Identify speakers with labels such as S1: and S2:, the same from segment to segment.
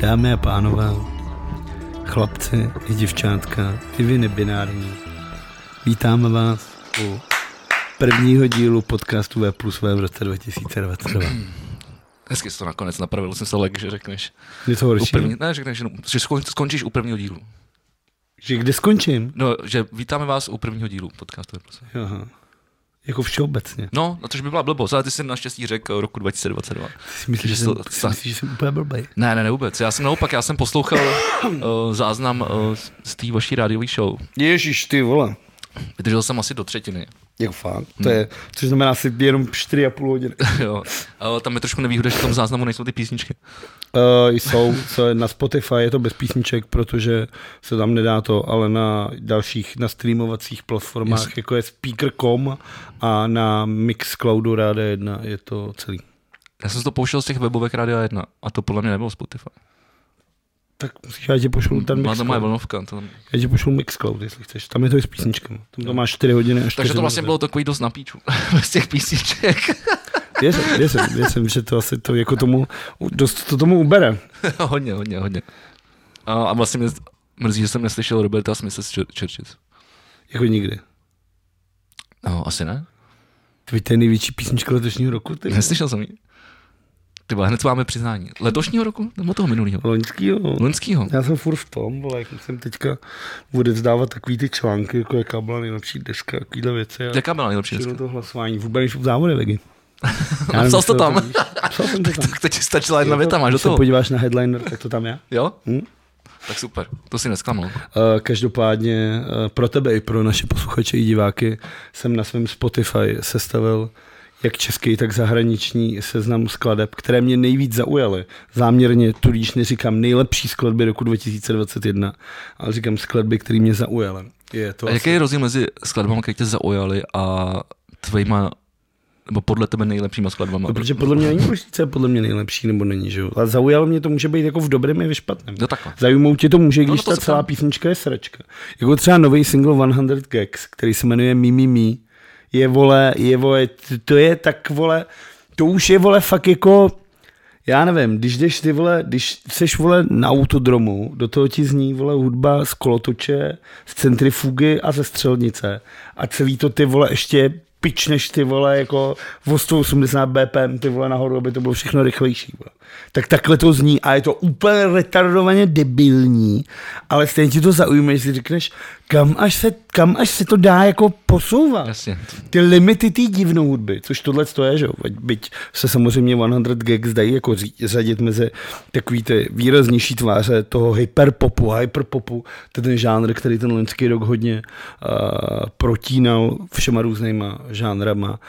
S1: Dámy a pánové, chlapci i divčátka, i vy nebinární, vítáme vás u prvního dílu podcastu V plus V v roce 2022.
S2: Hezky jsi to nakonec napravil, jsem se lek, že řekneš.
S1: Je to
S2: U
S1: horší,
S2: první, ne, řekneš, jenom, že skon- skončíš u prvního dílu.
S1: že kde skončím?
S2: No, že vítáme vás u prvního dílu podcastu. Prosím.
S1: Aha. Jako všeobecně.
S2: No, no, což by byla blbost, ale ty jsi naštěstí řekl roku 2022.
S1: Ty si myslíš, že,
S2: Že
S1: jsem,
S2: to-
S1: ty si myslíš, že jsem úplně blbej.
S2: Ne, ne, ne vůbec. Já jsem naopak, já jsem poslouchal uh, záznam uh, z té vaší rádiové show.
S1: Ježíš, ty vole.
S2: Vydržel jsem asi do třetiny.
S1: Jako fakt, to je, což znamená asi jenom 4,5 hodiny.
S2: jo. Uh, tam je trošku nevýhoda, že v tom záznamu nejsou ty písničky.
S1: Uh, jsou, co je na Spotify, je to bez písniček, protože se tam nedá to, ale na dalších, na streamovacích platformách,
S2: Jasně.
S1: jako je Speaker.com a na Mixcloudu Ráda 1 je to celý.
S2: Já jsem si to poušel z těch webovek Rádia 1 a to podle mě nebylo Spotify.
S1: Tak já ti pošlu ten
S2: Má to moje
S1: Mixcloud.
S2: vlnovka. To tam...
S1: Já ti pošlu Mixcloud, jestli chceš. Tam je to i s písničkami. Tam to máš 4 hodiny a 4
S2: Takže to vlastně bylo takový dost na píču. z těch písniček.
S1: Věřím, věřím, věřím, že to asi to jako tomu, dost to tomu ubere.
S2: hodně, hodně, hodně. A, a vlastně mě z- mrzí, že jsem neslyšel Roberta Smithe z Chur- Churches.
S1: Jako nikdy.
S2: No, asi ne.
S1: Ty to je největší písnička letošního roku, ty.
S2: Neslyšel jsem ji. Ty vole, hned tu máme přiznání. Letošního roku? Nebo toho minulého?
S1: Loňskýho.
S2: Loňskýho.
S1: Já jsem furt v tom, vole, jak musím teďka bude vzdávat takový ty články, jako jaká byla nejlepší deska, takovýhle věci. A
S2: Jaká byla nejlepší
S1: přijdu
S2: deska?
S1: to hlasování, vůbec než v závody, Vegy. Já nevím,
S2: Napsal jsi to
S1: jestli
S2: tam.
S1: víš. Napsal jsem to tam.
S2: Tak teď ti stačila jedna věta, máš do
S1: Když se
S2: toho.
S1: podíváš na headliner, tak to tam je.
S2: Jo?
S1: Hm?
S2: Tak super, to si nesklamal.
S1: Eh, Každopádně eh, pro tebe i pro naše posluchače i diváky jsem na svém Spotify sestavil jak český, tak zahraniční seznam skladeb, které mě nejvíc zaujaly. Záměrně tudíž neříkám nejlepší skladby roku 2021, ale říkám skladby, které mě zaujaly. Je to
S2: A
S1: asi-
S2: jaký je rozdíl mezi skladbami, které tě zaujaly a tvýma, nebo podle tebe nejlepšíma skladbama?
S1: No, protože podle mě není důležité, co je podle mě nejlepší nebo není, že jo. Ale zaujalo mě to může být jako v dobrém i ve špatném.
S2: No takhle.
S1: Zajímou tě to může, když
S2: no to
S1: no, ta
S2: se
S1: celá
S2: ptám.
S1: písnička je sračka. Jako třeba nový single 100 Gags, který se jmenuje Mimi Mi. Je vole, je vole, t- to je tak vole, to už je vole fakt jako, já nevím, když jdeš ty vole, když seš vole na autodromu, do toho ti zní vole hudba z kolotoče, z centrifugy a ze střelnice a celý to ty vole ještě pičneš ty vole jako o 180 BPM ty vole nahoru, aby to bylo všechno rychlejší. Vole. Tak takhle to zní a je to úplně retardovaně debilní, ale stejně ti to zaujme, že si řekneš, kam až se, kam až se to dá jako posouvat
S2: Jasně.
S1: ty limity té divnou hudby, což tohle to je, že jo, ať- byť se samozřejmě 100 Gags dají jako ří- řadit mezi takový ty výraznější tváře toho hyperpopu, hyperpopu, to je ten žánr, který ten loňský rok hodně uh, protínal všema různýma žánrama,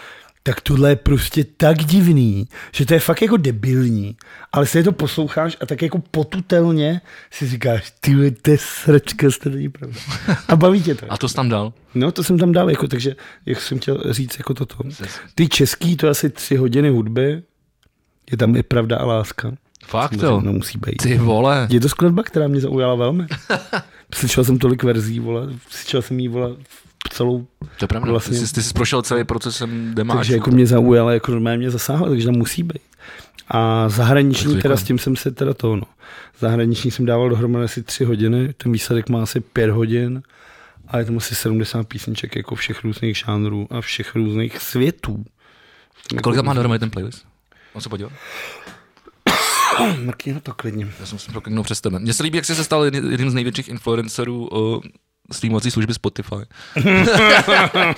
S1: tak tohle je prostě tak divný, že to je fakt jako debilní, ale se je to posloucháš a tak jako potutelně si říkáš, ty vole, to je sračka, to není pravda. A baví tě to.
S2: A to jsi tam dal?
S1: No, to jsem tam dal, jako, takže jak jsem chtěl říct, jako toto. Ty český, to je asi tři hodiny hudby, je tam i pravda a láska.
S2: Fakt
S1: Samozřejmě
S2: jo.
S1: musí být.
S2: Ty vole.
S1: Je to skladba, která mě zaujala velmi. Slyšel jsem tolik verzí, vole, slyšel jsem jí, vole, celou,
S2: To je pravda.
S1: Vlastně-
S2: Vlastně... Ty, jsi, ty jsi prošel celý procesem demáčů.
S1: takže jako mě zaujala, jako normálně mě zasáhla, takže tam musí být. A
S2: Tak
S1: zahraniční
S2: to
S1: teda
S2: děkuji.
S1: s tím jsem se teda to, no. Zahraniční jsem dával dohromady asi tři hodiny, ten výsledek má asi pět hodin a je tam asi 70 písniček jako všech různých žánrů a všech různých světů.
S2: Kolik tam má dohromady ten playlist? On se podíval?
S1: Mrkni na to klidně.
S2: Já jsem se prokliknul přes tebe. Mně se líbí, jak jsi se stal jedn- jedním z největších influencerů o streamovací služby Spotify.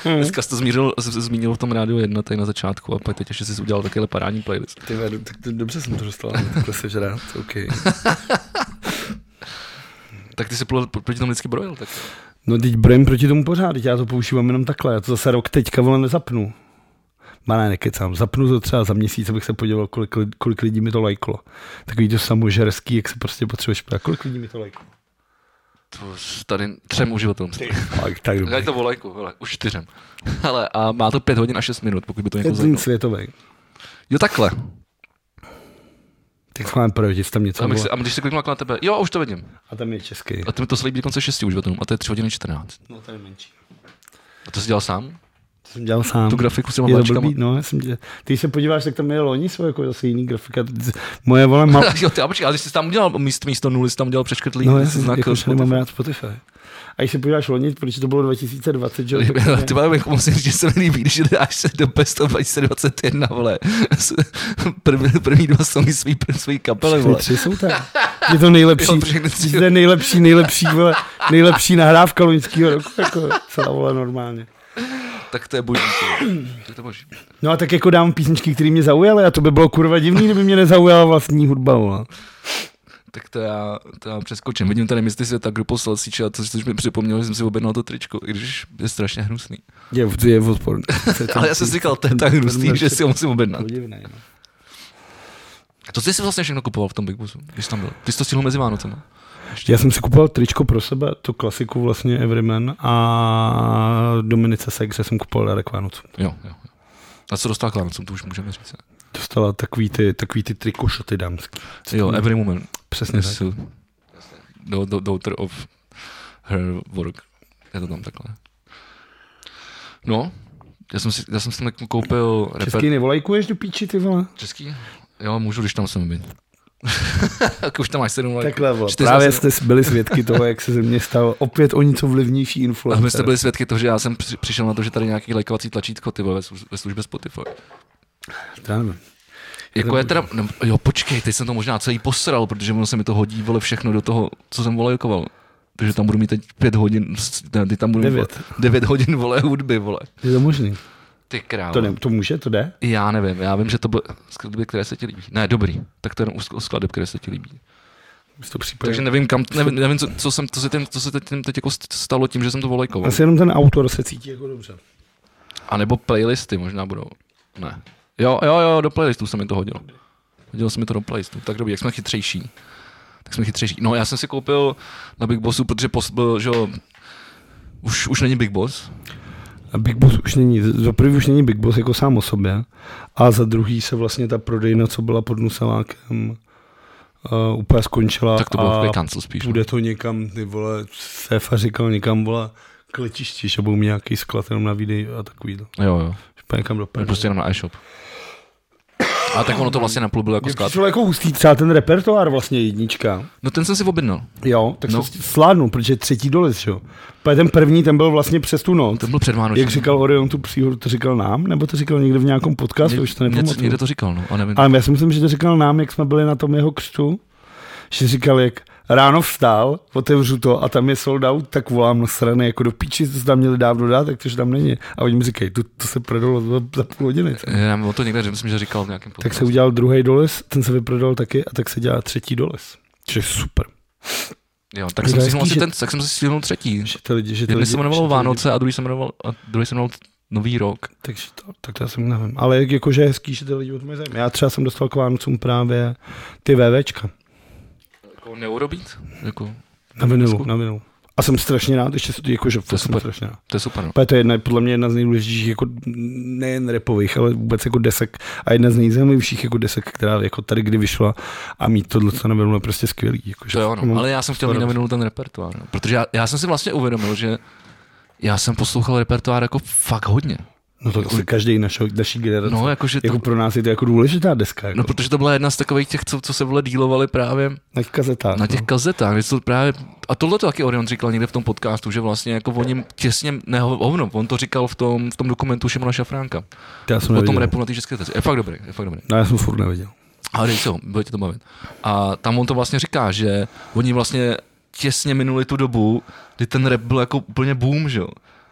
S2: Dneska jsi to zmířil, z- z- zmínil v tom rádiu jedna tady na začátku a pak teď ještě jsi udělal takovýhle parádní playlist.
S1: Ty vedu, tak to, dobře jsem to dostal, ale takhle se žrát, OK.
S2: Tak ty jsi pro- pro- proti tomu vždycky brojil. Tak.
S1: No teď brojím proti tomu pořád, teď já to používám jenom takhle, já to zase rok teďka vole nezapnu. Má ne, nekecám, zapnu to třeba za měsíc, abych se podíval, kolik, lid- kolik lidí mi to lajklo. Takový to samožerský, jak se prostě potřebuješ ptát, kolik lidí mi to lajklo.
S2: To s- tady třem uživatelům.
S1: Tak, tak
S2: Jak
S1: dobrý.
S2: to volajku, hele, už čtyřem. Ale a má to pět hodin a šest minut, pokud by to někoho
S1: Jeden
S2: zajímalo.
S1: světový.
S2: Jo, takhle.
S1: Tak schválně projevit, tam něco
S2: A,
S1: bylo.
S2: se, a když se kliknu jako na tebe, jo, už to vidím.
S1: A tam je český.
S2: A to mi to slíbí dokonce šesti uživatelům, a to je tři hodiny 14.
S1: No to je menší.
S2: A to jsi dělal sám?
S1: To jsem dělal sám.
S2: tu grafiku s těma
S1: je to
S2: vlačkama.
S1: blbý, no, já jsem dělal. Ty se podíváš, tak tam je loni svoje jako zase jiný grafika. Moje vole má...
S2: jo, ty, a počkej, ale ty jsi tam udělal míst, místo nuly, jsi tam udělal přeškrtlý
S1: No, já jsem
S2: znak.
S1: znak, jako, že
S2: Spotify.
S1: nemám rád Spotify. A když se podíváš loni, protože to bylo 2020, že jo? tak-
S2: Ty vole, jako musím říct, že se mi líbí, když dáš se do Best of 2021, vole. S- První, první dva songy svý, svý kapely,
S1: Všechny
S2: vole.
S1: tři jsou tam. Je to nejlepší,
S2: Jo, všechny tři.
S1: to je nejlepší, nejlepší, vole, nejlepší nahrávka loňského roku, jako celá vole normálně.
S2: Tak to je boží. ty vole. Tak to je boží.
S1: No a tak jako dám písničky, které mě zaujaly a to by bylo kurva divný, kdyby mě nezaujala vlastní hudba, vole.
S2: Tak to já, to já přeskočím. Vidím tady misty světa, grupu Salsiče a to, což mi připomnělo, že jsem si objednal to tričko, i když je strašně hnusný.
S1: Je, je odporný. To je
S2: Ale já jsem si říkal, to je tak hnusný, že si ho musím objednat.
S1: Podivný, no.
S2: To jsi si vlastně všechno kupoval v tom Big Bossu, když jsi tam byl. Ty jsi to stihl mezi Vánocema.
S1: Já jsem si kupoval tričko pro sebe, tu klasiku vlastně Everyman a Dominice Segře jsem kupoval dárek Vánocu.
S2: Jo, jo, jo. A co dostal k Vánocům, to už můžeme říct. ne?
S1: Dostala takový ty, takový ty trikošoty dámský. Co
S2: Jo,
S1: to-
S2: every moment.
S1: Přesně tak.
S2: Yes. Do, do, daughter of her work. Je to tam takhle. No, já jsem si, já jsem si tam jako koupil reper...
S1: Český nevolajkuješ do píči, ty vole?
S2: Český? Jo, můžu, když tam jsem být. tak už tam máš sedm let.
S1: Takhle, vole.
S2: Čtyři
S1: právě
S2: zase-
S1: jste byli svědky toho, jak se ze mě stal opět o něco vlivnější
S2: A
S1: influencer.
S2: my jste byli svědky toho, že já jsem při- přišel na to, že tady nějaký lajkovací tlačítko ty vole, ve služ- ve službě Spotify.
S1: Já nevím.
S2: Jako je teda, no, jo počkej, teď jsem to možná celý posral, protože ono se mi to hodí, vole, všechno do toho, co jsem vole lajkoval. Takže tam budu mít teď pět hodin, s- ne, teď tam budu mít
S1: Devět.
S2: vole, devět hodin, vole, hudby, vole.
S1: Je to možný.
S2: Ty krávo.
S1: To, ne, to může, to jde?
S2: Já nevím, já vím, že to bylo skladby, které se ti líbí. Ne, dobrý, tak to je jenom u skladeb, které se ti líbí.
S1: Jsi to případně.
S2: Takže nevím, kam, nevím, nevím co, co, jsem, co se, ten, co se teď, teď jako st- stalo tím, že jsem to volejkoval.
S1: Asi jenom ten autor se cítí jako dobře.
S2: A nebo playlisty možná budou. Ne. Jo, jo, jo, do playlistů se mi to hodilo. Hodilo se mi to do playlistů. Tak dobrý, jak jsme chytřejší. Tak jsme chytřejší. No, já jsem si koupil na Big Bossu, protože pos, byl, že jo, už, už není Big Boss.
S1: A Big Boss už není, za prvý už není Big Boss jako sám o sobě a za druhý se vlastně ta prodejna, co byla pod Nuselákem, uh, úplně skončila
S2: Tak to bylo takový
S1: a
S2: kancel spíš. no.
S1: půjde to někam, ty vole, Sefa říkal někam, vole, k letišti, že budou mít nějaký sklad jenom na výdej a takový to.
S2: Jo, jo.
S1: Že půjde někam do
S2: Je
S1: prdele.
S2: Prostě jenom na e-shop. A tak ono to vlastně napůl bylo jako
S1: Mně
S2: sklad.
S1: přišlo jako hustý třeba ten repertoár vlastně jednička.
S2: No ten jsem si objednal.
S1: Jo, tak
S2: No.
S1: no. se sládnu, protože třetí dolis, jo. Pak ten první, ten byl vlastně přes tu noc.
S2: Ten byl
S1: Jak
S2: předvánoční.
S1: říkal Orion tu příhodu, to říkal nám, nebo to říkal někde v nějakém podcastu, už to
S2: Něco,
S1: nepamatuju.
S2: někde to říkal, no, a nevím.
S1: Ale já si myslím, že to říkal nám, jak jsme byli na tom jeho křtu, že říkal, jak ráno vstál, otevřu to a tam je sold out, tak volám na strany, jako do píči, co se tam měli dávno dát, tak to, že tam není. A oni mi říkají, to, to se prodalo za, za půl hodiny. co?
S2: Já nevím, on to někde, že myslím, že říkal v nějakém
S1: Tak
S2: podcastu.
S1: se udělal druhý doles, ten se vyprodal taky a tak se dělá třetí doles. Což je super.
S2: Jo, tak jsem si
S1: Hezký,
S2: stihnul asi
S1: že-
S2: ten, tak jsem si stihnul třetí.
S1: Že ty lidi, že ty
S2: Jeden
S1: lidi,
S2: se
S1: že
S2: jmenoval
S1: ty lidi-
S2: Vánoce a druhý se jmenoval, a druhý se jmenoval Nový rok.
S1: Takže to, tak to já jsem nevím. Ale jak, jakože je hezký, že ty lidi o tom je zajímají. Já třeba jsem dostal k Vánocům právě ty VVčka.
S2: Jako neurobit? Jako,
S1: Na vinilu, na vinilu. A jsem strašně rád, ještě se to jakože fakt jsem
S2: super.
S1: strašně rád.
S2: to je super. No.
S1: Protože to je jedna, podle mě jedna z nejdůležitějších, jako nejen repových, ale vůbec jako desek a jedna z nejzajímavějších jako desek, která jako tady kdy vyšla a mít tohle co na vinilu je prostě skvělý. no, Jakože,
S2: To je
S1: Mám-
S2: ono. no. Ale já jsem chtěl mít na minul ten repertoár. No. Protože já, já, jsem si vlastně uvědomil, že já jsem poslouchal repertoár jako fakt hodně.
S1: No to asi každý našeho, naší generace.
S2: No, jakože to,
S1: jako pro nás je to jako důležitá deska, jako
S2: no,
S1: no,
S2: protože to byla jedna z takových těch, co, co se vole dílovali právě
S1: na těch kazetách.
S2: na těch
S1: no.
S2: kazetách. Kde se to právě, a tohle to taky Orion říkal někde v tom podcastu, že vlastně jako o něm těsně, ne hovno, on to říkal v tom, v tom dokumentu Šimona Šafránka.
S1: To já jsem
S2: O tom
S1: neviděl.
S2: repu na té české tezi. Je fakt dobrý, je fakt dobrý.
S1: No, já jsem furt neviděl.
S2: A dej se ho, bude tě to bavit. A tam on to vlastně říká, že oni vlastně těsně minuli tu dobu, kdy ten rap byl jako úplně boom, že jo.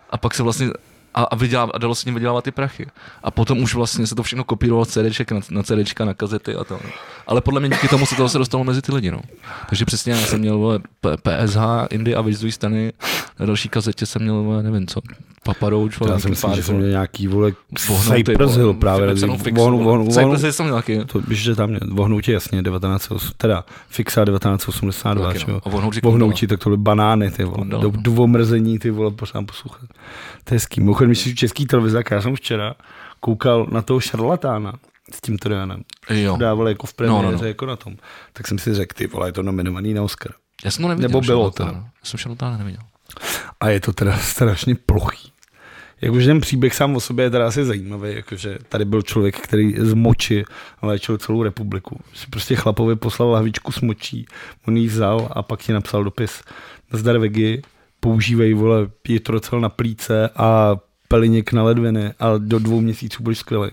S2: A pak se vlastně a, a, vydělá, a dalo se ním vydělávat ty prachy. A potom už vlastně se to všechno kopírovalo z CDček na, na CDčka, na kazety a to. Ale podle mě díky tomu se to zase dostalo mezi ty lidi, no. Takže přesně já jsem měl vole, P- PSH, Indy a Vyzduj strany, na další kazetě jsem měl, vole, nevím co, Paparouč,
S1: Já
S2: vole,
S1: si myslím,
S2: pár,
S1: že jsem
S2: vole,
S1: měl nějaký, vole,
S2: Vohnutý,
S1: Cypress
S2: vole,
S1: Hill právě.
S2: Philipsonu
S1: nevím,
S2: Fixu,
S1: vohnu-
S2: vole.
S1: vohnu- vohnu-
S2: Cypress Hill jsem měl taky.
S1: To víš, že tam je, vohnutí jasně, 19, teda fixa 1982,
S2: Taky,
S1: že
S2: no.
S1: jo.
S2: A vohnouč je
S1: Vohnutí, tak to byly banány, ty vole.
S2: Kundala,
S1: Do,
S2: no.
S1: dvomrzení, ty vole, pořád poslouchat. To je hezký. Mimochodem, když jsi v český televizi, tak já jsem včera koukal na toho šarlatána s tím Trojanem.
S2: Jo,
S1: To dávali jako v
S2: no, no.
S1: premiéře, jako na tom. Tak jsem si řekl, ty vole, je to nominovaný na Oscar.
S2: já jsem to neviděl.
S1: Nebo bylo
S2: Šarlatána. Já jsem šarlatána neviděl.
S1: A je to teda strašně plochý. Jak už ten příběh sám o sobě je teda asi zajímavý, jakože tady byl člověk, který z moči léčil celou republiku. Si prostě chlapovi poslal lahvičku s močí, on ji vzal a pak ti napsal dopis. Nazdar Vegi, používej, vole, jitrocel na plíce a peliněk na ledviny a do dvou měsíců budeš skvělý.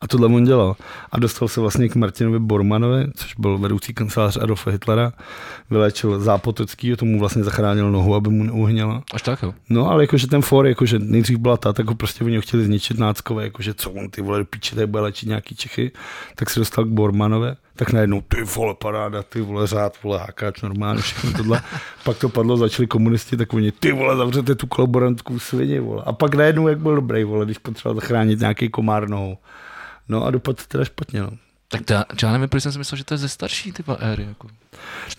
S1: A tohle on dělal. A dostal se vlastně k Martinovi Bormanovi, což byl vedoucí kancelář Adolfa Hitlera. Vylečil Zápotockýho, tomu vlastně zachránil nohu, aby mu neuhněla.
S2: Až tak, jo.
S1: No ale jakože ten for, jakože nejdřív byla ta, tak ho prostě oni ho chtěli zničit náckové, jakože co on ty vole do píče, tady bude léčit nějaký Čechy, tak se dostal k Bormanové, tak najednou ty vole paráda, ty vole řád, vole hákáč, normálně všechno tohle. pak to padlo, začali komunisti, tak oni ty vole zavřete tu kolaborantku svině, vole. A pak najednou jak byl dobrý, vole, když potřeboval zachránit nějaký komár nohou. No a dopadl teda špatně, no.
S2: Tak to, já- já nevím, proč jsem si myslel, že to je ze starší typa éry. Jako.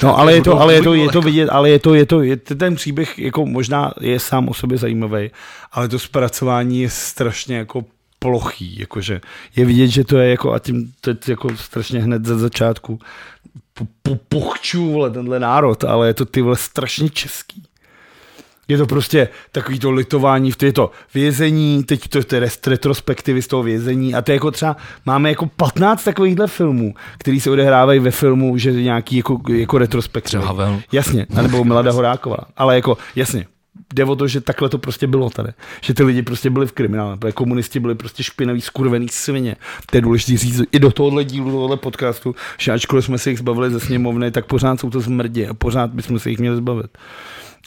S1: No, ale je to, ale je to, je to vidět, ale je to, je to, je to ten příběh jako možná je sám o sobě zajímavý, ale to zpracování je strašně jako plochý, jakože je vidět, že to je jako a tím teď jako strašně hned ze začátku po- po- pochču, vole, tenhle národ, ale je to ty vole strašně český. Je to prostě takový to litování, v- to je to vězení, teď to, to je rest- retrospektivy z toho vězení a to je jako třeba, máme jako 15 takovýchhle filmů, který se odehrávají ve filmu, že nějaký jako, jako retrospektivy.
S2: Třeba Havel.
S1: Jasně, anebo Milada Horáková, ale jako jasně, jde o to, že takhle to prostě bylo tady. Že ty lidi prostě byli v kriminále, protože komunisti byli prostě špinaví, skurvený svině. To je důležité říct i do tohohle dílu, tohohle podcastu, že ačkoliv jsme se jich zbavili ze sněmovny, tak pořád jsou to zmrdě a pořád bychom se jich měli zbavit.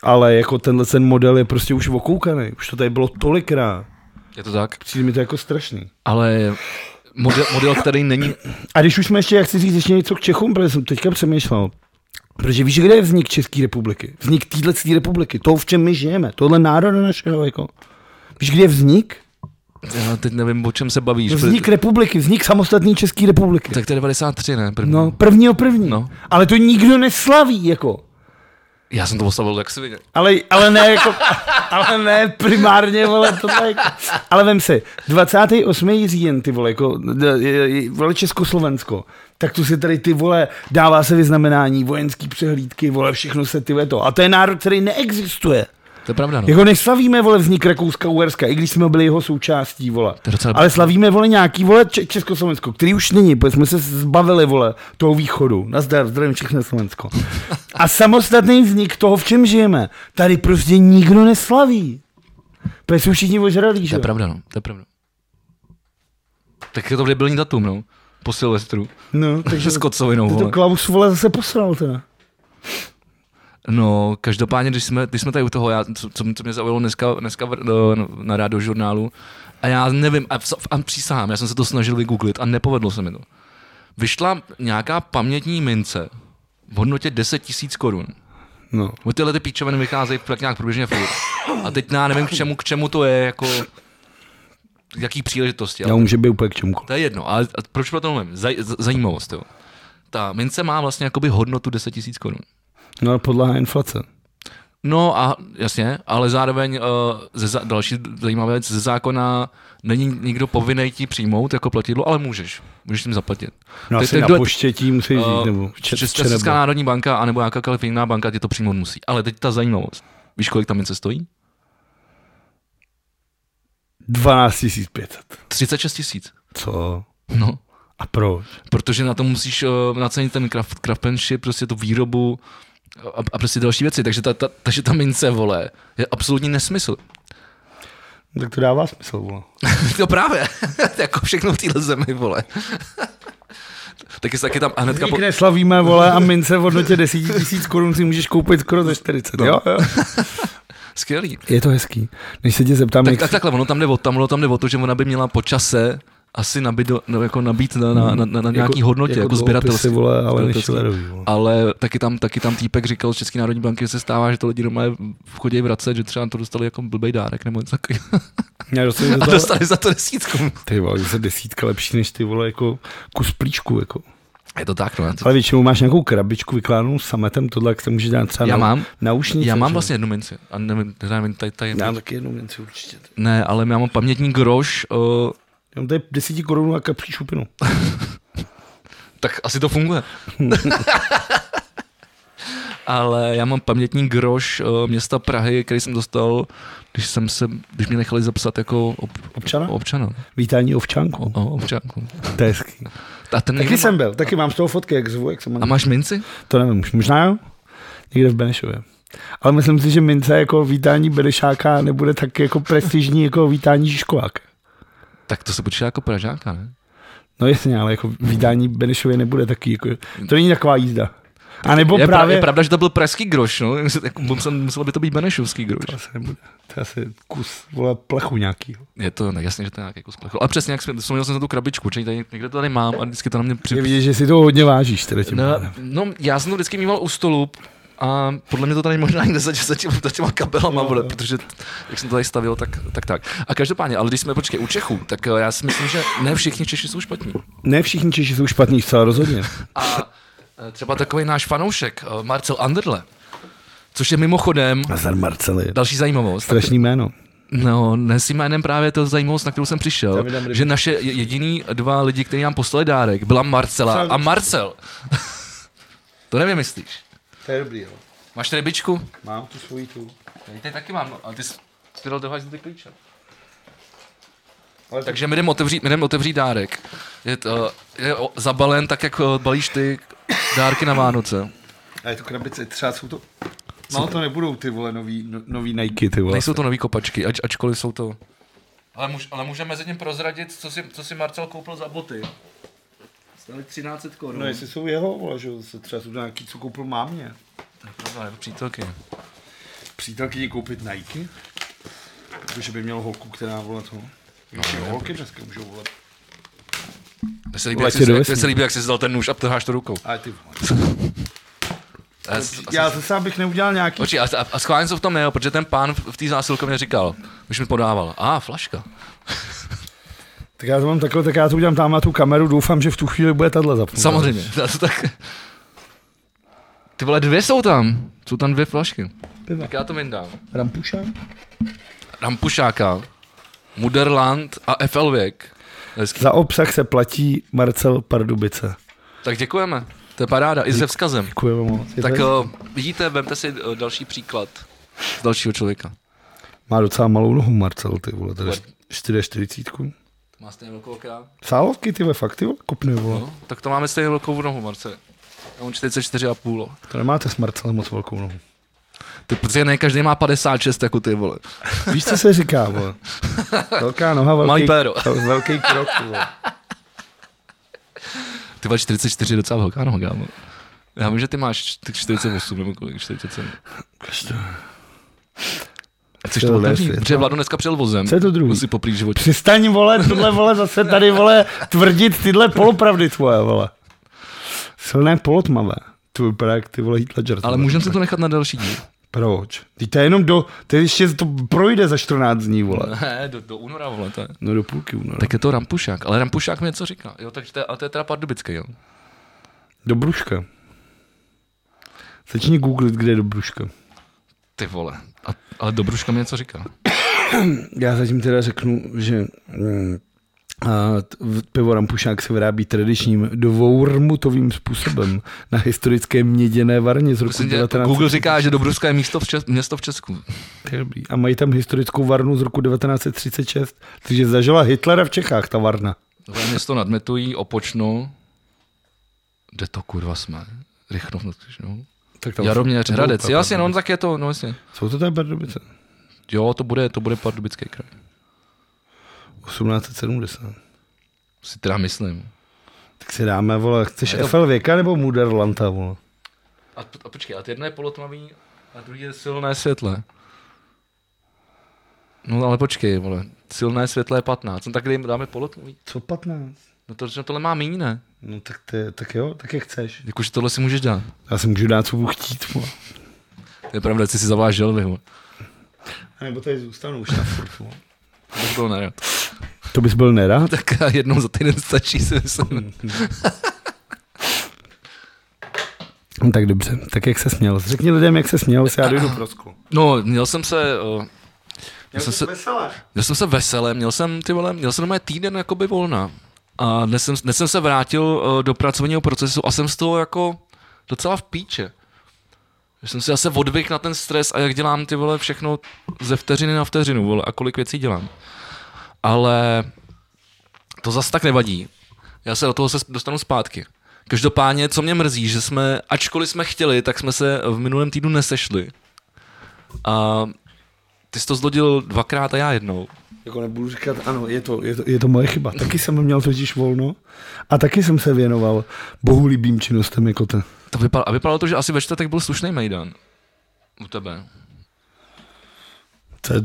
S1: Ale jako tenhle ten model je prostě už okoukaný, už to tady bylo tolikrát.
S2: Je to tak.
S1: Přijde mi to jako strašný.
S2: Ale model, model který není...
S1: A když už jsme ještě, jak chci říct, ještě něco k Čechům, protože jsem teďka přemýšlel. Protože víš, kde je vznik České republiky? Vznik téhle republiky, to, v čem my žijeme, tohle národa našeho. Jako. Víš, kde je vznik?
S2: Já teď nevím, o čem se bavíš.
S1: Vznik republiky, vznik samostatné České republiky.
S2: protože- Tak to je 93, ne? První.
S1: No, prvního první.
S2: No.
S1: Ale to nikdo neslaví, jako.
S2: Já jsem to oslavil jak svině.
S1: Ale, ale ne jako, ale ne primárně, vole, to tak. Ale vem si, 28. říjen, ty vole, jako, d- je- je- vole Československo, tak tu si tady ty vole, dává se vyznamenání, vojenský přehlídky, vole, všechno se ty vole to. A to je národ, který neexistuje.
S2: To je pravda, no.
S1: Jako neslavíme, vole, vznik Rakouska, Uherska, i když jsme byli jeho součástí, vole.
S2: To je docela-
S1: Ale slavíme, vole, nějaký, vole, Če- Československo, který už není, protože jsme se zbavili, vole, toho východu. Nazdar, zdravím všechny Slovensko. A samostatný vznik toho, v čem žijeme, tady prostě nikdo neslaví. Protože jsou všichni ožralí,
S2: To
S1: že?
S2: je
S1: jo?
S2: pravda, no. To je pravda. Tak je to debilní datum, no. Po Silvestru.
S1: No, takže
S2: Takže s kocovinou,
S1: ty to
S2: vole.
S1: Klaus, vole, zase posral, teda.
S2: No, každopádně, když jsme, když jsme tady u toho, já, co, co mě- co mě zaujalo dneska, dneska v, no, na rádio žurnálu, a já nevím, a, v- a přísahám, já jsem se to snažil vygooglit a nepovedlo se mi to. Vyšla nějaká pamětní mince v hodnotě 10 tisíc korun.
S1: No.
S2: Bo tyhle ty píčoviny vycházejí tak nějak průběžně furt. A teď já nevím, k čemu, k čemu to je, jako jaký příležitosti. ale
S1: Já může být úplně k čemukoliv.
S2: to je jedno, ale a proč pro to mluvím? Zaj, z- zajímavost, jo. Ta mince má vlastně jakoby hodnotu 10 tisíc korun.
S1: No, ale podlahá inflace.
S2: No a jasně, ale zároveň uh, ze za, další zajímavá věc, ze zákona není nikdo povinný ti přijmout jako platidlo, ale můžeš. Můžeš tím zaplatit.
S1: No,
S2: Teď
S1: asi
S2: ten,
S1: na
S2: kdo-
S1: poštětí musí žít,
S2: eh,
S1: nebo v Če- v
S2: Česká
S1: Čerebu.
S2: Česká národní banka anebo jakákoliv jiná banka ti to přijmout musí. Ale teď ta zajímavost. Víš, kolik ta mince stojí?
S1: 12 500.
S2: 36 tisíc.
S1: Co?
S2: No,
S1: A proč?
S2: protože na to musíš uh, nacenit ten craft, craftsmanship, prostě tu výrobu a, a prostě další věci. Takže ta, ta, takže ta mince, vole, je absolutní nesmysl.
S1: Tak to dává smysl, vole.
S2: No právě, jako všechno v téhle zemi, vole. taky, taky tam a hnedka po...
S1: Vznik neslavíme, vole, a mince v hodnotě 10 tisíc korun si můžeš koupit skoro za
S2: No.
S1: 40, jo? jo.
S2: Skvělý.
S1: Je to hezký. Než se tě zeptám,
S2: Tak,
S1: jak...
S2: tak, takhle, ono tam jde o, tam, ono tam jde o to, že ona by měla po čase asi nabít, do- no, jako nabít na, na, na,
S1: Hmm.
S2: na, na nějaký hodnotě, jako, jako
S1: dluhopisy,
S2: sběratelství.
S1: vole, ale než
S2: Sběratelství.
S1: lerový, vole.
S2: Ale taky tam, taky tam týpek říkal z České národní banky, že se stává, že to lidi doma chodí vracet, že třeba to dostali jako blbej dárek nebo něco takového.
S1: Já dostanu za
S2: A
S1: to-
S2: dostali za to desítku.
S1: Ty vole, se desítka lepší než ty vole jako kus plíčku, jako.
S2: Je to tak, no. já to-
S1: Ale většinou máš nějakou krabičku vykládanou sametem, tohle, jak se může dát třeba
S2: Já
S1: na,
S2: mám.
S1: na ušnice,
S2: Já
S1: že?
S2: mám vlastně jednu minci. A nevím, nevím, tady, tady,
S1: Já mám taky jednu minci určitě.
S2: ne, ale já mám pamětní groš, uh,
S1: Já mám tady 10 korun a kapří šupinu.
S2: Tak asi to funguje. ale já mám pamětní groš eh, města Prahy, který jsem dostal, když jsem se, když mě nechali zapsat jako ob,
S1: Občana?
S2: občana.
S1: Vítání ovčánku.
S2: O, občanku.
S1: To je hezký.
S2: A ten někdo
S1: Taky
S2: má-
S1: jsem byl, taky mám z toho fotky, jak zvu, jak jsem
S2: A máš minci?
S1: To nevím, už možná jo? Někde v Benešově. Ale myslím si, že mince jako vítání Benešáka nebude tak jako prestižní jako vítání Žižkovák.
S2: Tak to se počítá jako Pražáka, ne?
S1: No jasně, ale jako vítání Benešově nebude taky, jako, to není taková jízda. A nebo
S2: je, pra-
S1: právě...
S2: je pravda, že to byl pražský groš, no? Jako musel, muselo by to být benešovský groš.
S1: To asi nebude. To je asi kus, vole, plechu nějakýho.
S2: Je to ne, jasně, že to je nějaký kus plechu. Ale přesně, jak jsem, vzpomněl jsem na tu krabičku, čili tady, někde to tady mám a vždycky to na mě
S1: Je
S2: při...
S1: vidět, že si to hodně vážíš, teda tím.
S2: No,
S1: pádem.
S2: no, já jsem to vždycky mýval u stolu a podle mě to tady možná někde za, za, těma, za těma kabelama, bude, protože t- jak jsem to tady stavil, tak, tak tak. A každopádně, ale když jsme, počkej, u Čechů, tak eh, já si myslím, že ne všichni Češi jsou špatní.
S1: Ne všichni Češi jsou špatní, zcela rozhodně.
S2: A eh, třeba takový náš fanoušek, eh, Marcel Anderle, což je mimochodem
S1: Nazar Marcel je
S2: další zajímavost.
S1: strašný jméno.
S2: No, ne s jménem právě to zajímavost, na kterou jsem přišel,
S1: Davidem Rybou.
S2: že naše je- jediný dva lidi, kteří nám poslali dárek, byla Marcela a Marcel. to nevím, myslíš.
S1: To je dobrý, jo.
S2: Máš rybičku?
S1: Mám tu svoji tu.
S2: Tady, tady taky mám, no, ale ty jsi ty dal dohází ty klíče.
S1: Ale
S2: Takže my jdeme otevřít, my jdem otevřít dárek. Je, to, je o- zabalen tak, jak o, balíš ty dárky na Vánoce.
S1: A je to krabice, třeba jsou to... No to nebudou ty vole nový, no, nový Nike, ty vole.
S2: Nejsou to nový kopačky, ač, ačkoliv jsou to... Ale, můž, ale můžeme mezi tím prozradit, co si, co si Marcel koupil za boty. Stály 1300 korun.
S1: No jestli jsou jeho, vole, že jo, se třeba jsou to nějaký, co koupil mámě.
S2: Pravda, nebo přítelky.
S1: Přítelkyni koupit Nike? Protože by měl holku, která vole to... No, holky dneska můžou volat.
S2: Mně se líbí, jak
S1: Letě
S2: jsi,
S1: do
S2: jak-
S1: vesmíru.
S2: mně se líbí, jak jsi dal ten nůž a trháš to rukou.
S1: A ty vole.
S2: A, s- a,
S1: Já zase abych neudělal nějaký...
S2: Oči, a, a, a schválně jsem v tom nejel, protože ten pán v v té zásilkovně říkal, když mi podával, a ah, flaška.
S1: Tak já to mám takhle, tak já to udělám tam na tu kameru, doufám, že v tu chvíli bude tahle zapnutá.
S2: Samozřejmě. Tak- tak, ty vole, dvě jsou tam. Jsou tam dvě flašky.
S1: Piva.
S2: Tak já to vyndám.
S1: Rampuša?
S2: Rampušáka, Muderland a FL věk. Hezký.
S1: Za obsah se platí Marcel Pardubice.
S2: Tak děkujeme. To je paráda, i se vzkazem.
S1: Děkujeme moc. Je
S2: Tak
S1: to-
S2: eh, vidíte, vemte si eh, další příklad z dalšího člověka.
S1: Má docela malou nohu Marcel, ty vole, to je
S2: Vole.
S1: 4,40.
S2: To Má stejně velkou okrát.
S1: Sálovky, ty vole, fakt, ty vole, kopny, vole.
S2: No, tak to máme stejně velkou nohu, Marce. Já mám 44,5.
S1: To nemáte s Marcelem moc velkou nohu.
S2: oh. Ty, protože ne každý má 56 jako ty vole.
S1: Víš, co se říká, vole? Velká noha, velký,
S2: Malý péro.
S1: velký krok, vole.
S2: Ty vole 44 je docela velká noha, kámo. Já vím, že ty máš ty 48 nebo kolik, 47. A chceš to
S1: Tohle je
S2: otevřít?
S1: svět.
S2: Protože Vlado dneska přijel vozem.
S1: Co je to druhý?
S2: Musí poprý život.
S1: Přestaň, vole, tohle, vole, zase tady, vole, tvrdit tyhle polopravdy tvoje, vole. Silné polotmavé. To vypadá jak ty vole Heath Ledger.
S2: Ale
S1: vole.
S2: můžeme si to nechat na další díl.
S1: Proč? Teď to je jenom do... Teď ještě to projde za 14 dní, vole.
S2: Ne, do, do února, vole, to je.
S1: No do půlky února. Tak...
S2: Tak je to Rampušák, ale Rampušák mi něco říká. Jo, takže to je, ale to je teda pardubický, jo.
S1: Do Bruška. Začni googlit, kde je do Bruška.
S2: Ty vole. A, ale Dobruška mi něco říká.
S1: Já zatím teda řeknu, že mm, a t- v- pivo Rampušák se vyrábí tradičním dvourmutovým způsobem na historické měděné varně z roku
S2: Myslím, že
S1: 19...
S2: Google říká, že Dobruška je místo v Čes- město v Česku.
S1: To je dobrý. A mají tam historickou varnu z roku 1936, takže zažila Hitlera v Čechách ta varna.
S2: Tohle město nadmetují, opočno. Kde to kurva jsme? Rychnov nad Křižnou.
S1: Tak
S2: no. Jaroměř,
S1: jsou-
S2: Hradec.
S1: budou-
S2: Jasně, no tak je to, no jasně.
S1: Jsou to tam Pardubice.
S2: Jo, to bude, to bude pardubický kraj.
S1: 1870.
S2: Si teda myslím.
S1: Tak si dáme, vole, chceš
S2: Je to-
S1: FL věka nebo Muderlanta, vole?
S2: A, p- a počkej, a ty jedno je polotmavý a druhý je silné světlé. No ale počkej, vole. Silné světlé je 15. No tak kdy jim dáme polotmavý?
S1: Co 15?
S2: No to, že tohle má méně, ne?
S1: No tak, ty, tak jo, tak jak chceš.
S2: Jakože tohle si můžeš dát.
S1: Já si můžu dát, co budu chtít, vole.
S2: To je pravda, ty si zavoláš želvy, vole.
S1: A nebo tady zůstanu už na furt, vole.
S2: To bych byl nerad.
S1: To bys byl nerad?
S2: Tak jednou za týden stačí, si myslím.
S1: No, tak dobře, tak jak se směl? Řekni lidem, jak se směl, já dojdu pro sklo.
S2: No, měl jsem se... Uh, měl, jsem se
S1: veselé.
S2: měl jsem se veselé, měl jsem ty vole, měl jsem doma týden jakoby volna. A dnes jsem, dnes jsem se eh, vrátil uh, do pracovního procesu a jsem z toho jako docela v píče. Že jsem si zase odvyk na ten stres a jak dělám ty vole všechno ze vteřiny na vteřinu vole a kolik věcí dělám. Ale to zas tak nevadí. Já se do toho se dostanu zpátky. Každopádně, co mě mrzí, že jsme, ačkoliv jsme chtěli, tak jsme se v minulém týdnu nesešli. A ty jsi to zlodil dvakrát a já jednou.
S1: Jako nebudu říkat, ano, je to, je to, je to moje chyba. Taky jsem měl totiž volno a taky jsem se věnoval bohulibým činnostem jako ten.
S2: To vypadalo, a vypadalo to, že asi ve čtvrtek byl slušný Mejdan. U tebe.
S1: To je,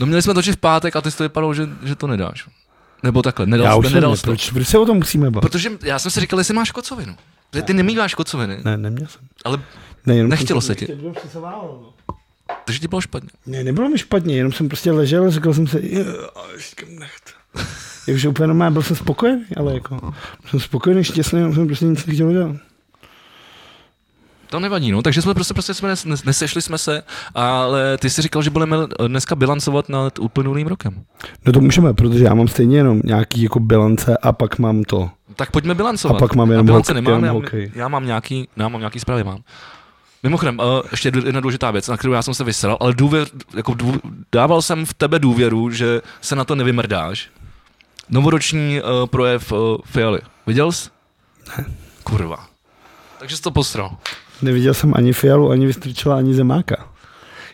S2: No měli jsme točit v pátek a ty jsi to vypadalo, že, že to nedáš. Nebo takhle, nedal
S1: já
S2: jsi
S1: už
S2: to,
S1: jsem,
S2: nedal
S1: ne,
S2: jsi to.
S1: proč, proč se o tom musíme bavit?
S2: Protože já jsem si říkal, jestli máš kocovinu. Ty, ty nemýváš kocoviny, ne.
S1: Ne, neměl jsem.
S2: ale
S1: Ne, jenom
S2: nechtělo
S1: jsem-
S2: se ti. Takže ti bylo špatně.
S1: no. Ne, nebylo mi špatně, jenom jsem prostě ležel a říkal jsem si, "Jo, a ještě necht. Jakože úplně normálně, byl jsem spokojený, ale jako, byl jsem spokojený, šťastný, jenom jsem prostě nic nechtěl dělat.
S2: To nevadí, no. Takže jsme prostě, prostě jsme nes, nes, nesešli jsme se, ale ty jsi říkal, že budeme eh, dneska bilancovat nad uplynulým rokem.
S1: No to můžeme, protože já mám stejně jenom nějaký jako bilance a pak mám to.
S2: No Tak pojďme bilancovat.
S1: A pak mám jenom
S2: a bilance
S1: hokej,
S2: nemáme,
S1: jenom
S2: já-
S1: hokej.
S2: já, mám nějaký, já mám nějaký zprávy, mám. Mimochodem, eh, ještě dů- jedna důležitá věc, na kterou já jsem se vysral, ale důvěr, jako dů, dával jsem v tebe důvěru, že se na to nevymrdáš. Novoroční eh, projev eh, Fialy. Viděl jsi? Kurva. Takže jsi to posral.
S1: Neviděl jsem ani Fialu, ani Vystrčila, ani Zemáka.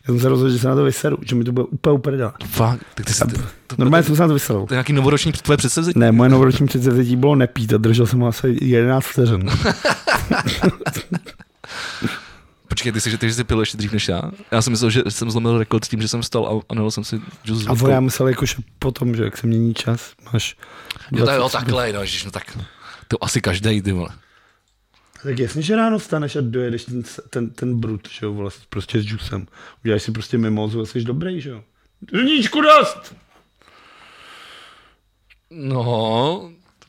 S1: Já jsem se rozhodl, že se na to vyseru, že mi to bude úplně uprdele.
S2: Fakt, tak ty jsi, to,
S1: Normálně jsem se na to vyserl.
S2: to je nějaký novoroční tvoje předsevzetí?
S1: Ne, moje novoroční předsevzetí bylo nepít a držel jsem ho asi 11 vteřin.
S2: Počkej, ty jsi, že ty jsi pil ještě dřív než já? Já jsem myslel, že jsem zlomil rekord s tím, že jsem vstal a, a nalil jsem si džus s
S1: A
S2: vodkou.
S1: vole, já myslel jako, že potom, že jak se mění čas, máš...
S2: Jo,
S1: 20
S2: tak, jo,
S1: minut.
S2: takhle, no, ježiš, no tak. To asi každý, ty vole.
S1: Tak jasně, že ráno vstaneš a dojedeš ten, ten, ten brut, že jo, vlastně prostě s džusem. Uděláš si prostě mimozu a jsi dobrý, že jo. Rníčku dost!
S2: No,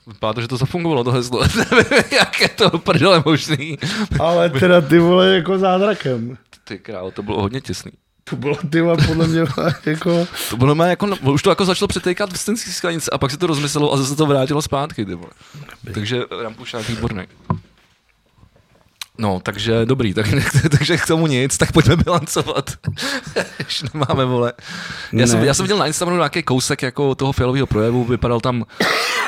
S2: vypadá to, že to zafungovalo, to heslo. Nevím, jak je to prdele možný.
S1: Ale teda ty vole jako zázrakem.
S2: Ty králo, to bylo hodně těsný.
S1: To bylo ty vole, podle mě jako...
S2: To bylo mé jako, už to jako začalo přetékat v stenských sklenic a pak se to rozmyslelo a zase to vrátilo zpátky, ty vole. Takže Rampušák výborný. No, takže dobrý, tak, takže k tomu nic, tak pojďme bilancovat, když nemáme, vole. Já, jsem,
S1: Ne.
S2: já jsem viděl na Instagramu nějaký kousek jako toho fialového projevu, vypadal tam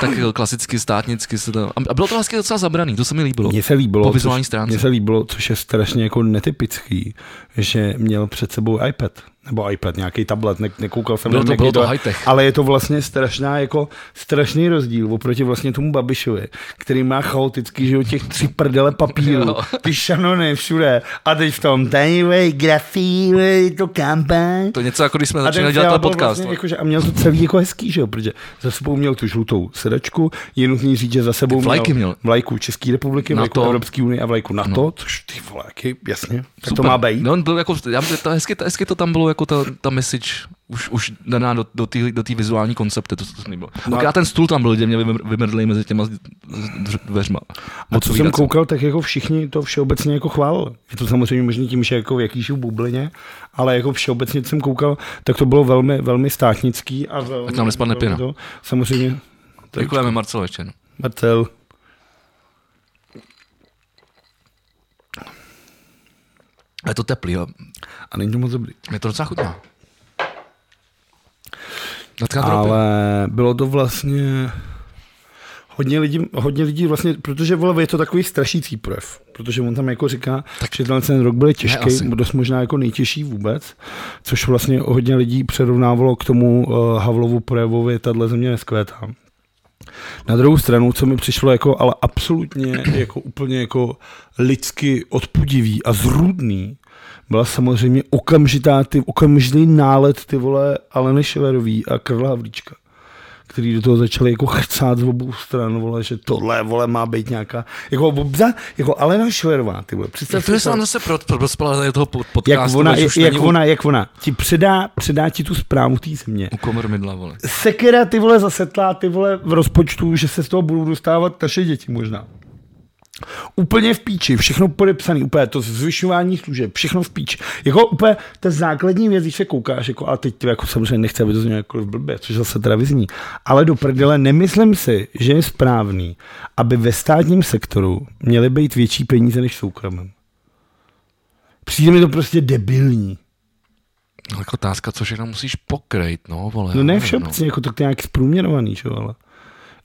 S2: tak jako klasicky, státnicky, se tam, a bylo to vlastně docela zabraný, to se mi líbilo.
S1: No, Mně se líbilo,
S2: Po vizuální
S1: což-
S2: stránce.
S1: Mně se líbilo, což je strašně jako netypický, že měl před sebou iPad. Nebo iPad, nějaký tablet, ne, nekoukal jsem.
S2: Bylo
S1: na
S2: to-
S1: jaký
S2: bylo to high-tech.
S1: Ale je to vlastně strašná, jako strašný rozdíl oproti vlastně tomu Babišovi, který má chaotický, že jo, těch tři prdele papíru,
S2: Jo.
S1: ty šanony všude. A teď v tom, tady vej, grafí, vej, to kampaň.
S2: To je něco jako když jsme
S1: A ten
S2: začínali dělat
S1: Fiala
S2: ten
S1: byl
S2: podcast.
S1: Vlastně jakože, a měl to celý jako hezký, že jo, protože za sebou měl tu žlutou sedačku, je nutný říct, že za sebou
S2: vlajky měl.
S1: vlajku České republiky,
S2: NATO.
S1: vlajku Evropské unie a vlajku NATO, no. což ty vole, jaký, jasně, tak to má být.
S2: No, on byl jako, já, to hezky, to hezky to tam bylo jako ta, ta message už, už daná do, do té do tý vizuální koncepty, to, to, to nebylo. No. a ten stůl tam byl, kde mě vymr- vymrdli mezi těma z- z- dveřma.
S1: A co jsem
S2: Odpovídat se.
S1: koukal, tak jako všichni to všeobecně jako chválili. Je to samozřejmě možný tím, že jako v jaký žiju bublině, ale jako všeobecně, co jsem koukal, tak to bylo velmi, velmi státnický a velmi...
S2: Ať nám nespadne
S1: velmi
S2: pěna.
S1: To, samozřejmě.
S2: Děkujeme Marcelo ještě. No.
S1: Marcel.
S2: A je to teplý, jo.
S1: A není to moc dobrý.
S2: Mě to docela chutná. Natká ale...
S1: Ale bylo to vlastně hodně lidí, hodně lidí vlastně, protože vole, je to takový strašící projev, protože on tam jako říká, tak že tenhle ten rok byl těžký,
S2: asi.
S1: dost možná jako nejtěžší vůbec, což vlastně hodně lidí přerovnávalo k tomu uh, Havlovu projevovi, tahle země neskvétá. Na druhou stranu, co mi přišlo jako, ale absolutně jako úplně jako lidsky odpudivý a zrůdný, byla samozřejmě okamžitá, ty, okamžitý nálet ty vole Aleny Schillerový a Karla Havlíčka který do toho začali jako chcát z obou stran, vole, že tohle, vole, má být nějaká, jako, obza, jako Alena Schillerová, ty vole, představ
S2: To
S1: si
S2: je se nám zase pro, pro, prospala do toho po-
S1: jak
S2: podcastu,
S1: ona,
S2: až
S1: jak,
S2: už není
S1: jak
S2: u-
S1: ona, jak ona, ti předá, předá ti tu zprávu té země.
S2: u komrmidla, vole.
S1: Sekera, ty vole, zasetlá, ty vole, v rozpočtu, že se z toho budou dostávat naše děti možná. Úplně v píči, všechno podepsané, úplně to zvyšování služeb, všechno v píči. Jako úplně ta základní věc, když se koukáš, jako, a teď to jako samozřejmě nechce, aby to znělo jakkoliv blbě, což zase teda vyzní, ale do prdele nemyslím si, že je správný, aby ve státním sektoru měly být větší peníze než v soukromém. Přijde mi to prostě debilní.
S2: No, jako otázka, co všechno musíš pokrejt, no, vole.
S1: No ne
S2: já nevím,
S1: všeobecně, jako tak to je nějak zprůměrovaný, čo, ale.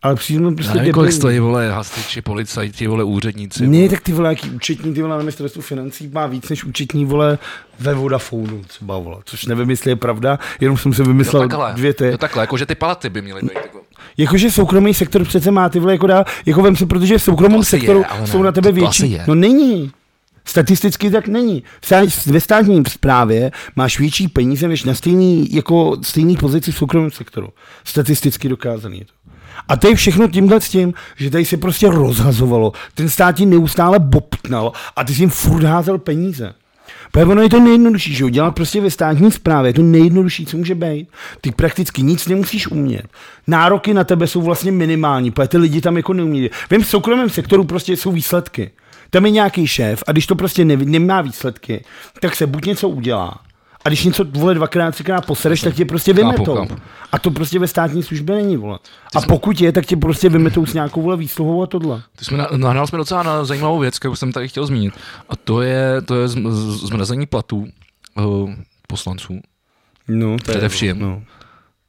S1: Ale přijde mi
S2: Já
S1: prostě
S2: nevím, kolik
S1: debilní.
S2: stojí, vole, hasiči, policajti, vole, úředníci.
S1: Ne, tak ty vole, jaký účetní, ty vole, na ministerstvu financí má víc než účetní, vole, ve Vodafonu třeba, vole, což nevím, jestli je pravda, jenom jsem si vymyslel
S2: jo, takhle,
S1: dvě ty.
S2: jo, takhle, jako, že ty palaty by měly být. Jako,
S1: Jakože soukromý sektor přece má ty vole jako dá, jako vem si, protože v soukromém
S2: asi je,
S1: sektoru
S2: ale ne,
S1: jsou na tebe
S2: to asi
S1: větší.
S2: je.
S1: No není. Statisticky tak není. V stá- Ve státní správě máš větší peníze než na stejný, jako stejný pozici v soukromém sektoru. Statisticky dokázaný je to. A to je všechno tímhle s tím, že tady se prostě rozhazovalo. Ten stát ti neustále bobtnal a ty jsi jim furt házel peníze. Protože ono je to nejjednodušší, že jo? Dělat prostě ve státní správě, je to nejjednodušší, co může být. Ty prakticky nic nemusíš umět. Nároky na tebe jsou vlastně minimální, protože ty lidi tam jako neumí. Vím, v soukromém sektoru prostě jsou výsledky. Tam je nějaký šéf a když to prostě ne, nemá výsledky, tak se buď něco udělá. A když něco vole dvakrát, třikrát posereš, tak tě prostě
S2: Chápu,
S1: vymetou.
S2: chápu.
S1: A to prostě ve státní službě není, vole. A pokud je, tak tě prostě vymetou s nějakou vole výsluhou a tohle.
S2: ty jsme na- nahrál jsme docela na zajímavou věc, kterou jsem tady chtěl zmínit. A to je, to je zm- z- zmrazení platů uh, poslanců.
S1: No, to
S2: je- Především.
S1: No.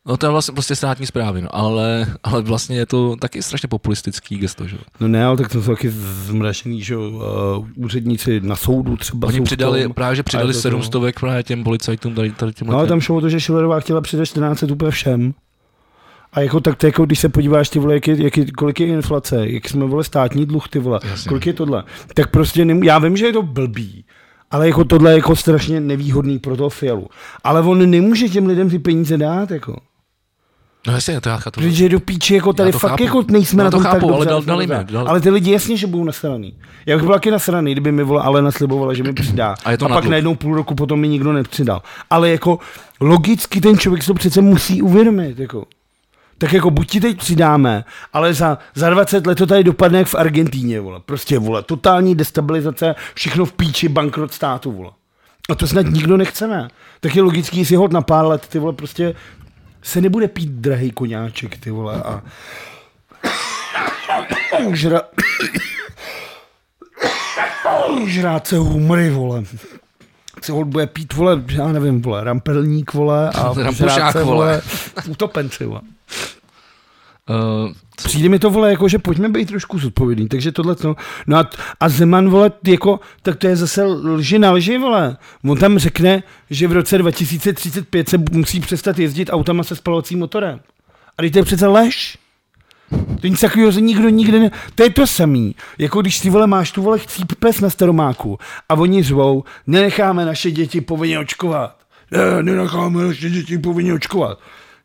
S2: No to je vlastně prostě státní zprávy, no, ale, ale vlastně je to taky strašně populistický gesto, že? jo.
S1: No ne, ale tak to jsou taky zmražený, že jo, uh, úředníci na soudu třeba
S2: Oni
S1: jsou v
S2: přidali,
S1: tom.
S2: právě
S1: a
S2: že
S1: je
S2: přidali
S1: to to.
S2: 700 právě těm policajtům tady, tady těm
S1: No ale tam šlo o to, že Schillerová chtěla přidat 14 úplně všem. A jako tak, to je jako, když se podíváš, ty vole, jak je, jak je, kolik je inflace, jak jsme, vole, státní dluh, ty vole,
S2: Jasně.
S1: kolik je tohle, tak prostě, nemů- já vím, že je to blbý, ale jako tohle je jako strašně nevýhodný pro toho Fialu. Ale on nemůže těm lidem ty peníze dát, jako.
S2: No jasně, to já chápu.
S1: Protože do píči, jako tady
S2: to
S1: fakt
S2: chápu.
S1: jako nejsme
S2: Já
S1: na
S2: to
S1: tom tak
S2: chápu, ale
S1: dobře,
S2: dal-
S1: jak jsme
S2: dali
S1: dobře.
S2: mi, dal-
S1: Ale ty lidi jasně, že budou nasraný. Já bych byl taky nasraný, kdyby mi vole Alena slibovala, že mi přidá.
S2: A je to
S1: a
S2: na
S1: pak
S2: dluh.
S1: najednou půl roku potom mi nikdo nepřidal. Ale jako logicky ten člověk si to přece musí uvědomit. Jako. Tak jako buď ti teď přidáme, ale za, za 20 let to tady dopadne jak v Argentíně, vole. Prostě, vole, totální destabilizace, všechno v píči, bankrot státu, vole. A to snad nikdo nechceme. Tak je logický, jestli hod na pár let, ty vole, prostě se nebude pít drahý koňáček, ty vole, a žra... žrát se humry, vole. Se hod bude pít, vole, já nevím, vole, rampelník, vole, a žrát
S2: Rampušák,
S1: se, vole,
S2: vole.
S1: utopenci, vole.
S2: Uh,
S1: Přijde mi to, vole, jako, že pojďme být trošku zodpovědní, takže tohle to. No a, t- a Zeman, vole, t- jako, tak to je zase lži na lži, vole. On tam řekne, že v roce 2035 se bu- musí přestat jezdit autama se spalovacím motorem. A teď to je přece lež. To nic takového se nikdo nikdy ne... To je to samý, jako když ty vole máš tu vole chcíp pes na staromáku a oni řvou, nenecháme naše děti povinně očkovat. Ne, nenecháme naše děti povinně očkovat.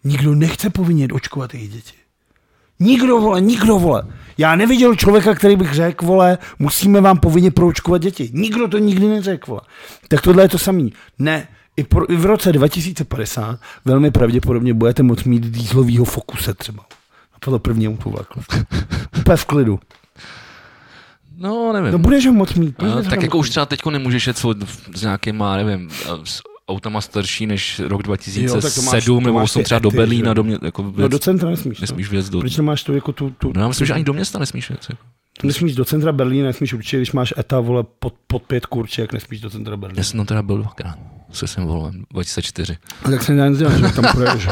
S1: Nikdo nechce povinně očkovat jejich děti. Nikdo, vole, nikdo, vole. Já neviděl člověka, který bych řekl, vole, musíme vám povinně proočkovat děti. Nikdo to nikdy neřekl, vole. Tak tohle je to samý. Ne, i, pro, i v roce 2050 velmi pravděpodobně budete moct mít dýzlovýho fokuse třeba. Na tohle první auto vlaku. Úplně v klidu.
S2: no, nevím.
S1: No budeš ho moc mít. budeš
S2: No,
S1: ho
S2: tak
S1: moc
S2: jako
S1: mít.
S2: už třeba teď nemůžeš jet s- s nějakýma, nevím, s autama starší než rok
S1: Jo,
S2: 2007
S1: tak to máš- to
S2: nebo
S1: máš
S2: 8
S1: ty
S2: třeba do
S1: ety, že jo.
S2: Berlína, do mě, jako věc,
S1: No do centra nesmíš. no.
S2: nesmíš věc do...
S1: Proč to máš tu, jako tu, tu,
S2: No, já myslím, že ani do města nesmíš věc. Jako.
S1: nesmíš do centra Berlína, nesmíš určitě, když máš eta, vole, pod, pod pět kurček, nesmíš do centra Berlína.
S2: Já jsem tam teda byl dvakrát se jsem volem, 2004.
S1: A tak se nic dělá, že tam projedeš.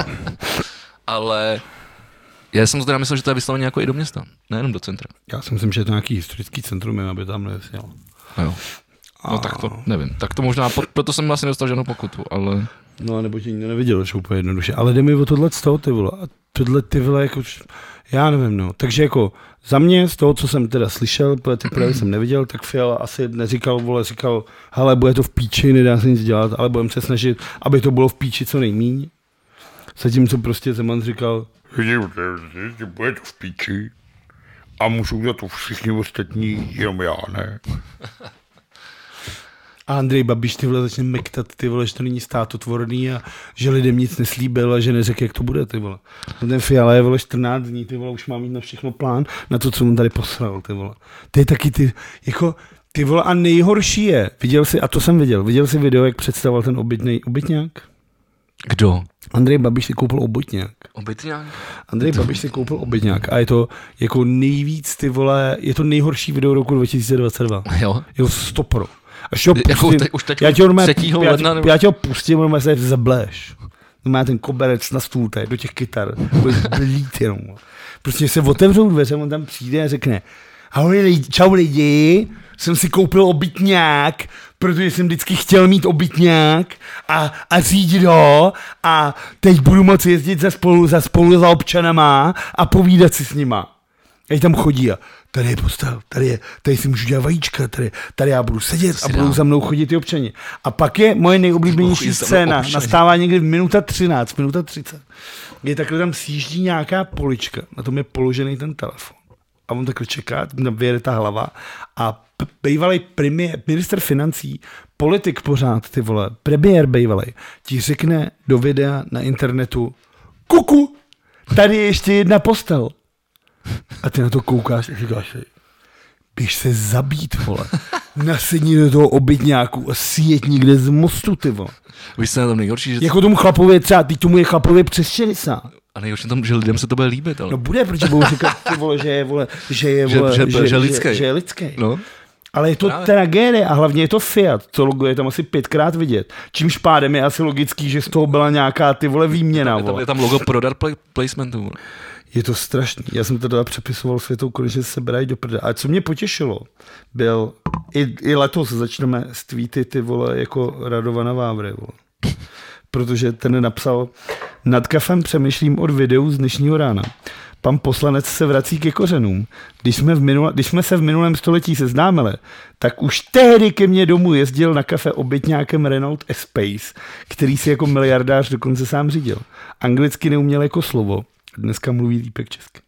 S2: Ale já jsem teda myslel, že to je vysloveně jako i do města, nejenom do centra.
S1: Já si myslím, že je to nějaký historický centrum, jen aby tam nesněl.
S2: No, jo. no tak to nevím. Tak to možná, po- proto jsem asi nedostal žádnou pokutu, ale...
S1: No a nebo tě nikdo neviděl, že úplně jednoduše. Ale jde mi o tohle z toho, ty vole. A tohle ty vole, jako, už- já nevím, no. Takže jako za mě, z toho, co jsem teda slyšel, protože ty projevy jsem neviděl, tak Fiala asi neříkal, vole, říkal, hele, bude to v píči, nedá se nic dělat, ale budeme se snažit, aby to bylo v píči co nejmíň. Zatímco prostě Zeman říkal,
S3: že bude to v píči a můžou za to všichni ostatní, jenom já ne.
S1: A Andrej Babiš ty vole začne mektat ty vole, že to není státotvorný a že lidem nic neslíbil a že neřekl, jak to bude ty vole. No ten Fiala je vole 14 dní, ty vole, už má mít na všechno plán, na to, co mu tady posral ty vole. To je taky ty, jako ty vole a nejhorší je, viděl jsi, a to jsem viděl, viděl jsi video, jak představoval ten obytnej, obytňák?
S2: Kdo?
S1: Andrej Babiš si koupil obytňák.
S2: Obytňák?
S1: Andrej Babiš si koupil obytňák a je to jako nejvíc ty vole, je to nejhorší video roku 2022.
S2: Jo.
S1: Jo, stopro. A šo,
S2: Jako
S1: pustím,
S2: teď- už teď
S1: já tě normálně-
S2: 3.
S1: já,
S2: ledna nebo-
S1: já tě ho pustím, normálně se zableš. No má ten koberec na stůl tady, do těch kytar. Bude blít jenom. Prostě se otevřou dveře, on tam přijde a řekne Ahoj, lidi, čau lidi, jsem si koupil obytňák, protože jsem vždycky chtěl mít obytňák a, a řídit ho a teď budu moci jezdit za spolu, za spolu za občanama a povídat si s nima. Teď tam chodí a tady je postel, tady, je, tady si můžu dělat vajíčka, tady, tady já budu sedět a
S2: si
S1: budou
S2: dám.
S1: za mnou chodit ty občani. A pak je moje nejoblíbenější
S2: Chodí za mnou
S1: scéna,
S2: občani.
S1: nastává někdy minuta 13, minuta 30, kdy takhle tam sjíždí nějaká polička, na tom je položený ten telefon. A on takhle čeká, tam vyjede ta hlava a p- bývalý premiér, minister financí, politik pořád, ty vole, premiér bývalý, ti řekne do videa na internetu, kuku, tady je ještě jedna postel. A ty na to koukáš a říkáš si, běž se zabít, vole. Nasedni do toho obytňáku a sijet někde z mostu, ty vole.
S2: Víš, co je tam nejhorší, že...
S1: Jako tomu chlapovi je třeba, teď tomu je chlapově přes 60.
S2: A nejhorší tam, že lidem se to bude líbit, ale...
S1: No bude, protože budou říkat, ty vole, že je, vole, že je,
S2: Že-
S1: vole,
S2: že- že lidský.
S1: Že, že je lidský.
S2: No.
S1: Ale je to
S2: Právě.
S1: tragédie a hlavně je to Fiat, to logo je tam asi pětkrát vidět. Čímž pádem je asi logický, že z toho byla nějaká ty vole výměna.
S2: Je tam,
S1: Vole.
S2: je tam logo prodat play, placementu. vole.
S1: Je to strašný. Já jsem teda přepisoval světou konečně se brají do prde. A co mě potěšilo, byl, i, i letos začneme s tweety ty vole jako Radovana Vávry, vole. Protože ten napsal, nad kafem přemýšlím od videu z dnešního rána. Pan poslanec se vrací ke kořenům. Když jsme, v minule, když jsme se v minulém století seznámili, tak už tehdy ke mně domů jezdil na kafe obytňákem Renault Espace, který si jako miliardář dokonce sám řídil. Anglicky neuměl jako slovo. Dneska mluví lípek česky.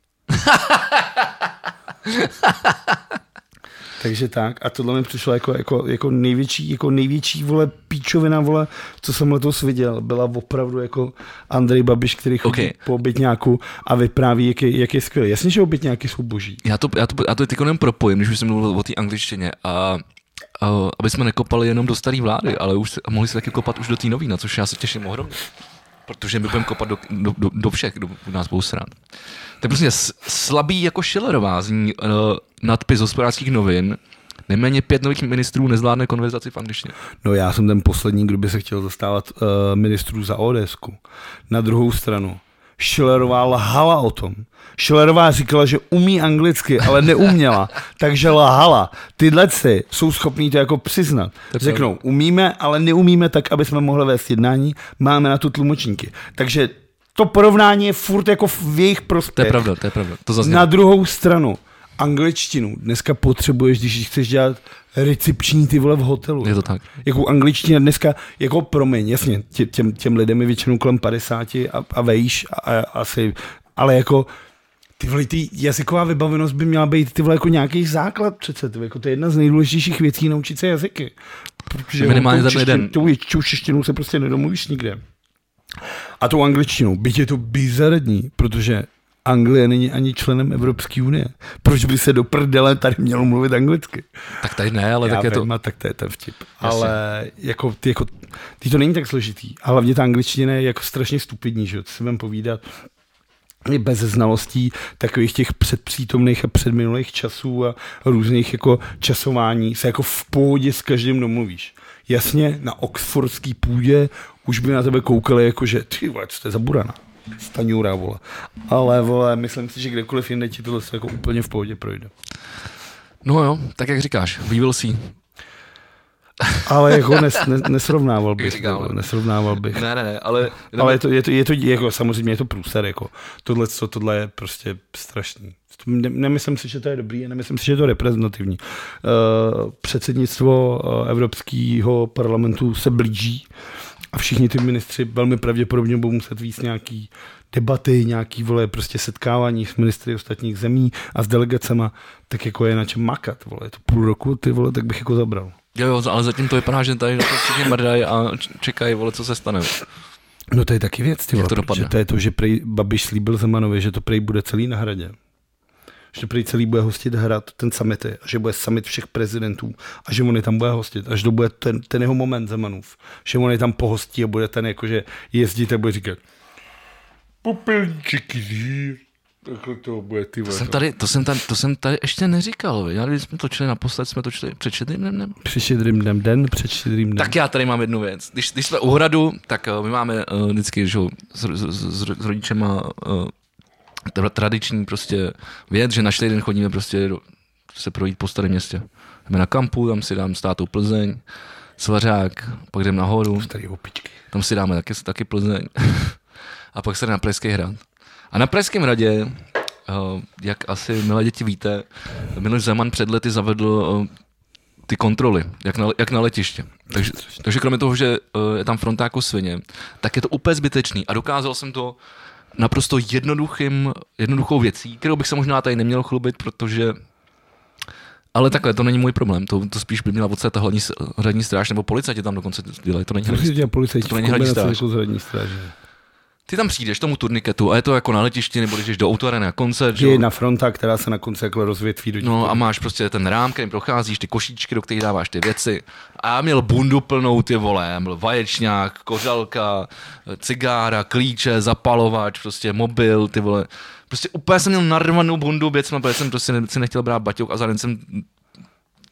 S1: Takže tak, a tohle mi přišlo jako, jako, jako, největší, jako největší vole píčovina, vole, co jsem letos viděl, byla opravdu jako Andrej Babiš, který chodí
S2: Ok.
S1: okay. po obytňáku a vypráví, jak je, jak je skvělý. Jasně, že obytňáky jsou boží.
S2: Já to, já to, já to teď jenom propojím, když už jsem mluvil o té angličtině. A, a, aby jsme nekopali jenom do staré vlády, ale už se, a mohli se taky kopat už do té nové, na což já se těším ohromně. Protože my budeme kopat do, do, do, do všech, do, do nás budou srát. To je prostě s- slabý jako Schillerová zní uh, nadpis hospodářských novin. Nejméně pět nových ministrů nezvládne konverzaci v angličtině.
S1: No já jsem ten poslední, kdo by se chtěl zastávat uh, ministrů za ODSku. Na druhou stranu, Schillerová lhala o tom. Schillerová říkala, že umí anglicky, ale neuměla, takže lhala. Tyhle si jsou schopní to jako přiznat.
S2: To je
S1: Řeknou, umíme, ale neumíme tak, aby jsme mohli vést jednání, máme na to tlumočníky. Takže to porovnání je furt jako v jejich prospěch.
S2: To je pravda, to je pravda. To zaznělo.
S1: Na druhou stranu, angličtinu dneska potřebuješ, když chceš dělat recepční ty vole v hotelu.
S2: Je to tak.
S1: Jako angličtina dneska, jako promiň, jasně, tě, těm, těm lidem je většinou kolem 50 a, a vejš a, a, asi, ale jako ty vole, ty jazyková vybavenost by měla být ty vole jako nějaký základ přece, ty, vole, jako to je jedna z nejdůležitějších věcí naučit se jazyky. Protože tou
S2: Minimálně za
S1: češtinu-
S2: jeden.
S1: Tou, tou češtinou se prostě nedomluvíš nikde. A tou angličtinou, byť je to bizarní, protože Anglie není ani členem Evropské unie. Proč by se do prdele tady mělo mluvit anglicky?
S2: Tak tady ne, ale
S1: Já
S2: tak je to.
S1: vím, a tak to je ten vtip. Ale jako, ty, jako, ty to není tak složitý. A hlavně ta angličtina je jako strašně stupidní, že jo, co si budem povídat. Je bez znalostí takových těch předpřítomných a předminulých časů a různých jako časování se jako v pohodě s každým domluvíš. Jasně, na oxfordský půdě už by na tebe koukali jako, že ty vole, co to je za burana. Staňura, vole. Ale vole, myslím si, že kdekoliv jinde ti tohle se jako úplně v pohodě projde.
S2: No jo, tak jak říkáš, we will see.
S1: Ale jako nes, nes, nesrovnával bych.
S2: Říkám.
S1: Říkám, nesrovnával bych. Ne,
S2: Ne, ne, ne, ale...
S1: ale je to, je to, je to jako, samozřejmě je to průser. Jako. Tohle, co, tohle je prostě strašný. Ne, nemyslím si, že to je dobrý a nemyslím si, že je to reprezentativní. Uh, předsednictvo eh, Evropského parlamentu se blíží a všichni ty ministři velmi pravděpodobně budou muset víc nějaký debaty, nějaký vole prostě setkávání s ministry ostatních zemí a s delegacema, tak jako je na čem makat, vole, je to půl roku, ty vole, tak bych jako zabral.
S2: Jo, jo, ale zatím to vypadá, že tady na to všichni mrdají a č- čekají, vole, co se stane.
S1: No to je taky věc, ty vole,
S2: to dopadne?
S1: protože to je to, že prej Babiš slíbil Zemanovi, že to prej bude celý na hradě. Že prej celý bude hostit hrad, ten summit je, a že bude summit všech prezidentů a že on je tam bude hostit, až to bude ten, ten jeho moment Zemanův. Že on je tam pohostí a bude ten jakože jezdit a bude říkat,
S3: Popelníček zír, Takhle to bude, ty
S2: To
S3: vole.
S2: jsem tady, to jsem tady, to jsem tady ještě neříkal, vi. já když jsme točili naposled, jsme točili před čtyřmi dnem, ne?
S1: Před štědrým dnem, den před štědrým dnem.
S2: Tak já tady mám jednu věc. Když, když jsme u hradu, tak eh, my máme eh, vždycky že, jo, s, s, s, s rodičema eh, tra- tradiční prostě věc, že na čtyři den chodíme prostě do- se projít po starém městě. Jdeme na kampu, tam si dám státou Plzeň, Svařák, pak jdem nahoru,
S1: Tady opičky.
S2: tam si dáme taky, taky Plzeň. A pak se jde na Pražský hrad. A na Pražském hradě, eh, jak asi milé děti víte, Miloš Zeman před lety zavedl eh, ty kontroly, jak na, jak na letiště. Takže, takže kromě toho, že eh, je tam fronta jako svině, tak je to úplně zbytečný. A dokázal jsem to naprosto jednoduchým, jednoduchou věcí, kterou bych se možná tady neměl chlubit, protože ale takhle, to není můj problém, to, to spíš by měla odset ta hladní, s- hradní stráž, nebo policajti tam dokonce dělají, to není hradní
S1: Prostě tě policajti v
S2: To není hradní
S1: kombinaci
S2: stráž.
S1: jako z hradní stráže.
S2: ty tam přijdeš tomu turniketu a je to jako na letišti, nebo když jdeš do autorena na koncert, že
S1: Je
S2: jo?
S1: jedna fronta, která se na konci jako rozvětví do
S2: No a máš prostě ten rám, kterým procházíš, ty košíčky, do kterých dáváš ty věci. A já měl bundu plnou ty vole, já měl vaječňák, kořalka, cigára, klíče, zapalovač, prostě mobil, ty vole. Prostě úplně jsem měl narvanou bundu věcma, protože jsem prostě ne- si nechtěl brát baťouk a zároveň jsem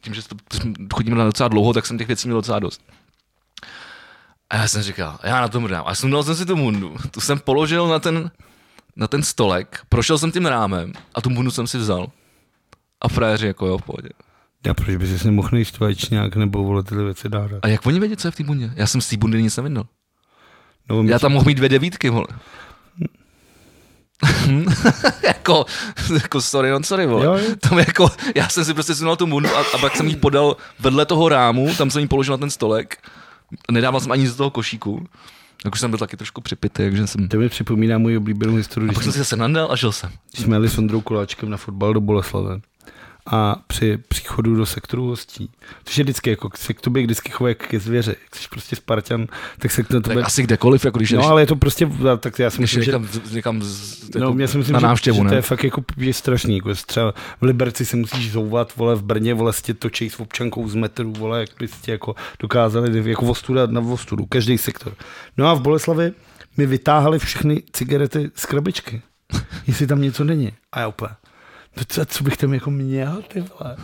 S2: tím, že to- jsme- chodíme na docela dlouho, tak jsem těch věcí měl docela dost. A já jsem říkal, já na tom dám. A sundal jsem si tu mundu. Tu jsem položil na ten, na ten stolek, prošel jsem tím rámem a tu mundu jsem si vzal. A frajeři jako jo, v pohodě.
S1: Já proč by si nemohl nejít nějak nebo vole tyhle věci dát?
S2: A jak oni vědí, co je v té bundě? Já jsem z té bundy nic nevyndal.
S1: Nebo
S2: Já tam mohl mít dvě devítky, vole. jako, jako sorry, no sorry, vole.
S1: Jo, jo.
S2: Tam jako, já jsem si prostě sunul tu bundu a, a, pak jsem jí podal vedle toho rámu, tam jsem jí položil na ten stolek. Nedával jsem ani z toho košíku. Jak už jsem byl taky trošku připity, takže jsem...
S1: To mi připomíná můj oblíbenou historii,
S2: Pak
S1: když
S2: jsem si zase nandal a žil jsem.
S1: když jsme jeli s Ondrou Koláčkem na fotbal do Boleslave a při příchodu do sektoru hostí, což je vždycky jako, se k tobě vždycky chovají jak ke zvěře, jak jsi prostě Spartan, tak se k tobě...
S2: Tak asi kdekoliv, jako když
S1: no
S2: jdeš-
S1: ale je to prostě, tak já si
S2: když
S1: myslím, že
S2: někam, z- někam z,
S1: No,
S2: jako
S1: já si myslím,
S2: na
S1: že-
S2: návštěvu,
S1: že,
S2: ne?
S1: to je fakt jako je strašný. Jako jest třeba v Liberci se musíš zouvat, vole, v Brně, vole, tě točej s občankou z metrů, vole, jak byste jako dokázali, jako ostuda na ostudu, každý sektor. No a v Boleslavi mi vytáhali všechny cigarety z krabičky, jestli tam něco není. A já úplně, no co, co bych tam jako měl, ty vole?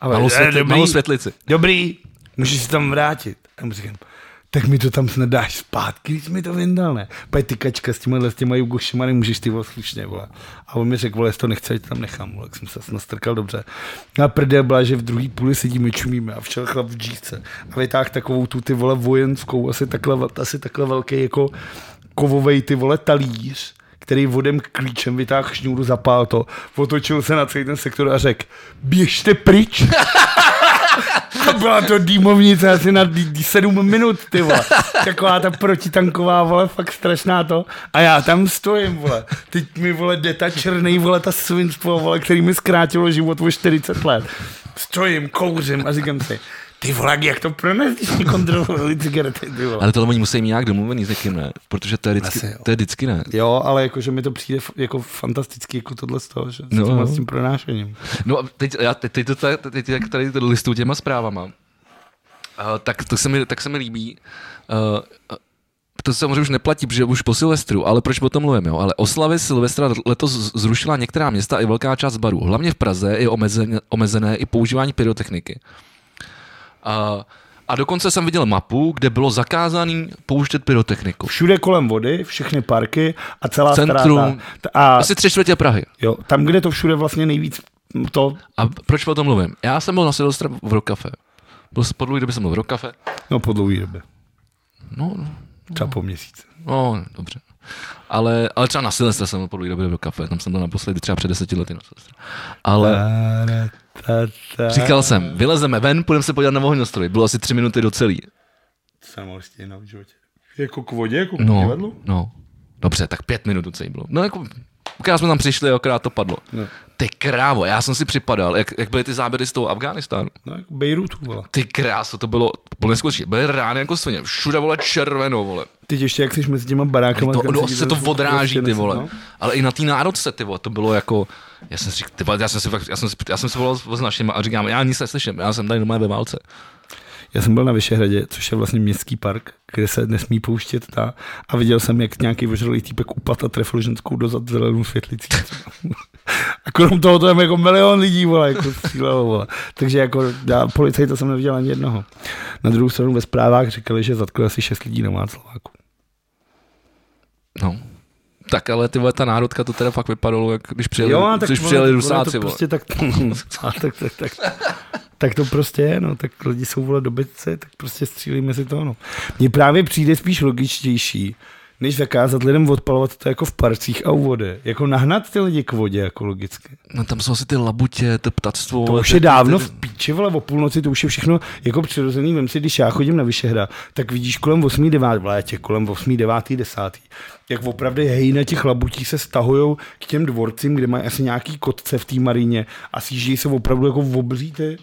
S1: A
S2: Malou,
S1: já,
S2: světli,
S1: dobrý,
S2: malou světlici.
S1: dobrý, můžeš se tam vrátit. A mu říkám, tak mi to tam snad dáš zpátky, když mi to vyndal, ne? Pojď ty kačka s těma, s těma jugošima, nemůžeš ty vole slušně, vole. A on mi řekl, vole, jestli to nechce, ať to tam nechám, vole, jak jsem se asi nastrkal dobře. A prdel byla, že v druhý půli sedíme, čumíme a včel chlap v džíce a vytáhl takovou tu ty vole vojenskou, asi takhle, vel- asi takhle velký jako kovovej ty vole talíř, který vodem klíčem vytáhl šňůru, zapál to, otočil se na celý ten sektor a řekl, běžte pryč. A byla to dýmovnice asi na d- d- sedm minut, ty vole. Taková ta protitanková, vole, fakt strašná to. A já tam stojím, vole. Teď mi, vole, jde ta černý, vole, ta svinstvo, vole, který mi zkrátilo život o 40 let. Stojím, kouřím a říkám si, ty vole, jak to prones, když mi kontrolovali cigarety, ty vole.
S2: Ale tohle oni musí mít nějak domluvený s někým, ne? Protože to je vždycky,
S1: Asi jo.
S2: to je vždycky ne.
S1: Jo, ale jakože mi to přijde f- jako fantastický, jako tohle z toho, že
S2: No,
S1: no, s, tím,
S2: no.
S1: s tím pronášením.
S2: No a teď, já, teď, teď, to ta- teď jak tady to listu těma zprávama, uh, tak, to se mi, tak se mi líbí. Uh, to samozřejmě už neplatí, protože už po Silvestru, ale proč o tom mluvím, jo? Ale oslavy Silvestra letos zrušila některá města i velká část barů. Hlavně v Praze je omezené, omezené i používání pyrotechniky. Uh, a dokonce jsem viděl mapu, kde bylo zakázaný pouštět pyrotechniku.
S1: Všude kolem vody, všechny parky a celá
S2: Centrum.
S1: ztráta. T- A
S2: Asi tři čtvrtě Prahy.
S1: jo, tam, kde to všude vlastně nejvíc to
S2: A proč o tom mluvím? Já jsem byl na Silvestra v Rokafe. Byl po dlouhé době jsem byl v Rokafe.
S1: No po dlouhé době,
S2: No, no,
S1: třeba po měsíci.
S2: no, dobře. Ale, ale třeba na Silvestra jsem byl po dlouhé době v Rokafe. Tam jsem byl naposledy třeba před deseti lety na Silvestra. Ale
S1: Eh,
S2: říkal jsem, vylezeme ven, půjdeme se podívat na ohňostroj. Bylo asi tři minuty do celý.
S1: jsem mohl stihnout v životě. Jako k vodě, jako k
S2: No,
S1: divadlu?
S2: no. Dobře, tak pět minut do celý bylo. No jako, když jsme tam přišli, okrát to padlo.
S1: No.
S2: Ty krávo, já jsem si připadal, jak, jak byly ty záběry z toho Afganistánu.
S1: No, jako Bejrutu, vole.
S2: Ty kráso, to bylo, to bylo neskutečné. Byly rány jako svině, všude vole červeno, vole.
S1: Teď ještě jak jsi mezi těma barákama.
S2: To,
S1: tak
S2: ono
S1: vidí
S2: se to
S1: ten zvuk,
S2: odráží,
S1: prostě
S2: ty
S1: nesmí,
S2: vole.
S1: no.
S2: Ale i na té národce, ty vole, to bylo jako, já jsem si říkal, ty vole, já jsem si fakt, já jsem, si- já jsem se volal s, s našima a říkám, já nic neslyším, já jsem tady doma ve válce.
S1: Já jsem byl na Vyšehradě, což je vlastně městský park, kde se nesmí pouštět ta, a viděl jsem, jak nějaký ožralý týpek upat a trefil ženskou dozad zelenou světlicí. a kolem toho to je jako milion lidí, vole, jako střílelo, vole. Takže jako já, policajta jsem neviděl ani jednoho. Na druhou stranu ve zprávách říkali, že zatkli asi šest lidí na Václaváku.
S2: No. Tak ale ty vole, ta národka to teda fakt vypadalo, jak když přijeli,
S1: a
S2: když
S1: ono-
S2: přijeli
S1: ono
S2: Rusáci,
S1: to
S2: vole.
S1: prostě tak, a tak, tak, tak, tak to prostě je, no, tak lidi jsou vole dobytci, tak prostě střílíme si to, no. Mně právě přijde spíš logičtější, než zakázat lidem odpalovat to jako v parcích a u vody. Jako nahnat ty lidi k vodě, jako logicky.
S2: No tam jsou asi ty labutě, to ptactvo.
S1: To
S2: vole,
S1: už
S2: ty-
S1: je dávno
S2: ty-
S1: v píči, vole, o půlnoci, to už je všechno jako přirozený. Vem si, když já chodím na Vyšehra, tak vidíš kolem 8. 9. v létě, kolem 8. 9. 10. Jak opravdu hejna těch labutí se stahujou k těm dvorcím, kde mají asi nějaký kotce v té maríně a sjíždějí se opravdu jako v obří ty.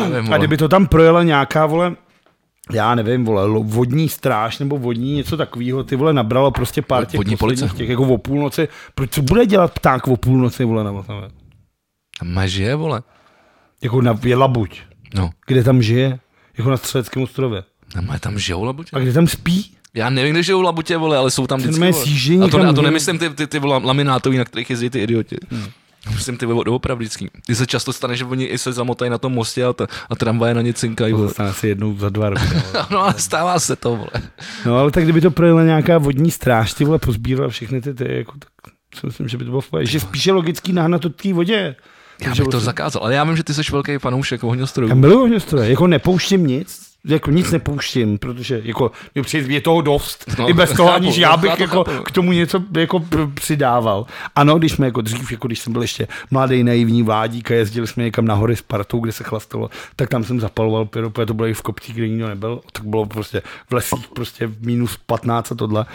S2: nevím,
S1: A
S2: vole.
S1: kdyby to tam projela nějaká, vole, já nevím, vole, lo- vodní stráž nebo vodní něco takového, ty vole nabralo prostě pár těch,
S2: Vodní
S1: posledních
S2: policie.
S1: těch jako o půlnoci. Proč co bude dělat pták o půlnoci, vole, na Vltavě?
S2: Tam žije, vole.
S1: Jako na, je labuť.
S2: No,
S1: kde tam žije, jako na Střeleckém ostrově.
S2: tam, je- tam žijou labutě.
S1: A kde tam spí?
S2: Já nevím, kde žijou labutě, vole, ale jsou tam vždycky,
S1: normálně
S2: vole.
S1: sjíždění
S2: A to,
S1: někam
S2: a to
S1: hůl.
S2: nemyslím ty, ty, ty vole, laminátový, na kterých jezdí ty idioti. Hmm. Myslím ty vole, doopravdický. Ty se často stane, že oni i se zamotají na tom mostě a, ta, a tramvaje na ně cinkají.
S1: To
S2: Vole.
S1: stane asi jednou za dva roky. ale-
S2: No ale stává se to, vole.
S1: No ale tak kdyby to projela nějaká vodní stráž, ty vole pozbírala všechny ty, ty jako tak si myslím, že by to bylo v pohodě. Že spíše logický nahnat to k té vodě.
S2: Já
S1: Takže
S2: bych to
S1: vlastně-
S2: zakázal, ale já vím, že ty jsi velký fanoušek ohňostrojů.
S1: Já miluji ohňostroje, jako nepouštím nic, jako nic nepouštím, protože jako mě přijde, je toho dost,
S2: No,
S1: no, i bez toho,
S2: chápu,
S1: aniž já
S2: chápu,
S1: bych
S2: chápu.
S1: jako k tomu něco jako p- přidával. Ano, když jsme jako dřív, jako když jsem byl ještě mladý naivní vládík a jezdili jsme někam na hory s partou, kde se chlastalo, tak tam jsem zapaloval pyro, protože to bylo i v kopcích, kde nikdo nebyl, tak bylo prostě v lesích prostě minus 15 a tohle.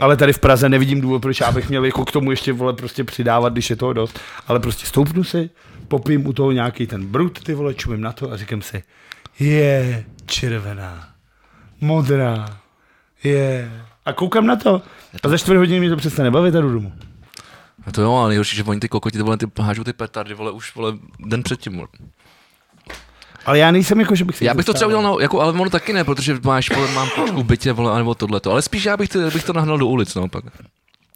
S1: Ale tady v Praze nevidím důvod, proč já bych měl jako k tomu ještě vole prostě přidávat, když je toho dost, ale prostě stoupnu si, popím u toho nějaký ten brut, ty vole, čumím na to a říkám si, je červená, modrá, je. A koukám na to. A za čtvrt hodiny mě to přestane bavit a jdu domů.
S2: A to jo, ale nejhorší, že oni ty kokoti, ty vole, ty hážou ty petardy, vole, už vole, den předtím, vole.
S1: Ale já nejsem jako, že bych si
S2: Já bych to třeba
S1: zastával.
S2: udělal, na, jako, ale ono taky ne, protože máš, vole, mám počku v bytě, vole, anebo tohleto, ale spíš já bych, ty, bych to nahnal do ulic, naopak.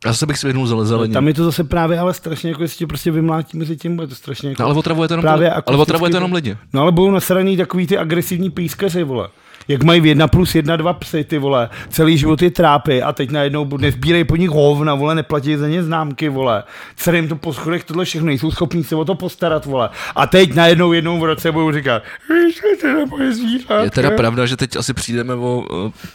S2: Já se bych svědnul zele, zelení.
S1: Tam je to zase právě ale strašně, jako jestli tě prostě vymlátí mezi tím, bude to strašně jako...
S2: No, ale otravuje to jenom,
S1: právě
S2: ale otravuje
S1: akusticky-
S2: to jenom lidi.
S1: No ale budou nasraný takový ty agresivní pískaři, vole. Jak mají v jedna plus jedna dva psy, ty vole. Celý život je trápy a teď najednou bu- nezbírají po nich hovna, vole, neplatí za ně známky, vole. Cere jim to po schodech, tohle všechno, nejsou schopní se o to postarat, vole. A teď najednou jednou v roce budou říkat, víš, to je moje zvířátko.
S2: Je teda pravda, že teď asi přijdeme o eh,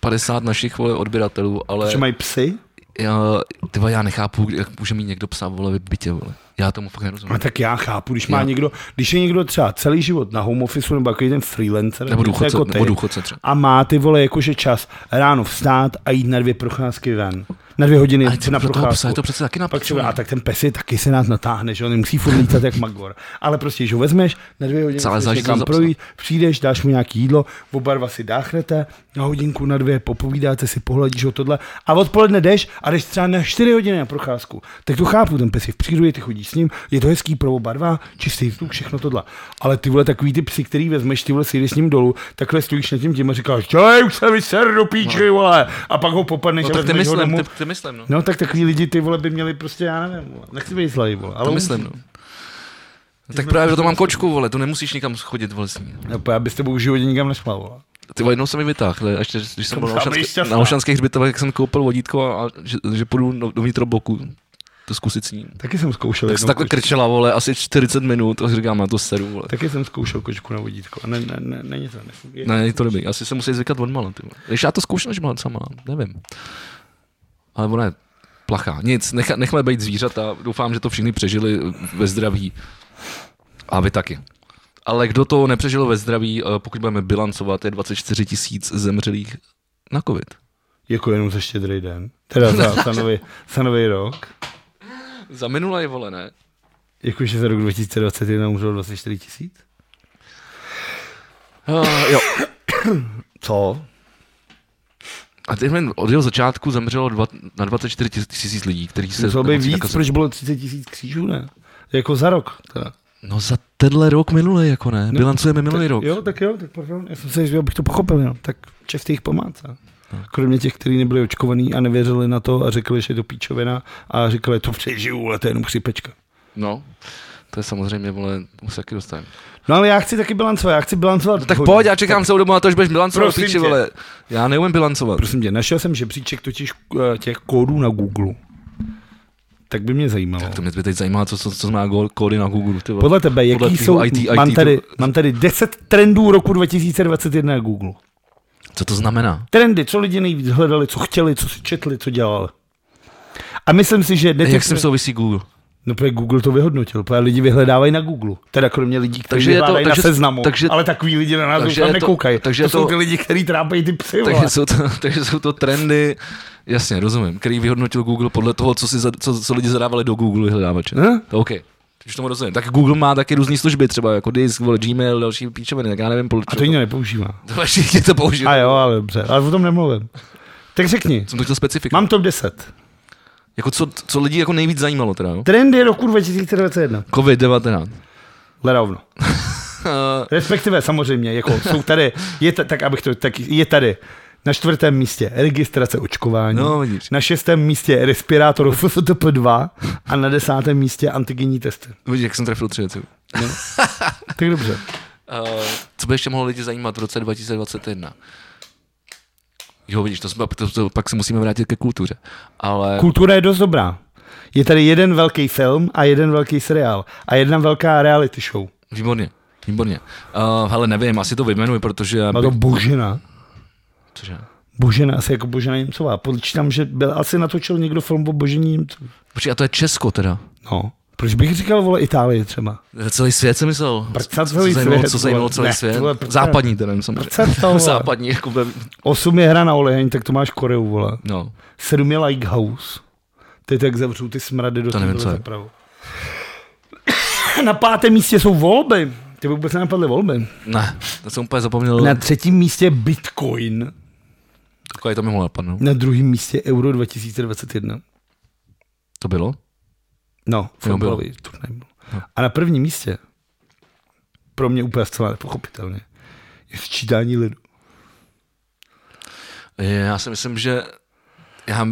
S2: 50 našich vole, odběratelů, ale
S1: Že mají psy?
S2: já, ty vole, já nechápu, jak může mít někdo psa vole, v bytě. Vole. Já tomu fakt
S1: A
S2: nerozumím.
S1: No tak já chápu, když má někdo, když je někdo třeba celý život na home office nebo takový ten freelancer,
S2: Nebo
S1: něco
S2: důchodce,
S1: jako ty,
S2: nebo důchodce třeba.
S1: a má ty vole jakože čas ráno vstát a jít na dvě procházky ven. Na dvě hodiny
S2: Ale ty
S1: na
S2: pro toho psa
S1: procházku.
S2: je to přece taky na
S1: Pak
S2: piču,
S1: třeba,
S2: ne?
S1: a tak ten pes je taky se nás natáhne, že on nemusí furt lítat jak magor. Ale prostě, když ho vezmeš, na dvě hodiny
S2: Celé
S1: se
S2: zážitky
S1: někam
S2: za psa.
S1: projít, přijdeš, dáš mu nějaký jídlo, oba dva si dáchnete, na hodinku, na dvě popovídáte si, pohladíš ho tohle a odpoledne jdeš a jdeš třeba na 4 hodiny na procházku. Tak to chápu, ten pes je v přírodě, ty chodíš s ním, je to hezký pro oba dva, čistý vzduch, všechno tohle. Ale ty vole takový ty psy, který vezmeš, ty vole si jdeš s ním dolů, takhle stojíš nad tím tím a říkáš, čej, už se vyser do píči, vole, a pak ho popadneš
S2: No,
S1: a
S2: tak ty
S1: vezmeš ho
S2: myslím,
S1: domů.
S2: ty, ty myslím, no.
S1: No tak takový lidi ty vole by měli prostě, já nevím, vole. nechci být zlej, vole, ale
S2: To myslím, no. Tak právě, že to mám kočku, vole, tu nemusíš nikam chodit, vole, s ní.
S1: No, já bych s tebou v životě nikam nespal, vole.
S2: Ty vole, jednou jsem ji vytáhl, ne, ještě, když jsem byl na,
S1: Musela být
S2: Olšanské,
S1: šťastná.
S2: na Olšanských hřbitovech, jak jsem koupil vodítko a, a že, že půjdu do- dovnitro bloku, to zkusit s ní.
S1: Taky jsem zkoušel
S2: Tak
S1: jednou
S2: jsem takhle
S1: koč-
S2: krčela, vole, asi 40 minut a říkám, na to seru, vole.
S1: Taky jsem zkoušel kočku na vodítko. A ne, ne, ne, není to, nefunguje.
S2: Ne, není to dobrý. Asi se musí zvykat od mala, ty vole. Když já to zkoušel, že mám sama, nevím. Ale ona je plachá. Nic, nech, nechme být zvířata. Doufám, že to všichni přežili ve zdraví. A vy taky. Ale kdo to nepřežil ve zdraví, eh, pokud budeme bilancovat, je 24 tisíc zemřelých na covid.
S1: Jako jenom za štědrý den. Teda za, za, nový, za nový rok.
S2: Za minulé vole, ne?
S1: Jakože za rok 2021 umřelo 24 tisíc?
S2: Uh, jo.
S1: Co?
S2: A teď jen od jeho začátku zemřelo dva, na 24 tisíc lidí, kteří jako se...
S1: Muselo by
S2: nemocí
S1: víc,
S2: nakazili.
S1: proč bylo 30 tisíc křížů, ne? Jako za rok. Teda.
S2: No za tenhle rok minulý, jako ne. Bilancujeme minulý rok.
S1: Jo, tak jo, tak pardon. Já jsem se, že bych to pochopil, jo. tak čest jich pomátce. Kromě těch, kteří nebyli očkovaní a nevěřili na to a řekli, že je to píčovina a říkali, to přežiju, ale to je jenom chřipečka.
S2: No, to je samozřejmě, vole, už se taky dostaneme.
S1: No ale já chci taky bilancovat, já chci bilancovat.
S2: No Tak
S1: hodně.
S2: pojď, já čekám celou dobu na to, že budeš bilancovat,
S1: Prosím
S2: píči,
S1: tě.
S2: vole. Já neumím bilancovat.
S1: Prosím tě, našel jsem žebříček totiž eh, těch kódů na Google. Tak by mě zajímalo.
S2: To mě teď zajímá, co, co, co znamená gó- kódy na Google, ty vole.
S1: Podle tebe, jaký
S2: Podle
S1: Podle
S2: tvýho
S1: jsou...
S2: IT, IT,
S1: mám, tady,
S2: to-
S1: mám tady 10 trendů roku 2021 na Google.
S2: Co to znamená?
S1: Trendy, co lidi nejvíc hledali, co chtěli, co si četli, co dělali. A myslím si, že...
S2: Jak s
S1: detekce-
S2: tím souvisí Google?
S1: No, protože Google to vyhodnotil, protože lidi vyhledávají na Google. Teda kromě lidí, kteří
S2: Takže je to-
S1: vyhledávají na
S2: takže-
S1: seznamu,
S2: takže-
S1: ale takový lidi na nás
S2: takže
S1: už tam
S2: je to-
S1: nekoukají.
S2: takže
S1: to,
S2: je
S1: jsou
S2: to-
S1: ty lidi, kteří trápí ty psy, vole.
S2: Takže jsou, to, takže jsou to trendy, jasně, rozumím, který vyhodnotil Google podle toho, co, si, za- co, co lidi zadávali do Google vyhledávače.
S1: Hm?
S2: To OK. Už tomu rozumím. Tak Google má taky různé služby, třeba jako disk, vole, Gmail, další píčoviny, tak já nevím, proč.
S1: A to nikdo nepoužívá.
S2: to všichni to používají.
S1: A jo, ale dobře, ale o tom nemluvím. Tak řekni,
S2: Jsem to chtěl specifikovat.
S1: mám top 10.
S2: Jako co, co lidi jako nejvíc zajímalo teda, jo?
S1: Trendy roku 2021.
S2: COVID-19.
S1: Hledávno.
S2: Uh,
S1: Respektive samozřejmě, jako jsou tady, je ta, tak abych to, tak je tady na čtvrtém místě registrace očkování,
S2: No, vidíš.
S1: na šestém místě respirátor FFTP2 a na desátém místě antigenní testy.
S2: Vidíš, jak jsem trefil tři věci.
S1: Tak dobře.
S2: Eh, co by ještě mohlo lidi zajímat v roce 2021? Jo, vidíš, to, jsme, to, to pak se musíme vrátit ke kultuře. Ale
S1: Kultura je dost dobrá. Je tady jeden velký film a jeden velký seriál a jedna velká reality show.
S2: výborně, výborně. Uh, hele, nevím, asi to vyjmenuji, protože... já
S1: Má to
S2: bych-
S1: Božena.
S2: Cože?
S1: Božena, asi jako Božena Němcová. Počítám, že byl, asi natočil někdo film o Božení Němcová.
S2: Počkej, a to je Česko teda.
S1: No. Proč bych říkal, vole, Itálie třeba?
S2: Celý svět jsem myslel.
S1: Prcat
S2: Co-
S1: celý
S2: co zajímalo,
S1: svět,
S2: Co zajímalo
S1: vole.
S2: celý
S1: Ne,
S2: svět?
S1: vole, prcat.
S2: Západní teda, samozřejmě.
S1: Prcat to, vole.
S2: Západní, jako ve...
S1: Osm je hra na oleheň, tak to máš Koreu, vole.
S2: No,
S1: Sedm je Lighthouse. Teď tak zavřou ty smrady do
S2: To nevím,
S1: tohohle
S2: co je.
S1: zapravu. Na pátém místě jsou volby. Ty by vůbec nenapadly volby.
S2: ne, to jsem úplně zapomněl.
S1: Na
S2: Ne.
S1: třetím místě je Bitcoin.
S2: Takový to mi mohlo napadnout.
S1: Na druhém místě Euro 2021.
S2: To bylo?
S1: No, fotbalový turnaj byl. A na prvním místě, pro mě úplně zcela nepochopitelně, je sčítání lidu.
S2: Já si myslím, že... Já,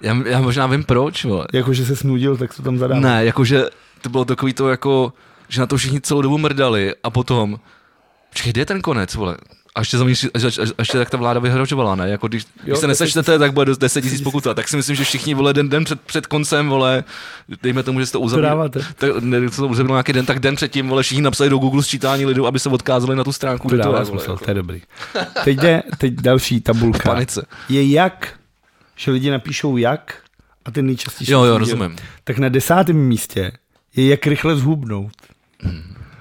S2: já, já možná vím proč, vole.
S1: Jakože se snudil, tak to tam zadám.
S2: Ne, jakože to bylo takový to jako, že na to všichni celou dobu mrdali a potom, počkej, kde je ten konec, vole? A ještě, za mě, až, až, až, ještě tak ta vláda vyhrožovala, ne? Jako když, když se
S1: tak-
S2: nesečtete, tak bude dost 10 tisíc pokuta. Tak si myslím, že všichni, vole, den, den před, před koncem, vole, dejme tomu, že jste to uzavřeli.
S1: dáváte.
S2: Tak, ne, to uzavřelo nějaký den, tak den předtím, vole, všichni napsali do Google sčítání lidů, aby se odkázali na tu stránku.
S1: To
S2: kde
S1: dává
S2: je, vole,
S1: smysl,
S2: jako.
S1: to je dobrý. Teď jde teď další tabulka.
S2: Panice.
S1: Je jak, že lidi napíšou jak a ten nejčastější.
S2: Jo, jo,
S1: díl.
S2: rozumím.
S1: Tak na desátém místě je jak rychle zhubnout.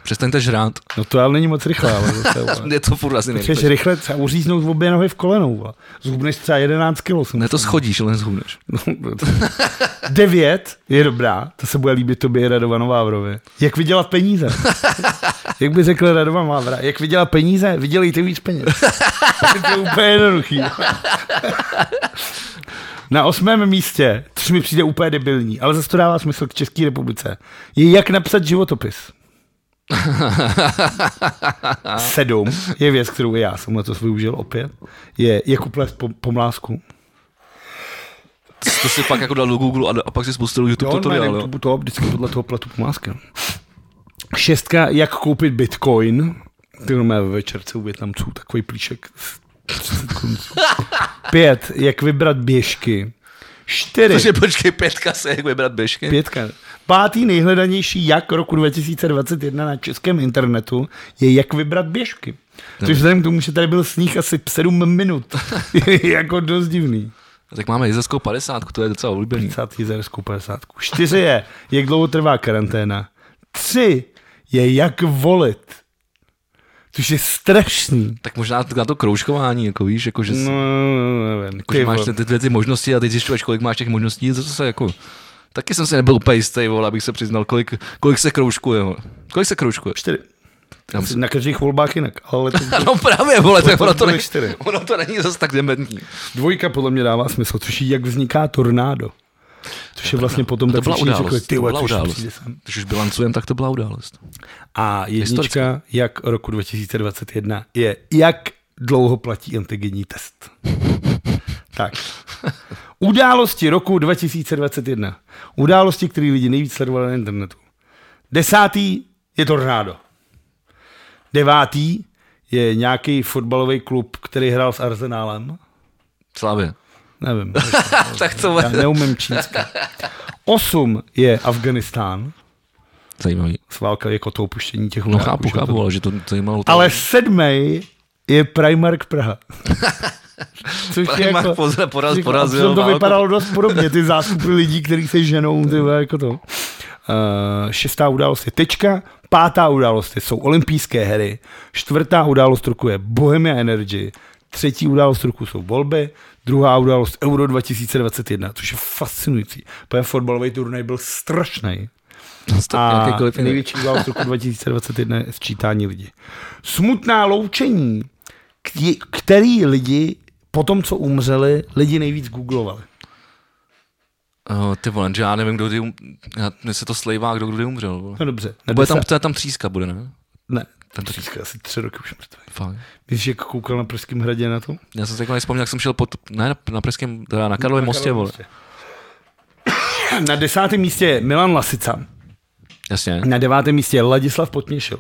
S2: Přestaňte žrát.
S1: No to ale není moc rychle, ale zase, vole.
S2: Je to furt asi
S1: Počkej,
S2: nejlepší.
S1: že rychle třeba uříznout v obě nohy v kolenou. vole. Zhubneš třeba 11 kilo. jsem
S2: Ne, to schodíš, ale nezhubneš.
S1: No, Devět je dobrá, to se bude líbit tobě i Radovanu Vávrovi. Jak vydělat peníze? jak by řekl Radovan Vávra, jak vydělat peníze? Vydělejte víc peněz. je to úplně jednoduchý. Na osmém místě, což mi přijde úplně debilní, ale zase to dává smysl k České republice, je jak napsat životopis. Sedm je věc, kterou i já jsem letos využil opět, je jak uplést po, pomlásku.
S2: To si pak jako dal do Google a, a pak si spustil YouTube no.
S1: Jo, tutoriál,
S2: tutorial.
S1: na
S2: jo.
S1: YouTube to vždycky podle toho platu pomáskem. Šestka, jak koupit bitcoin. Ty máme ve večerce u Větnamců, takový plíšek. s 30 konců. Pět, jak vybrat běžky. Čtyři,
S2: Takže počkej, pětka se jak vybrat běžky.
S1: pětka. Pátý nejhledanější jak roku 2021 na českém internetu je jak vybrat běžky. Což vzhledem k tomu, že tady byl sníh asi 7 minut, je jako dost divný.
S2: Tak máme jezerskou 50, to je docela oblíbený.
S1: 50 jezerskou 50. 4 je, jak dlouho trvá karanténa. 3 je, jak volit. Což je strašný.
S2: Tak možná t- na to kroužkování, jako víš, jako že, no,
S1: No, nevím.
S2: jako, že máš ty, ty, dvě ty možnosti a teď zjišťuješ, kolik máš těch možností, to se jako... Taky jsem si nebyl úplně jistý, vole, abych se přiznal, kolik, kolik se kroužkuje. Vole. Kolik se kroužkuje?
S1: čtyři.
S2: Já myslím,
S1: Na každých volbách jinak. Ale to
S2: no právě, vole, tak
S1: To
S2: ono to,
S1: byly
S2: není,
S1: čtyři.
S2: ono to není zase tak dementní.
S1: dvojka podle mě dává smysl, což je, jak vzniká tornádo. Což je vlastně potom
S2: no. to
S1: tak
S2: byla
S1: všichni
S2: událost.
S1: řekli, ty
S2: to byla
S1: vole, což
S2: událost.
S1: přijde sem.
S2: Když už bilancujeme, tak to byla událost.
S1: A jednička,
S2: Historicky.
S1: jak roku 2021, je jak dlouho platí antigenní test. tak. Události roku 2021. Události, které lidi nejvíc sledovali na internetu. Desátý je tornádo. Devátý je nějaký fotbalový klub, který hrál s Arsenálem.
S2: Slávě.
S1: Nevím.
S2: tak to
S1: Já
S2: bude.
S1: neumím čínsky. Osm je Afganistán.
S2: Zajímavý.
S1: Válka jako to opuštění těch
S2: No
S1: vojáků,
S2: chápu,
S1: že to-
S2: chápu, ale že to zajímalo.
S1: Ale sedmý je Primark Praha. Což jako
S2: Primark pozor, poraz-
S1: říkám,
S2: porazil
S1: přitom to
S2: válku.
S1: vypadalo dost podobně, ty zástupy lidí, který se ženou, ty vole, jako to. Uh, šestá událost je tečka, pátá událost jsou olympijské hry, čtvrtá událost roku je Bohemia Energy, třetí událost roku jsou volby, druhá událost Euro 2021, což je fascinující. Protože fotbalový turnaj byl strašný. A největší událost roku 2021 je sčítání lidí. Smutná loučení, kti- který lidi po tom, co umřeli, lidi nejvíc googlovali.
S2: Uh, ty vole, že já nevím, kdo kdy um... já, mně se to slejvá, kdo kdy umřel. Vole.
S1: No dobře. Na
S2: Bude tam,
S1: desa-
S2: to je tam tříska, bude, ne?
S1: Ne, ten
S2: ten
S1: to
S2: to-
S1: říká asi tři roky už mrtvý.
S2: Fakt.
S1: Víš, jak koukal na Pražském hradě na to?
S2: Já jsem se jako nevzpomněl, jak jsem šel pod, ne, na, na Pražském, teda na Karlově mostě, Prostě, vole.
S1: Prostě. Na desátém místě je Milan Lasica.
S2: Jasně.
S1: Na devátém místě je Ladislav Potněšil.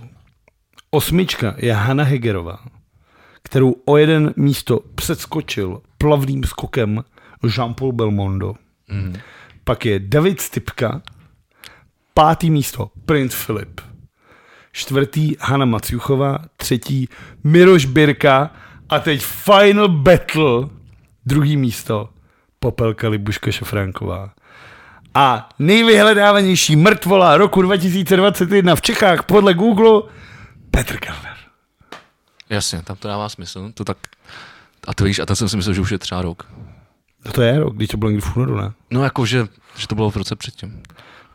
S1: Osmička je Hanna Hegerová, kterou o jeden místo předskočil plavným skokem Jean-Paul Belmondo. Mm. Pak je David Stipka, pátý místo Prince Filip, čtvrtý Hanna Maciuchová, třetí Miroš Birka a teď Final Battle, druhý místo Popelka Libuška Šafránková. A nejvyhledávanější mrtvola roku 2021 v Čechách podle Google Petr Kellner.
S2: Jasně, tam to dává smysl. To tak... A to víš, a tam jsem si myslel, že už je třeba rok.
S1: No to je rok, když to bylo někdy v únoru, ne?
S2: No jako, že, že to bylo v roce předtím.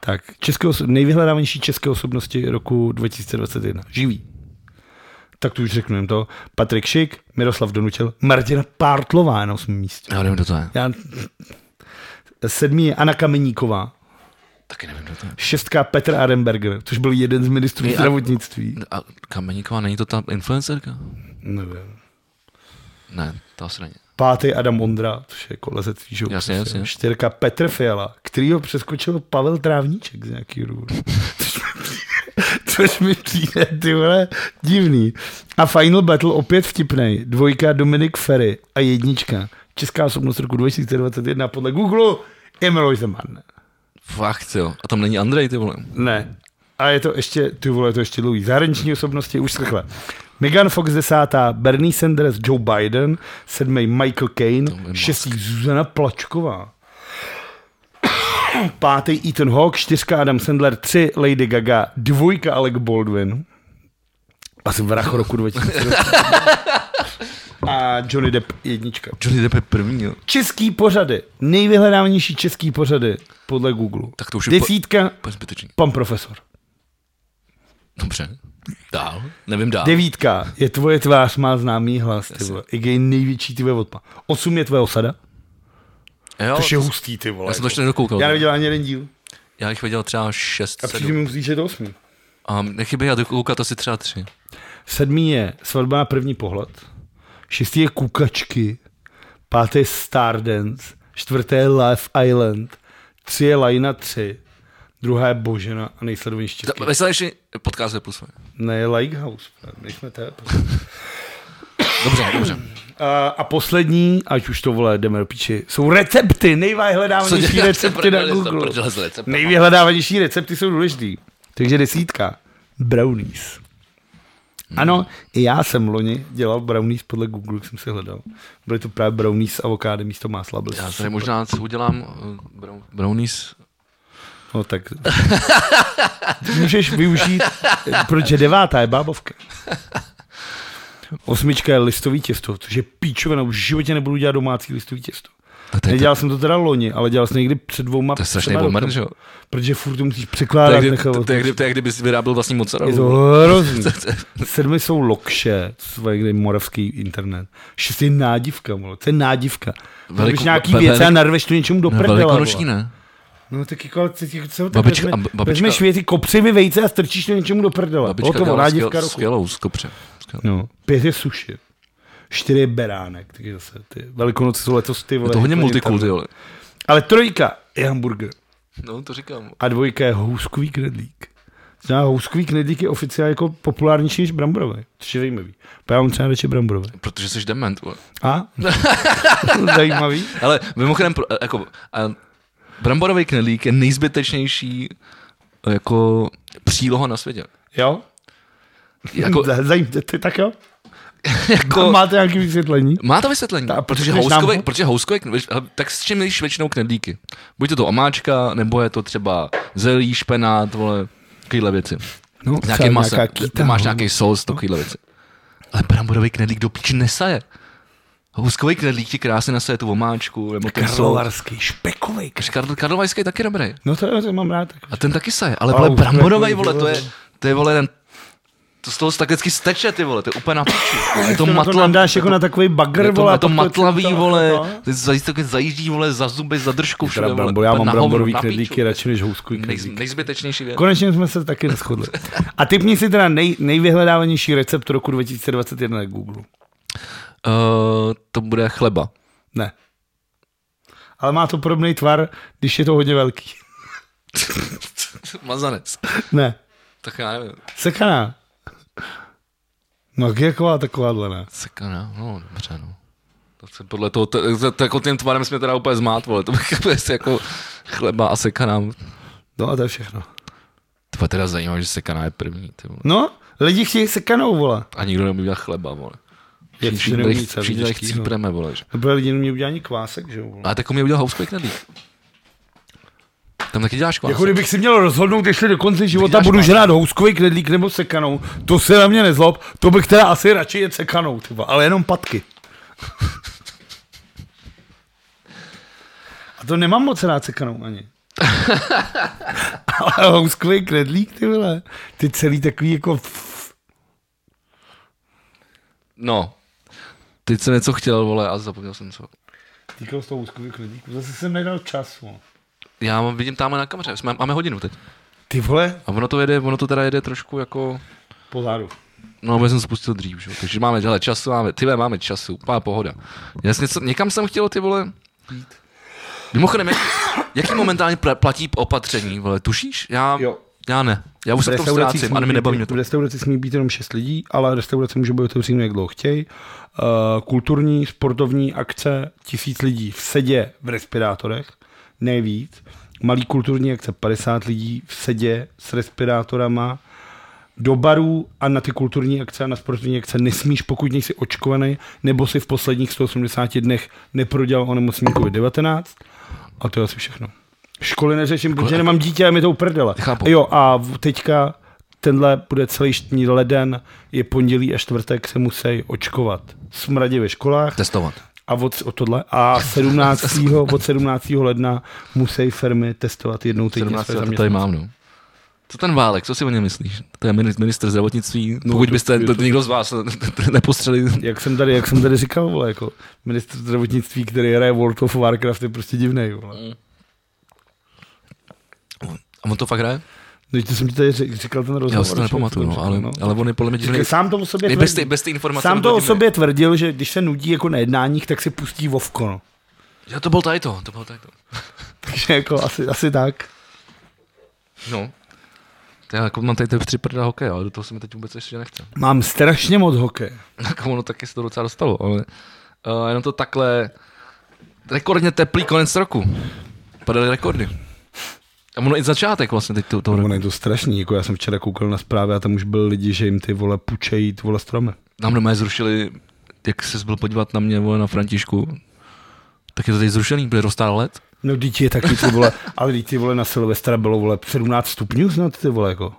S1: Tak, české oso- nejvyhledávanější české osobnosti roku 2021. Živý. Tak to už řeknu jim to. Patrik Šik, Miroslav Donutil, Martina Pártlová na osmém místě.
S2: Já nevím, kdo to je.
S1: Já... Sedmý je Anna Kameníková,
S2: Taky nevím, kdo to je.
S1: šestka Petr Aremberger, což byl jeden z ministrů
S2: Je- a-
S1: zdravotnictví.
S2: A Kameníková, není to ta influencerka? No,
S1: Nevím.
S2: Ne, to asi není.
S1: Pátý Adam Ondra, což je kolezec že jo,
S2: Jasně,
S1: prostě.
S2: jasně.
S1: Čtyřka Petr Fiala, který ho přeskočil Pavel Trávníček z nějakého důvodu. Což mi přijde- Což mi přijde, ty vole, divný. A Final Battle opět vtipnej. Dvojka Dominik Ferry a jednička. Česká osobnost roku 2021 podle Google Emiloj Zeman.
S2: Fakt jo. A tam není Andrej, ty vole.
S1: Ne. A je to ještě, ty vole, je to ještě dlouhý. Zahraniční osobnosti, už takhle. Megan Fox desátá, Bernie Sanders, Joe Biden, sedmý Michael Caine,
S2: je
S1: šestý Zuzana Plačková. Pátý Ethan Hawke, čtyřka Adam Sandler, tři Lady Gaga, dvojka Alec Baldwin. Asi vrach roku 2000. A Johnny Depp jednička.
S2: Johnny Depp je první, jo.
S1: Český pořady. Nejvyhledávanější český pořady podle Google.
S2: Tak to už je po-
S1: Desítka,
S2: Úplně zbytečný.
S1: pan profesor.
S2: Dobře. Dál? Nevím dál.
S1: Devítka je tvoje tvář, má známý hlas, ty vole. IG je největší ty vole odpa. Osm je tvoje osada.
S2: jo,
S1: Což je hustý, ty vole.
S2: já jsem to ještě nedokoukal.
S1: Já neviděl ani jeden díl.
S2: Já jich viděl třeba
S1: A
S2: 6,
S1: přijde
S2: 7.
S1: mi musíš do osmi.
S2: A nechybí, já dokoukat asi třeba 3.
S1: Sedmý je svatba na první pohled. Šestý je kukačky. Pátý je Stardance. Čtvrté je Love Island. Tři je Lajna 3. Druhá je Božena a nejsledovanější český.
S2: Myslel ještě podcast ve plus.
S1: Ne, je Lighthouse. My jsme té.
S2: Dobře, dobře.
S1: A, a poslední, ať už to vole, jdeme do píči, jsou recepty, nejvyhledávanější
S2: děláte,
S1: recepty na
S2: prdele, co
S1: Google.
S2: prdele s receptama?
S1: Nejvyhledávanější recepty jsou důležitý. Takže desítka. Brownies.
S2: Hmm.
S1: Ano, i já jsem loni dělal brownies podle Google, jak jsem si hledal. Byly to právě brownies s avokády místo másla. Byly
S2: Já tady
S1: super.
S2: možná si udělám eh, brown- brownies.
S1: No tak. Můžeš využít, protože devátá je bábovka. Osmička je listový těsto, což je píčovina. Už v životě nebudu dělat domácí listový těsto.
S2: A to je, to,
S1: Nedělal jsem to teda loni, ale dělal jsem někdy před dvěma.
S2: to je strašný
S1: třema
S2: boomer,
S1: rokama,
S2: že jo?
S1: Protože furt to musíš
S2: To je,
S1: překládat,
S2: kdy-
S1: nechávat.
S2: to, je, kdy- to je, kdyby jsi vyráběl vlastní
S1: Je to
S2: mozzarellu.
S1: hrozný. Sedmi jsou lokše, to je někdy moravský internet. Šestý je nádivka, vole. to je nádivka. Veliko,
S2: Veliko-
S1: nějaký
S2: ve-
S1: věci a
S2: velik- No,
S1: narveš to něčemu do prdele.
S2: Velikonoční
S1: vole.
S2: ne.
S1: No tak jako, ale teď jako co
S2: Babička-
S1: babička,
S2: a b-
S1: vezme,
S2: babička-
S1: vezmeš věty, kopřivy, vejce a strčíš to něčemu do prdele.
S2: Babička
S1: Babička
S2: dělala
S1: to dívka
S2: skvěl,
S1: roku.
S2: skvělou skopře. Skvělou.
S1: No. Pět je suši. Čtyři je beránek, takže zase ty. Velikonoce jsou letos ty vole.
S2: Je to hodně
S1: úplně
S2: multikulty,
S1: tam.
S2: ale.
S1: Ale trojka je hamburger
S2: No, to říkám.
S1: a dvojka je houskový knedlík. Zná, houskový knedlík je oficiálně jako populárnější než bramborové, což je zajímavý. Pa já mám třeba radši bramborové.
S2: Protože jsi dement, vole.
S1: A? zajímavý.
S2: Ale mimochodem, pro- jako, a bramborový knedlík je nejzbytečnější jako příloha na světě.
S1: Jo?
S2: Jako,
S1: Zajímavé, tak jo?
S2: jako,
S1: Máte nějaké vysvětlení?
S2: Má to vysvětlení,
S1: Ta-
S2: protože
S1: řekneš
S2: houskové,
S1: nám ho?
S2: protože houskové, kn- ale tak s čím jíš většinou knedlíky? Buď to to omáčka, nebo je to třeba zelí, špenát, vole, takovýhle věci.
S1: No,
S2: S nějakým masem. Ty máš nějaký sos, takovýhle věci. Ale bramborový knedlík do píči nesaje. Houskový knedlík ti krásně nasaje tu omáčku, nebo ten sos.
S1: Karlovarský, špekový.
S2: Karl- Karlovarský je taky dobrý.
S1: No to, to mám rád. Tak.
S2: A ten taky saje, ale
S1: Ale
S2: vole,
S1: už
S2: bramborový,
S1: jako
S2: vole, to je,
S1: bylo-
S2: to je, vole, ten, to z toho tak vždycky steče, ty vole, to je úplně na piči. Je to
S1: To, matla, to nám
S2: matla,
S1: dáš jako na takový bagr,
S2: je to,
S1: vole.
S2: je
S1: a
S2: to
S1: pak
S2: matlavý,
S1: to-
S2: vole,
S1: to-
S2: ty zají- taky zajíždí, vole, za zuby, za držku, všude,
S1: Teda
S2: vole,
S1: brambor, já
S2: úplně
S1: mám
S2: na hovno,
S1: bramborový
S2: na piču.
S1: knedlíky, radši než houskový
S2: Nej,
S1: knedlíky.
S2: nejzbytečnější věc.
S1: Konečně jsme se taky neschodli. A typni si teda nej, nejvyhledávanější recept roku 2021 na Google.
S2: Uh, to bude chleba.
S1: Ne. Ale má to podobný tvar, když je to hodně velký.
S2: Mazanec.
S1: Ne.
S2: Tak já nevím.
S1: Sekaná. No jaková takováhle, ne.
S2: Sakana, no dobře, no. To se podle toho, to, to, to, jako tím tvarem jsme teda úplně zmát, vole, to bych to jest jako chleba a sekana.
S1: No a to je všechno.
S2: To je teda zajímavé, že sekana je první, ty vole.
S1: No, lidi chtějí sekanou, vole.
S2: A nikdo neumí dělat chleba, vole.
S1: Jak
S2: Všichni-
S1: všude
S2: všichni-
S1: umí, co je
S2: Všichni tady
S1: těžký, no.
S2: chcípeme, vole. že.
S1: Nebo lidi nemějí udělat ani kvásek, že jo? vole.
S2: Ale tak mě udělal houskový knedlík. Tam taky děláš kvásek.
S1: Jako kdybych si měl rozhodnout, jestli do konce života
S2: dáš
S1: budu
S2: pár.
S1: žrát houskový knedlík nebo sekanou, to se na mě nezlob, to bych teda asi radši jet sekanou, tyba, ale jenom patky. A to nemám moc rád sekanou ani. ale houskový knedlík, ty vole, ty celý takový jako... f-
S2: No. Teď jsem něco chtěl, vole, a zapomněl jsem co.
S1: Týkal z toho houskový knedlíku, zase jsem nedal no. času.
S2: Já mám- vidím tamhle na kameře, jsme, máme hodinu teď.
S1: Ty vole,
S2: A ono to jede, ono to teda jede trošku jako...
S1: pozadu.
S2: No, ale jsem spustil dřív, že? jo. takže máme hele, času, máme, ty vole, máme času, úplná pohoda. Já jsem něco, někam jsem chtěl ty vole... Mimochodem, jak, jaký momentálně pla- platí opatření, vole, tušíš? Já,
S1: Jo.
S2: já ne, já už se v tom ztrácím, ale mi nebaví mě to.
S1: V restauraci smí být jenom 6 lidí, ale restaurace může být otevřený, jak dlouho chtějí. Uh, kulturní, sportovní akce, tisíc lidí v sedě v respirátorech, nejvíc. Malý kulturní akce, 50 lidí v sedě s respirátorama. Do barů a na ty kulturní akce a na sportovní akce nesmíš, pokud nejsi očkovaný, nebo si v posledních 180 dnech neprodělal onemocnění COVID-19. A to je asi všechno. Školy neřeším,
S2: Jako-
S1: protože nemám dítě a mi to uprdele.
S2: Chápu.
S1: Jo, a v- teďka tenhle bude celý štní leden, je pondělí a čtvrtek se musí očkovat. Smradě ve školách
S2: Testovat.
S1: a od, od tohle. A 17. od 17. ledna musí firmy testovat jednou týdně
S2: 17
S1: své
S2: let to tady
S1: zaměstnance.
S2: mám, no. Co ten Válek, co si o něm myslíš? To je mini- minister zdravotnictví, no, pokud byste, to, to, nikdo z vás nepostřelil.
S1: Jak jsem tady, jak jsem tady říkal, vole, jako ministr zdravotnictví, který hraje World of Warcraft, je prostě divný. Vole.
S2: Mm. A on to fakt hraje?
S1: No, to jsem ti tady řek- říkal ten rozhovor.
S2: Já si to
S1: že?
S2: nepamatuju,
S1: Jsem
S2: no,
S1: říkal,
S2: ale, ale on je podle mě divný.
S1: Říkal, Sám to o sobě
S2: I bez ty,
S1: tvrdí.
S2: bez ty informace.
S1: Sám
S2: on
S1: to
S2: byl
S1: o
S2: divný.
S1: sobě tvrdil, že když se nudí jako na jednáních, tak si pustí Vovko. No.
S2: Jo, to byl tady to, to byl tady to.
S1: Takže jako asi, asi tak.
S2: No. Já jako mám tady ty tři prdá hokej, ale do toho se mi teď vůbec ještě nechce.
S1: Mám strašně moc hokeje.
S2: Tak ono taky se to docela dostalo, ale uh, jenom to takhle rekordně teplý konec roku. Padaly rekordy. A ono i začátek vlastně teď to, toho roku.
S1: Ono je to strašný, jako já jsem včera koukal na zprávy a tam už byli lidi, že jim ty vole pučejí ty vole stromy.
S2: Nám doma zrušili, jak se byl podívat na mě, vole, na Františku, tak je to teď zrušený, bude rostá let.
S1: No dítě je taky ty vole, ale dítě ty vole na Silvestra bylo vole 17 stupňů snad ty vole jako.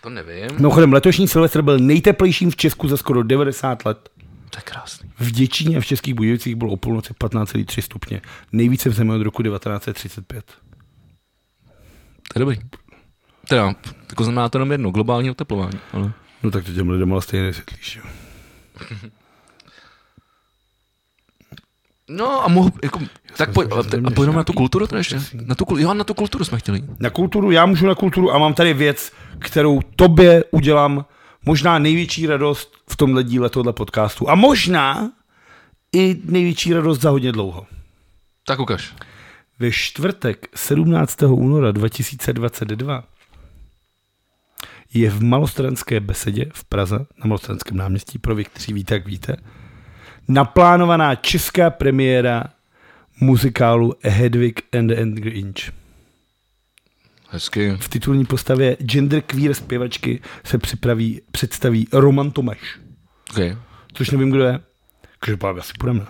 S2: To nevím.
S1: Mimochodem letošní Silvestr byl nejteplejším v Česku za skoro 90 let.
S2: To je krásný.
S1: V Děčíně a v Českých Budějovicích bylo o půlnoci 15,3 stupně. Nejvíce v zemi od roku 1935.
S2: To je dobrý. Teda, jako znamená to jenom jedno, globální oteplování. Ale...
S1: No tak to těm lidem ale stejně nesvětlíš. jo.
S2: No a mohu, jako, Tak pojď, ale te- a pojďme na tu kulturu to ještě. Na tu, kul- jo, na tu kulturu jsme chtěli. jít.
S1: Na kulturu, já můžu na kulturu a mám tady věc, kterou tobě udělám možná největší radost v tomhle díle tohle podcastu. A možná i největší radost za hodně dlouho.
S2: Tak ukaž.
S1: Ve čtvrtek 17. února 2022 je v malostranské besedě v Praze, na malostranském náměstí, pro vy, kteří víte, jak víte, naplánovaná česká premiéra muzikálu Hedwig and the Angry Inch.
S2: Hezky.
S1: V titulní postavě genderqueer zpěvačky se připraví, představí Roman Tomáš,
S2: Okay.
S1: což nevím, kdo je. Každopádně asi půjdeme.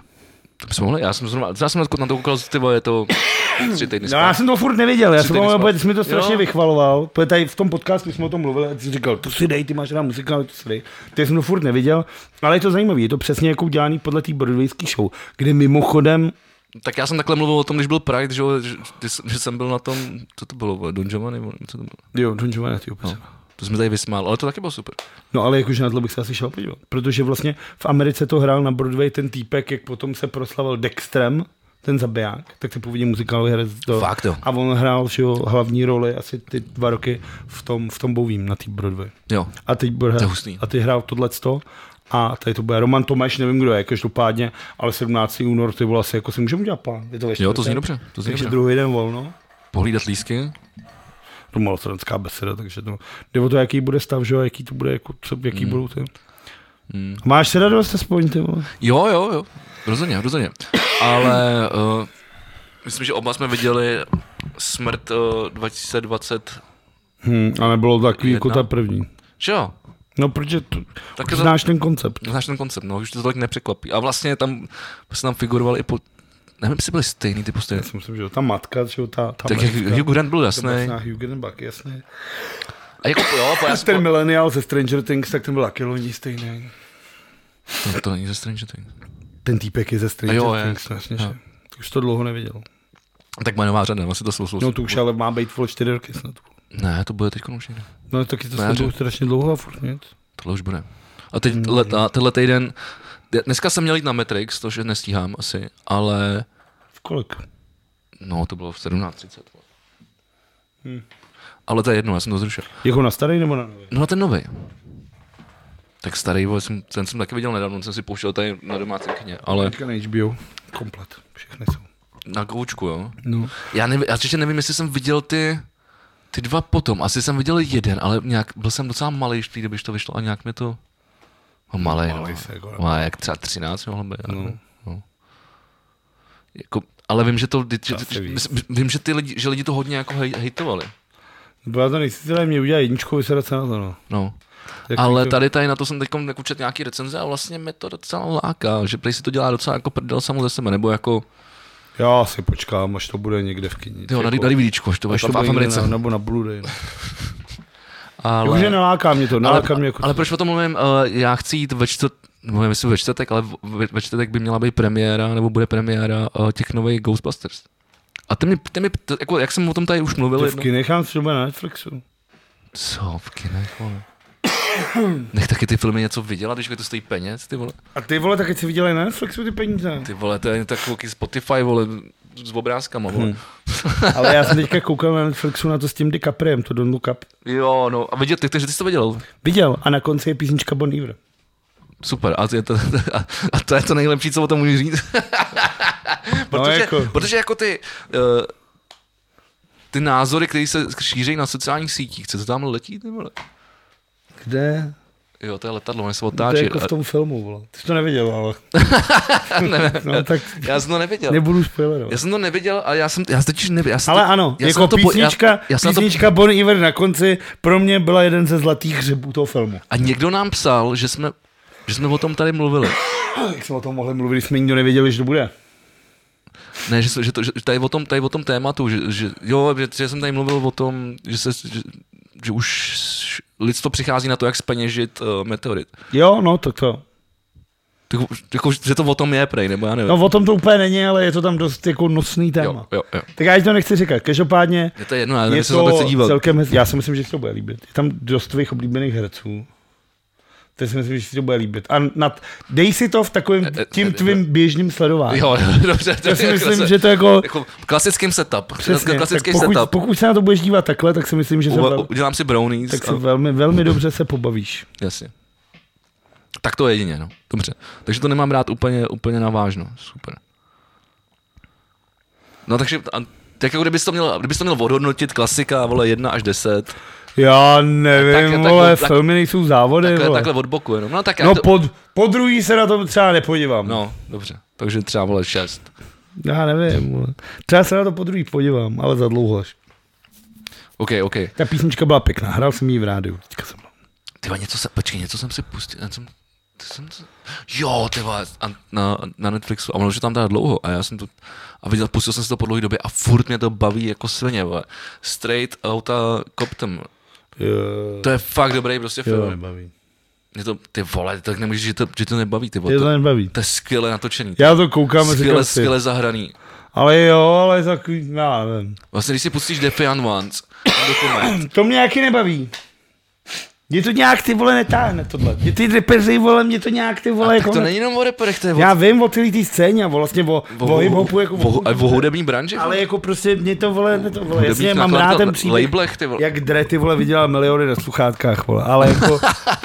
S2: To bychom mohli, já jsem zrovna, já jsem jako na to koukal, ty vole, je to tři týdny
S1: No, já
S2: zpátky.
S1: jsem to furt nevěděl, já
S2: Tři
S1: jsem
S2: týdny
S1: to,
S2: zpátky.
S1: jsi mi to strašně
S2: Jo.
S1: vychvaloval, protože tady v tom podcastu jsme o tom mluvili, a ty jsi říkal, to si dej, ty máš rád muzikál, to si dej. Ty jsem to furt neviděl, ale je to zajímavé, je to přesně jako udělaný podle té broadwayské show, kde mimochodem,
S2: Tak já jsem takhle mluvil o tom, když byl Pride, že, jo, že, že jsem- že jsem byl na tom, co to bylo, vole, Don Giovanni, vole, co to bylo?
S1: jo, Don Giovanni, ty no.
S2: No. To jsme tady vysmál, ale to taky bylo super.
S1: No ale jakože na to bych se asi šel podívat. Protože vlastně v Americe to hrál na Broadway ten týpek, jak potom se proslavil Dextrem, ten zabiják, tak to původně muzikálový herec. To.
S2: Fakt jo.
S1: A on hrál že jo, hlavní roli asi ty dva roky v tom, v tom bouvím na té Broadway.
S2: Jo.
S1: A teď bude
S2: To je hustý. no.
S1: A ty hrál tohleto. A tady to bude Roman Tomáš, nevím kdo je, každopádně, ale 17. únor ty vole asi jako si můžeme udělat plán. Je to, ve
S2: Jo, to
S1: čtvrtek.
S2: zní dobře, to zní
S1: Takže
S2: dobře.
S1: druhý den volno.
S2: Pohlídat lísky,
S1: To malostranská beseda, takže to. Jde o to, jaký bude stav, že jo, jaký to bude, jako, co, jaký
S2: Hmm.
S1: mm. budou ty. Mm. Máš si radost aspoň, ty vole?
S2: Jo, jo, jo, rozhodně, rozhodně. Ale uh, myslím, že oba jsme viděli smrt uh, 2020,
S1: Hmm, a nebylo to takový jako
S2: Jedna.
S1: ta první.
S2: že jo,
S1: No, protože tu,
S2: Tak
S1: tak
S2: to-
S1: už znáš ten koncept.
S2: znáš ten koncept, no, už to tolik nepřekvapí. A vlastně tam se tam figuroval i po, nevím, jestli byly stejný ty postavy.
S1: Já si myslím, že jo, ta matka, že jo, ta, ta
S2: Tak jak
S1: matka,
S2: Hugh Grant byl
S1: ta
S2: jasný.
S1: obecná Hugh Grant jasný.
S2: A jako, jo, po, já jsem,
S1: Ten milenial ze Stranger Things, tak ten byl taky loni stejný.
S2: to, to není ze Stranger Things.
S1: Ten týpek je ze Stranger
S2: Jo,
S1: jo,
S2: je.
S1: Things, jasně,
S2: Jo.
S1: že. Už to dlouho neviděl.
S2: Tak má nová řada, vlastně to jsou, jsou
S1: No to už ale má být vole čtyři roky snad.
S2: Ne, to bude teď už někde.
S1: No taky to
S2: Ne,
S1: jsem
S2: že-
S1: byl strašně dlouho a furt nic.
S2: Tohle už bude. A teď let, a tenhle týden, dneska jsem měl jít na Matrix, to že nestíhám asi, ale
S1: V kolik?
S2: no to bylo v 17.30. vole. Ale to je jedno, já jsem to zrušil.
S1: Jako na starý nebo na nový?
S2: No na ten nový. Tak starý, vole, jsem, ten jsem taky viděl nedávno, jsem si pouštěl tady na domácí kně, ale
S1: Teďka na HBO. Komplet. Všechny jsou.
S2: na koučku, jo.
S1: No.
S2: Já, nevím, já ještě nevím, jestli jsem viděl ty, ty dva potom. Asi jsem viděl jeden, ale nějak, byl jsem docela malý, v té době, když to vyšlo a nějak mi to... No, malý, no.
S1: se jako
S2: no. A jak třeba 13 mohlo být. No. no. Jako, ale vím, že to, že,
S1: Asi
S2: že,
S1: víc.
S2: vím, že, ty lidi, že lidi to hodně jako hej, hejtovali.
S1: Nebo já to nechci teda mě udělat jedničku, vysedat se na to, no.
S2: No.
S1: Jak
S2: Ale
S1: to-
S2: tady, tady na to jsem teď jako četl nějaký recenze a vlastně mi to docela láká, že tady si to dělá docela jako prdel samo ze sebe, nebo jako,
S1: Já si počkám, až to bude někde v kyni. Jako
S2: jo, na, na DVDčku, až to bude
S1: Až to
S2: v
S1: bude někde na,
S2: Americe.
S1: nebo na Blu-ray. no.
S2: Ale...
S1: Jakože neláká mě to,
S2: No, ale,
S1: neláká mě jako...
S2: ale proč o tom mluvím? Uh, já chci jít ve čtvrt, no, nevím, jestli ve čtvrtek, ale v- ve, ve čtvrtek by měla být premiéra, nebo bude premiéra uh, těch nových Ghostbusters. A ty mi, ty mi to, jako, jak jsem o tom tady už mluvil,
S1: To v
S2: jednou,
S1: kinech, já myslím, že bude na Netflixu.
S2: co v kinech, vole. Nech taky ty filmy něco vydělat, když mi to stojí peněz, ty vole.
S1: A ty vole, tak ať si viděli na Netflixu ty peníze.
S2: Ty vole, to je takový Spotify, vole, s obrázkama, vole. Hmm.
S1: Ale já jsem teďka koukal na Netflixu na to s tím DiCapriem, to Don't Look Up.
S2: Jo, no, a vidět, ty, takže ty jsi to viděl.
S1: Viděl a na konci je písnička Bon Iver.
S2: Super, a, je to, a, a to je to nejlepší, co o tom můžu říct. protože, no, jako.
S1: jako.
S2: protože jako ty, uh, ty názory, které se šíří na sociálních sítích, co to tam letí, ty vole?
S1: Kde?
S2: Jo, to je letadlo, oni se
S1: To je
S2: otáčí.
S1: jako v
S2: Jako
S1: tom filmu, vole. Ty jsi to neviděl, ale. no, tak
S2: já jsem to neviděl.
S1: nebudu spoilerovat.
S2: Já jsem to neviděl, ale já jsem, já totiž nevěděl. Já jsem
S1: Ale
S2: to,
S1: ano,
S2: já jsem
S1: jako
S2: na to po-
S1: písnička,
S2: já, já jsem na to,
S1: písnička Bon Iver na konci pro mě byla jeden ze zlatých hřebů toho filmu.
S2: A někdo nám psal, že jsme, že jsme o tom tady mluvili.
S1: Jak jsme o tom mohli mluvit, když jsme nikdo nevěděli, že to bude.
S2: Ne, že, že, to, že tady, o tom, tady o tom tématu, že, že jo, že, že jsem tady mluvil o tom, že, se, že, že už lidstvo přichází na to, jak speněžit uh, meteorit.
S1: Jo, no, tak to.
S2: Tak, jako, že to o tom je, prej, nebo já nevím.
S1: No o tom to úplně není, ale je to tam dost jako nosný téma.
S2: jo, jo, jo.
S1: Tak já ti to nechci říkat. Každopádně
S2: Je to jedno, já nevím,
S1: je
S2: jestli se na to chci
S1: to
S2: dívat.
S1: celkem hezký. Já si myslím, že se to bude líbit. Je tam dost tvých oblíbených herců. To si myslím, že si to bude líbit. A nad, dej si to v takovým
S2: e,
S1: tím
S2: e,
S1: tvým běžným sledováním.
S2: Jo, dobře. To
S1: Já si
S2: je
S1: myslím,
S2: klasi-
S1: že to jako...
S2: jako klasickým setup.
S1: Přesně,
S2: Klasický, klasický
S1: tak pokud,
S2: setup.
S1: pokud se na to budeš dívat takhle, tak si myslím, že se
S2: Uva-
S1: vel,
S2: Udělám si brownies.
S1: tak se
S2: a-
S1: velmi, velmi dobře se pobavíš.
S2: Jasně. Tak to je jedině, no. Dobře. Takže to nemám rád úplně, úplně na vážno. Super. No takže, a, tak jako kdybys to měl, kdybys to měl odhodnotit klasika, vole, 1 až 10,
S1: Já nevím,
S2: Tak-
S1: tak,
S2: tak-
S1: vole,
S2: tak-
S1: filmy nejsou závody,
S2: takhle,
S1: vole.
S2: takhle od boku jenom. No tak já
S1: no
S2: to,
S1: pod, po druhý se na to třeba nepodívám.
S2: no, dobře. Takže třeba, vole, 6.
S1: Já nevím, vole. Třeba se na to po druhý podívám, ale za dlouho až.
S2: OK, OK.
S1: Ta písnička byla pěkná, hrál jsem ji v rádiu. Teďka jsem
S2: Ty vole, něco se, počkej, něco jsem si pustil, něco jsem, to jsem to, jo, ty vole, a na, na Netflixu, a ono, že tam dá dlouho, a já jsem to, a viděl, pustil jsem si to po dlouhé době a furt mě to baví jako svině, vole. Straight Outta Compton,
S1: jo,
S2: To je fakt dobrý prostě
S1: jo,
S2: film.
S1: nebaví.
S2: Je to, ty vole, tak nemůžeš, že to, že to nebaví, ty vole.
S1: Tě to
S2: To,
S1: nebaví.
S2: to je skvěle natočený.
S1: Já to koukám a říkám
S2: Skvěle,
S1: si,
S2: skvěle zahraný.
S1: ale jo, ale takový, já nevím.
S2: Vlastně, když si pustíš Defiant Ones, ten dokument,
S1: To mě nějaký nebaví. Mě to nějak ty vole netáhne tohle. Mě ty repeři vole, mě to nějak ty vole
S2: tak
S1: jako...
S2: to
S1: ne-
S2: není jenom o reperech, to je o,
S1: Já vím o celý té scéně a vlastně o, o, o hip-hopu jako...
S2: o, a o hudební branži.
S1: ale jako prostě mě to vole, mě to vole,
S2: Hudebních
S1: jasně mám
S2: nakladatelů,
S1: rád ten příběh.
S2: Labelech, ty vole.
S1: Jak Dre ty vole vydělal miliony na sluchátkách, vole, ale jako,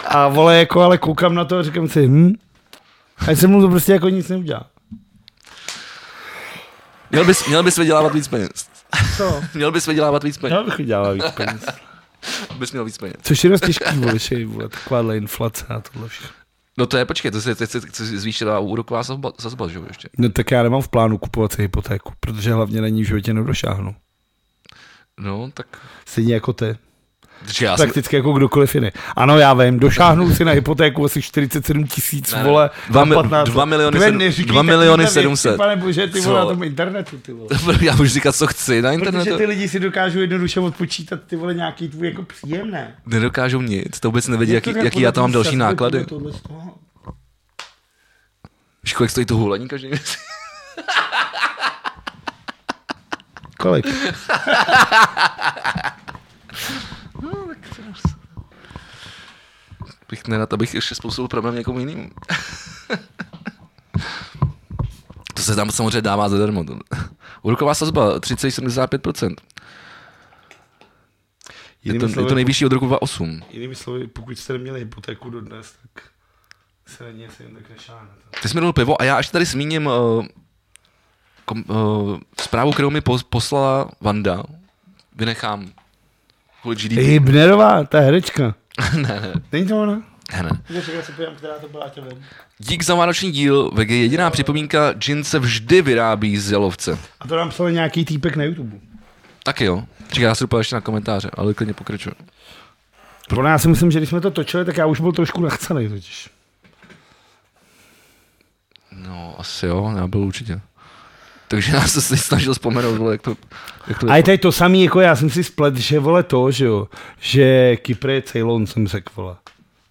S1: a vole jako, ale koukám na to a říkám si, hm, a jsem mu to prostě jako nic neudělal.
S2: Měl bys, měl bys vydělávat víc peněz.
S1: Co?
S2: Měl bys vydělávat víc peněz.
S1: Já bych udělal víc peněz. No.
S2: Bys měl víc peněz.
S1: Což je dost těžký, vole, že, vole, takováhle inflace a tohle všechno.
S2: No to je, počkej, to se, teď se teď se zvýšila úroková sazba, sazba, že jo, ještě.
S1: No tak já nemám v plánu kupovat si hypotéku, protože hlavně na ní v životě nedošáhnu.
S2: No, tak,
S1: Stejně jako ty.
S2: takže já jsem,
S1: Prakticky jako kdokoliv jiný. Ano, já vím, došáhnul si na hypotéku asi 47 tisíc,
S2: Ne, ne.
S1: vole.
S2: Dva
S1: za
S2: mi-
S1: 15
S2: dva miliony
S1: Ty
S2: sedm-
S1: neříkej
S2: dva
S1: takovýhle
S2: miliony
S1: věci,
S2: sedmset.
S1: Pane bože, ty vole
S2: Co?
S1: na tom internetu, ty vole.
S2: já můžu říkat, co chci na internetu.
S1: Protože ty lidi si dokážou jednoduše odpočítat ty vole nějaký tvůj jako příjemné.
S2: Nedokážou nic, to vůbec nevědí,
S1: Je
S2: jaký,
S1: to
S2: jaký já tam mám
S1: podle
S2: další
S1: sazby,
S2: náklady.
S1: podle tohle z toho.
S2: Víš, kolik stojí to hulení každý měsíc?
S1: Kolik?
S2: Bych nerad, abych ještě způsobil problém někomu jinému. to se tam samozřejmě dává zadarmo. to. Úroková sazba 30,75%. Je to, je to nejvyšší od roku 2008.
S1: Jinými slovy, pokud jste neměli hypotéku do dnes, tak se na ně asi jen tak nešáhnete.
S2: Ty jsme dal pivo a já až tady zmíním uh, kom, uh, zprávu, kterou mi pos- poslala Vanda. Vynechám kvůli GDP.
S1: Hybnerová, ta herečka.
S2: ne, ne,
S1: Není to ona?
S2: ne, ne.
S1: Já se podívám, která to byla, tě vím.
S2: Dík za vánoční díl, VG jediná připomínka, gin se vždy vyrábí z jalovce.
S1: A to nám psal nějaký týpek na YouTube.
S2: Taky jo. Čekaj, já se dopadám ještě na komentáře, ale klidně pokračuju.
S1: Pro nás si myslím, že když jsme to točili, tak já už byl trošku nachcený totiž.
S2: No, asi jo, já byl určitě. Takže já jsem se snažil vzpomenout, vole, jak to, jak to
S1: A je tady to samý, jako já jsem si splet, že vole to, že jo, že Kypr je Ceylon, jsem řekl, vole.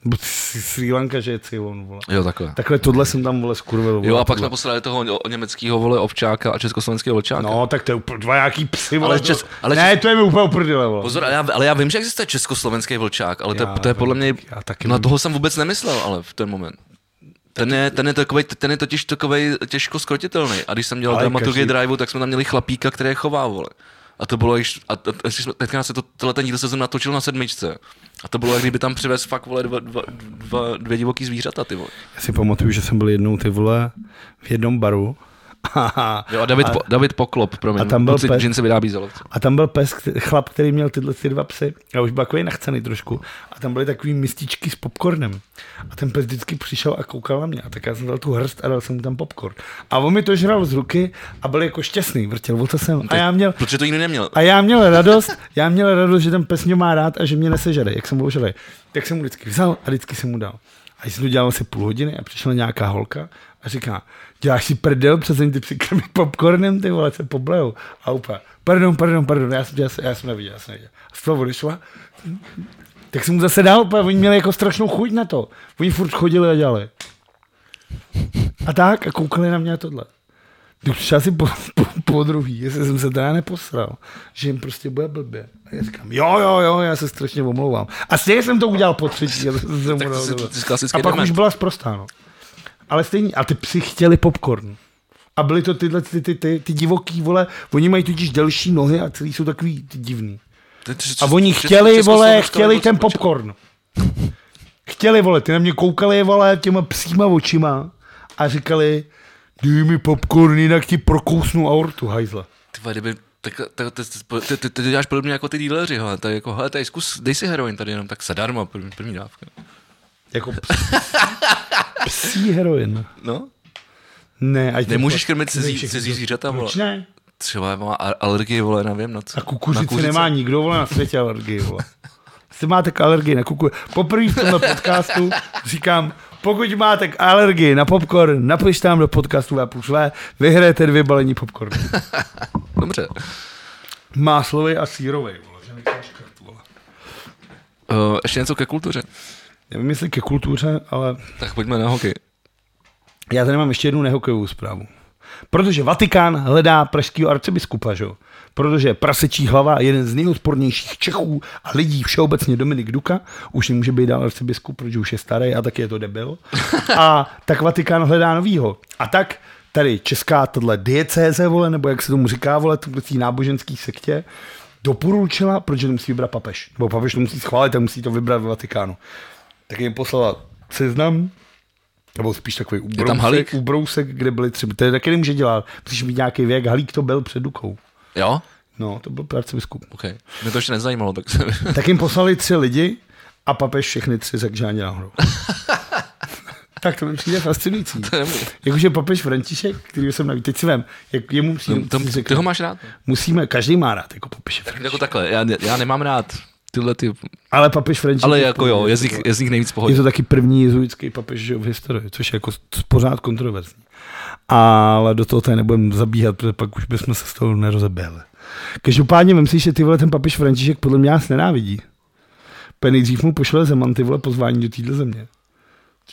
S1: Nebo S- Sri Lanka, že je Ceylon, vole.
S2: Jo, takhle.
S1: Takhle tohle jsem tam, vole, skurvil, vole.
S2: Jo, a pak
S1: tohle.
S2: jsme poslali toho německého vole ovčáka a československého vlčáka.
S1: No, tak to je úplně dva nějaký psy, vole.
S2: Ale
S1: to-
S2: čes- ale
S1: ne, to je mi úplně uprdele, vole.
S2: Pozor, ale já, ale já vím, že existuje československý vlčák, ale to,
S1: Já
S2: to je podle mě,
S1: vím, já taky
S2: na
S1: vím.
S2: toho jsem vůbec nemyslel, ale v ten moment. Ten je, ten je, takovej, ten je totiž takovej těžko skrotitelný. A když jsem dělal
S1: Ale
S2: dramaturgii
S1: každý-
S2: driveu, tak jsme tam měli chlapíka, který je chová, vole. A to bylo již, a, a, a ještě jsme, teďka se to, tenhle ten díl se zrovna natočil na sedmičce. A to bylo, jak kdyby tam přivez fakt, vole, dva, dva, dva, dvě divoký zvířata, ty vole.
S1: Já si pamatuju, že jsem byl jednou ty vole v jednom baru
S2: Jo, a David, a, po, David Poklop, promiň.
S1: a tam byl
S2: Kluci,
S1: pes.
S2: Gin se vydá bízelovce.
S1: a tam byl pes, kte- chlap, který měl tyhle ty dva psy a už byl takový nachcený trošku a tam byly takový mističky s popcornem a ten pes vždycky přišel a koukal na mě a tak já jsem dal tu hrst a dal jsem mu tam popcorn a on mi to žral z ruky a byl jako šťastný, vrtěl to jsem a já měl
S2: Protože to jiný neměl.
S1: a já měl radost, já měl radost, že ten pes mě má rád a že mě nesežere, jak jsem byl ožralý. Tak jsem mu vždycky vzal a vždycky jsem mu dal. A jsem to dělal asi půl hodiny a přišla nějaká holka a říká, děláš si prdel, přesně ty psy krmí popcornem, ty vole, se poblejou. A úplně, pardon, pardon, pardon, já jsem, já jsem, já jsem neviděl, já jsem neviděl. A z toho odešla, tak jsem mu zase dal, protože oni měli jako strašnou chuť na to. Oni furt chodili a dělali. A tak, a koukali na mě a tohle. To už asi po, po, po druhý, jestli jsem se teda neposral, že jim prostě bude blbě. A já říkám, jo, jo, jo, já se strašně omlouvám. A stejně jsem to udělal po třetí. Já jsem se
S2: Tak
S1: mu
S2: to
S1: dal
S2: jsi-
S1: dole.
S2: to jsi klasický
S1: a pak
S2: dement.
S1: už byla sprostá, no. Ale stejně, a ty psi chtěli popcorn. A byly to tyhle ty, ty, ty, ty divoký, vole, oni mají totiž delší nohy a celý jsou takový ty divný. A oni chtěli, vole, chtěli ten popcorn. Chtěli, vole, ty na mě koukali, vole, těma psíma očima a říkali, dej mi popcorn, jinak ti prokousnu aortu, hajzle.
S2: Ty vole, kdyby, tak, tak, ty, ty, ty, ty, děláš podobně jako ty díleři, hele, tady jako, hele, tady zkus, dej si heroin tady jenom tak zadarmo, první, první dávka.
S1: Jako psí, psí heroin.
S2: No,
S1: Ne, ať
S2: nemůžeš krmit cizí,
S1: všechny-
S2: cizí zvířata, vole.
S1: Proč ne?
S2: Třeba má a- alergii, vole, nevím na co.
S1: Na
S2: Na
S1: kukuřici
S2: kukuřici.
S1: nemá nikdo, vole, na světě alergii, vole. Jestli máte k alergii na kukuřici. Poprvé v tomhle podcastu říkám, pokud máte k alergii na popcorn, napište nám do podcastu V plus V, vyhrajete dvě balení popcornu.
S2: Dobře.
S1: Máslovej a sírovej, vole. že nechám škrt, vole.
S2: Uh, ještě něco ke kultuře.
S1: Nevím, jestli ke kultuře, ale
S2: Tak pojďme na hokej.
S1: já tady mám ještě jednu nehokejovou zprávu. Protože Vatikán hledá pražského arcibiskupa, že? jo? Protože prasečí hlava, jeden z nejodpornějších Čechů a lidí všeobecně Dominik Duka, už nemůže být dál arcibiskup, protože už je starý a tak je to debil. A tak Vatikán hledá novýho. A tak tady česká tato diecéze, vole, nebo jak se tomu říká, vole, tý náboženský sektě, doporučila, protože to musí vybrat papež. Nebo papež to musí schválit a musí to vybrat v Vatikánu. Tak jim poslala seznam, nebo spíš takový
S2: tam
S1: ubrousek,
S2: halík?
S1: ubrousek, kde byly tři. To je taky nemůže dělat, protože mít nějaký věk. Halík to byl před Dukou.
S2: Jo?
S1: No, to byl arcibiskup.
S2: OK. Mě to ještě nezajímalo, tak se...
S1: Tak jim poslali tři lidi a papež všechny tři řekl, že ani náhodou. tak to mi přijde fascinující.
S2: je dobrý.
S1: Jakože papež František, který jsem navíc, teď si vem, jak jemu přijde,
S2: Tom, tom,
S1: si
S2: No, ty
S1: řekl,
S2: ho máš rád? ne?
S1: musíme, každý má rád jako papež
S2: Jako takhle, já, já nemám rád tyhle ty...
S1: Ale papež František.
S2: Ale
S1: je
S2: jako
S1: v
S2: jo,
S1: pohodě,
S2: je z nich,
S1: vole.
S2: je z nich nejvíc v
S1: Je
S2: pohodě.
S1: to taky první jezuitský papež že jo, v historii, což je jako s- pořád kontroverzní. Ale do toho tady nebudeme zabíhat, protože pak už bychom se z toho nerozeběhli. Každopádně vím si, že ty vole ten papež František podle mě nás nenávidí. Pe nejdřív mu pošle Zeman ty vole pozvání do téhle země.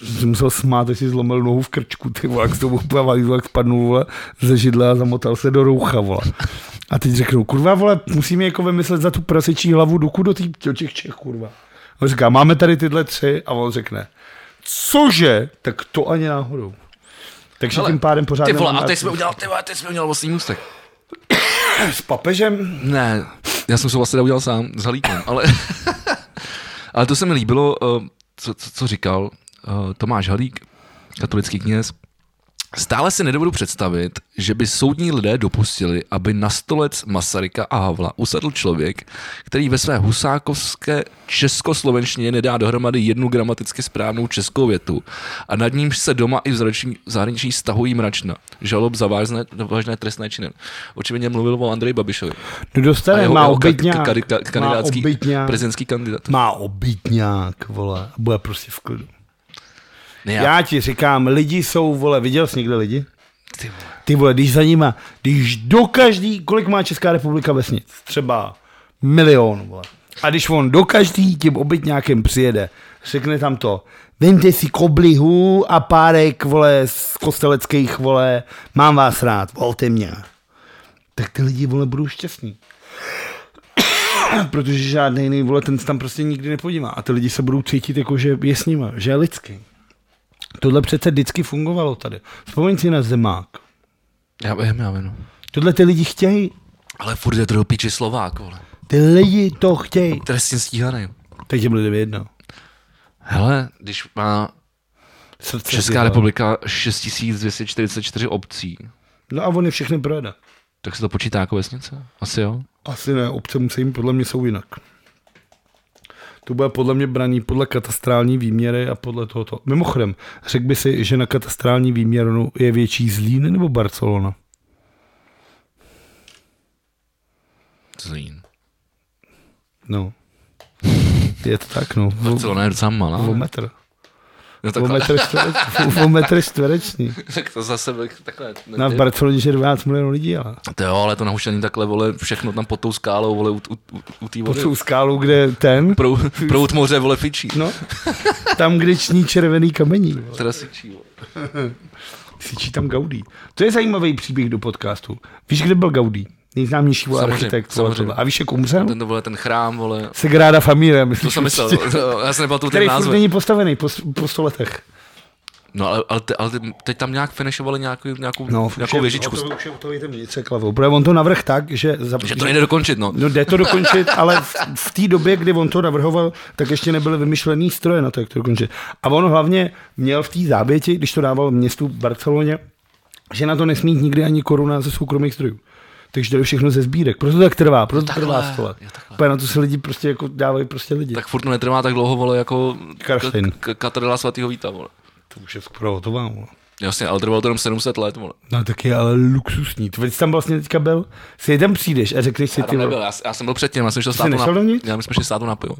S1: Jsem se musel smát, až si zlomil nohu v krčku, ty vole, jak s tou plavalí, jak spadnul vole, ze židla a zamotal se do roucha, vole. A teď řeknou, kurva, vole, musíme jako vymyslet za tu prasečí hlavu duku do, tý, do těch Čech, kurva. A on říká, máme tady tyhle tři a on řekne, cože, tak to ani náhodou. Takže
S2: Hele,
S1: tím pádem pořád
S2: Ty vole,
S1: nemám
S2: a
S1: rád
S2: teď jsme udělal, ty vole, teď jsme udělal vlastní ústek.
S1: s papežem.
S2: Ne, já jsem se vlastně udělal sám s halíkem, ale, ale to se mi líbilo, eh, co, co, co říkal eh, Tomáš Halík, katolický kněz. Stále si nedovedu představit, že by soudní lidé dopustili, aby na stolec Masaryka a Havla usedl člověk, který ve své husákovské českoslovenštině nedá dohromady jednu gramaticky správnou českou větu a nad nímž se doma i v zahraničí- v zahraničí stahují mračna. Žalob za vážné, vážné trestné činy. Očividně mluvil o Andreji Babišovi.
S1: No
S2: A
S1: dostane,
S2: jeho,
S1: má
S2: jeho ka- ka-
S1: obytňák.
S2: kari- ka-
S1: Má
S2: kandidátský,
S1: obytňák.
S2: prezidentský kandidát.
S1: Má obytňák, vole. a Bude prostě v klidu.
S2: Ne, já,
S1: Já ti říkám, lidi jsou, vole, viděl jsi někde lidi?
S2: ty vole.
S1: Ty vole, když za nima, když do každý, kolik má Česká republika vesnic? Třeba milion, vole. A když on do každý tím obytňákem přijede, řekne tam to, vemte si koblihu a párek, vole, z kosteleckých, vole, mám vás rád, volte mě. Tak ty lidi, vole, budou šťastní. Protože žádný jiný, vole, ten se tam prostě nikdy nepodívá. A ty lidi se budou cítit jako, že je s nima, že je lidský. Tohle přece vždycky fungovalo tady. Vzpomeň si na Zemák.
S2: já vím, já vím. no.
S1: Tohle ty lidi chtějí.
S2: Ale furt je to do píči Slovák, vole.
S1: Ty lidi to chtějí.
S2: Trestně stíhaný.
S1: Takže byli by jedno.
S2: Hele, když má
S1: Srdce
S2: Česká
S1: tyhle.
S2: republika 6244 obcí,
S1: No a on je všechny projede.
S2: tak se to počítá jako vesnice? Asi jo.
S1: Asi ne, obce musí jim podle mě jsou jinak. To bude podle mě braní podle katastrální výměry a podle tohoto. Mimochodem, řekl by si, že na katastrální výměru je větší Zlín nebo Barcelona?
S2: Zlín.
S1: No. Je to tak, no. O,
S2: Barcelona je docela malá.
S1: o
S2: ne?
S1: metr.
S2: No
S1: O
S2: takhle,
S1: metr, čtvereč, o metr čtvereční.
S2: tak to zase bych takhle. Ne,
S1: Na v Barceloně žije 12 milionů lidí, ale.
S2: to jo, ale to nahušení takhle, vole, všechno tam pod tou skálou, vole, u, u, u té
S1: Pod
S2: vody.
S1: tou skálou, kde ten,
S2: Prou, prout moře, vole, fičí.
S1: no, tam, kde ční červený kamení. vole.
S2: Teda si čí, vole.
S1: Sičí tam Gaudí. To je zajímavý příběh do podcastu. Víš, kde byl Gaudí? Nejznámější vole,
S2: Samozřejmě,
S1: architekt. vole,
S2: samozřejmě.
S1: tohle. A víš, jak umřel?
S2: Ten, vole, ten chrám, vole.
S1: Segráda Familia, myslím.
S2: To jsem myslel, já jsem nepamatuju ten
S1: Který furt
S2: název.
S1: není postavený po, po 100 letech.
S2: No ale, ale, te- ale te- teď tam nějak finišovali nějakou, nějakou,
S1: No,
S2: no,
S1: už
S2: nějakou
S1: je-
S2: věžičku.
S1: hotový- Už je hotový ten vnitřek hlavou, protože on to navrh tak, že... Za,
S2: Že to nejde dokončit, no.
S1: No jde to dokončit, ale v, v té době, kdy on to navrhoval, tak ještě nebyly vymyšlený stroje na to, jak to dokončit. A on hlavně měl v té záběti, když to dával městu Barceloně, že na to nesmí jít nikdy ani koruna ze soukromých strojů. Takže to je všechno ze sbírek. Proto to tak trvá, proto to
S2: Takhle,
S1: trvá 100 let.
S2: jo, takhle.
S1: Úplně na to se lidi prostě jako dávají prostě lidi.
S2: Tak furt to netrvá tak dlouho, vole, jako
S1: Karlštejn.
S2: k- k- katedrála svatého Víta, vole.
S1: to už je skoro hotová. vole.
S2: Jasně, ale trvalo to jenom 700 let, vole.
S1: No tak je ale luxusní. Ty jsi tam vlastně teďka byl? Si tam přijdeš a řekneš si
S2: Já, tam
S1: ty...
S2: nebyl, já, já jsem byl předtím, já jsem šel státu
S1: nešel
S2: na,
S1: dovnitř?
S2: já, my jsme šli státu na pivo.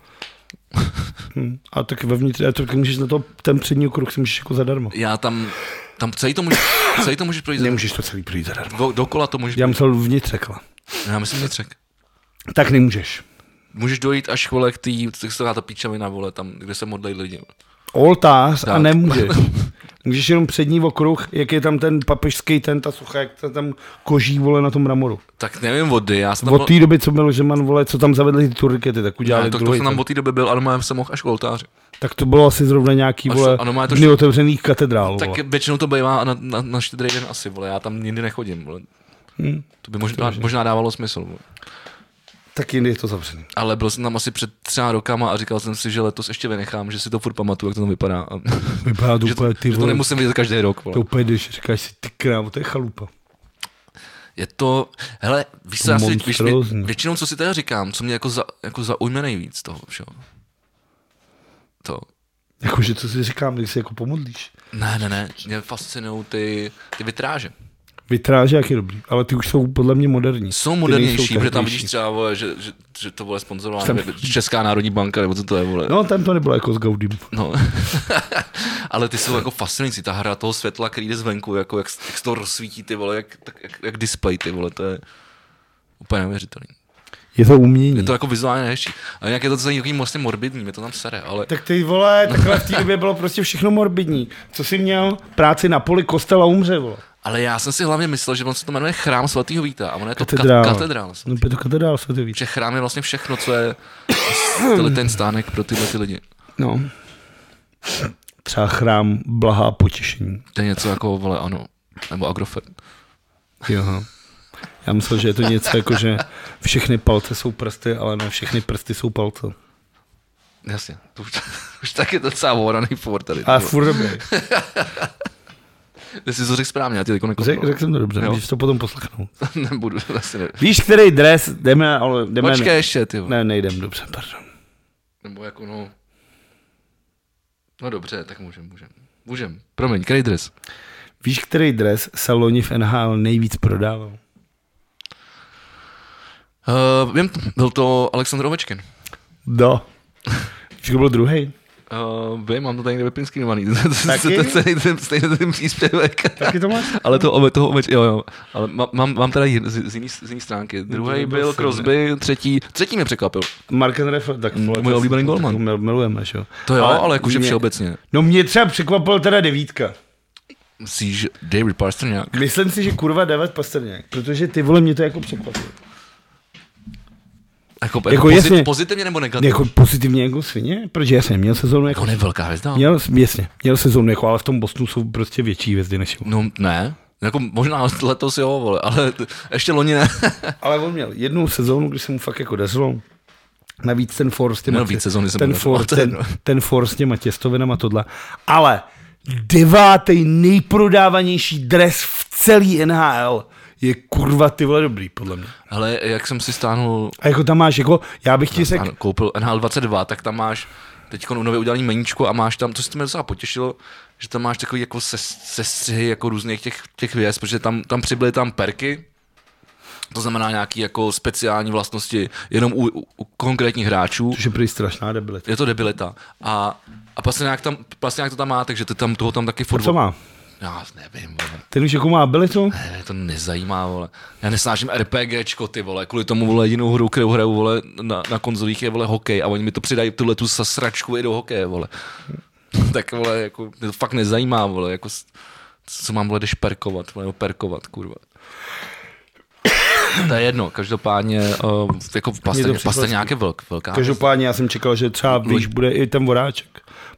S1: A tak vevnitř, a tak můžeš na to, ten přední okruh si můžeš jako zadarmo.
S2: Já tam, tam celý to můžeš, celý to můžeš projít, za-
S1: Nemůžeš to celý projít zadarmo.
S2: do, dokola to můžeš,
S1: Já musel vnitř řekla.
S2: já myslím vnitřek.
S1: Tak nemůžeš.
S2: Můžeš dojít až, vole, k tý, tak se dá ta píčavina, vole, tam, kde se modlej lidi. vole.
S1: Oltář a
S2: Tak.
S1: nemůžeš. Můžeš jenom přední okruh, jak je tam ten papežský, ten, ta sucha, jak to tam koží, vole, na tom mramoru.
S2: Tak nevím, vody, já jsem tam, byl-
S1: Od té doby, co byl Žeman, vole, co tam zavedli ty turnikety, tak
S2: No já,
S1: udělali
S2: to, to
S1: druhý.
S2: jsem tam
S1: ten.
S2: od té doby byl, ale mám jsem mohl až k oltáři.
S1: Tak to bylo asi zrovna nějaký,
S2: Až-
S1: vole,
S2: ano, má to
S1: dny
S2: št-
S1: otevřených katedrál,
S2: Tak
S1: vole.
S2: většinou to bývá na, na, na štědrý den asi, vole, já tam nikdy nechodím, vole.
S1: Hm.
S2: To by možná, možná dávalo smysl. Vole.
S1: Tak jindy je to zavřený.
S2: Ale byl jsem tam asi před třeba rokama a říkal jsem si, že letos ještě vynechám, že si to furt pamatuju, jak to tam vypadá. A,
S1: Vypadá to
S2: že,
S1: úplně,
S2: to,
S1: ty
S2: že to
S1: vole,
S2: nemusím vidět každý rok.
S1: to
S2: Vole.
S1: úplně jdeš, říkáš si, ty krávo, to je chalupa.
S2: Je to, hele, víš co, já si, víš, vě,
S1: monstrózní.
S2: většinou, co si teda říkám, co mě jako, za, jako zaujme nejvíc z toho všeho. To,
S1: Jakože, co si říkám, když se jako pomodlíš.
S2: ne, ne, ne, mě fascinují ty, ty vitráže.
S1: Vytráže, jak je dobrý, ale ty už jsou podle mě moderní.
S2: Jsou
S1: Ty
S2: modernější,
S1: nejsou
S2: protože tam
S1: tehdejší.
S2: vidíš třeba, vole, že, že, že to bude sponzorováno
S1: Tam-
S2: nevím, Česká národní banka, nebo co to je, vole.
S1: No, tam to nebylo jako s Gaudím.
S2: No, ale ty jsou jako fascinující, ta hra toho světla, který jde zvenku, jako jak, jak se to rozsvítí, ty vole, jak, tak, jak, jak display, ty vole, to je úplně neuvěřitelný.
S1: Je to umění.
S2: Je to jako vizuálně nejhezčí. A nějak je to celý takový vlastně morbidní, mě to tam sere, ale tak
S1: Tak ty vole, takhle v té době bylo prostě všechno morbidní. Co jsi měl? Práci na poli kostela umře, vole.
S2: ale já jsem si hlavně myslel, že on se to jmenuje Chrám svatého Víta a ono je to katedrál.
S1: Katedrála.
S2: Ka- katedrál.
S1: No, je to katedrál, se to víš.
S2: Že chrám je vlastně všechno, co je tenhle ten stánek pro tyhle ty lidi.
S1: No. Třeba chrám blahá potěšení.
S2: To je něco jako, vole, ano, nebo Agrofert.
S1: Jo. Já myslel, že je to něco jako, že všechny palce jsou prsty, ale ne všechny prsty jsou palce.
S2: Jasně, to už, už tak je docela voraný for tady.
S1: A
S2: A
S1: furt dobrý.
S2: Ty jsi to řekl správně, já ti jako
S1: Řek, řekl jsem to dobře,
S2: Jo.
S1: můžeš to potom poslechnout.
S2: Nebudu, asi ne.
S1: Víš, který dres? Jdeme, ale jdeme.
S2: Počkej ještě, ty. Ne.
S1: Ne, nejdem, dobře, pardon.
S2: Nebo jako no... No dobře, tak můžem, můžem. Můžem. Promiň, který dres?
S1: Víš, který dres se loni v NHL nejvíc prodával?
S2: Uh, vím, t- byl to Aleksandr Ovečkin.
S1: Do. Víš, kdo No. byl druhý?
S2: Uh, vím, mám to tady někde vyprinskrinovaný.
S1: Taky?
S2: to je celý ten, stejný ten příspěvek.
S1: Taky to máš?
S2: Ale to, ove, toho oveč, jo, jo. Ale má- mám, mám teda jin- z, z, jiný, z jiný stránky. Druhý
S1: byl
S2: byl
S1: Sidney.
S2: Crosby, třetí, třetí mě překvapil.
S1: Marken Refl, tak vole,
S2: můj
S1: to
S2: oblíbený
S1: si-
S2: golman.
S1: to mil- Milujeme, že jo.
S2: To jo, ale, ale jakože
S1: mě-
S2: všeobecně.
S1: No mě třeba překvapil teda devítka.
S2: Myslíš, že David Pastrňák?
S1: Myslím si, že kurva David Pastrňák, protože ty vole mě to jako překvapilo.
S2: Jako, jako,
S1: Jako
S2: pozit,
S1: jasně.
S2: pozitivně nebo negativně?
S1: Jako pozitivně jako svině, protože jasně, měl sezónu jako...
S2: On je velká hvězda.
S1: Měl, jasně, měl sezónu jako, ale v tom Bostonu jsou prostě větší hvězdy než on.
S2: No ne, jako možná letos jo, vole, ale t- ještě loni ne.
S1: Ale on měl jednu sezónu, kdy se mu fakt jako dařilo. Navíc ten for s těma,
S2: Měl víc sezóny, se
S1: ten,
S2: mu dařilo,
S1: for,
S2: to je
S1: ten,
S2: jedno.
S1: ten for s těma těstovinama tohle. Ale devátý nejprodávanější dres v celý NHL je kurva ty vole dobrý, podle mě.
S2: Ale jak jsem si stáhnul,
S1: A jako tam máš, jako, já bych ti řekl,
S2: No, ano, koupil NHL 22, tak tam máš teď nově udělaný meníčko a máš tam, to se mě docela potěšilo, že tam máš takový jako ses- sestřihy jako různých těch, těch hvězd, protože tam, tam přibyly tam perky, to znamená nějaký jako speciální vlastnosti jenom u, u, u konkrétních hráčů.
S1: což je prý strašná debilita.
S2: Je to debilita. A, a Pastrňák, tam, Pastrňák to tam má, takže ty tam toho tam taky furt...
S1: Co má?
S2: Já nevím, vole.
S1: Ten už jako má abilitu?
S2: Ne, to nezajímá, vole. Já nesnáším RPGčko, ty vole. Kvůli tomu, vole, jedinou hru, kterou hraju, vole, na, na konzolích je, vole, hokej. A oni mi to přidají tuhle tu sasračku i do hokeje, vole. tak, vole, jako, mě to fakt nezajímá, vole. Jako, s- co mám vole, když perkovat, vole, nebo perkovat, kurva. To je jedno, každopádně, uh, jako
S1: to
S2: pasta,
S1: přišlo
S2: pasta nějaké velk, velká.
S1: Každopádně já jsem čekal, že třeba víš, bude i ten voráček.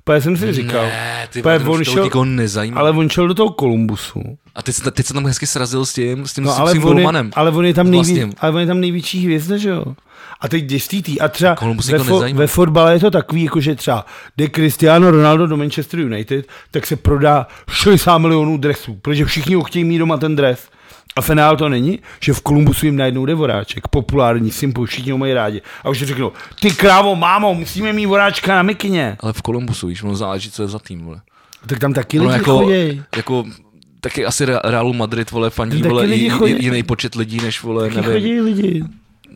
S1: Pé jsem si říkal.
S2: Ne, ty
S1: Pé,
S2: vole, to už toho nikoho nezajímá.
S1: ale on šel do toho Kolumbusu.
S2: A teď, se- teď se tam hezky srazil s tím, s tím,
S1: No,
S2: s
S1: ale
S2: tím
S1: on, je,
S2: Volmanem.
S1: ale, on je tam
S2: Vlastně.
S1: nejví, ale on je tam největší hvězda, že jo? A teď jdeš tý tý. A třeba
S2: Kolumbus
S1: ve,
S2: nikoho
S1: fo,
S2: nezajímá.
S1: ve fotbale je to takový, jako že třeba jde Cristiano Ronaldo do Manchester United, tak se prodá 60 milionů dresů, protože všichni ho chtějí mít doma ten dres. A fenál to není, že v Kolumbusu jim najednou jde voráček, populární, simple, všichni ho mají rádi. A už řeknou, ty krávo, mámo, musíme mít voráčka na mikině.
S2: Ale v Kolumbusu, víš, ono záleží, co je za tým, vole.
S1: Tak tam taky
S2: Ono
S1: lidi jako...
S2: jako,
S1: chodí.
S2: jako, taky asi Re- Realu Madrid, vole, fandí,
S1: Taky
S2: vole,
S1: lidi
S2: i,
S1: chodí.
S2: i, jiný počet lidí, než, vole, nevím,
S1: Chodí lidi.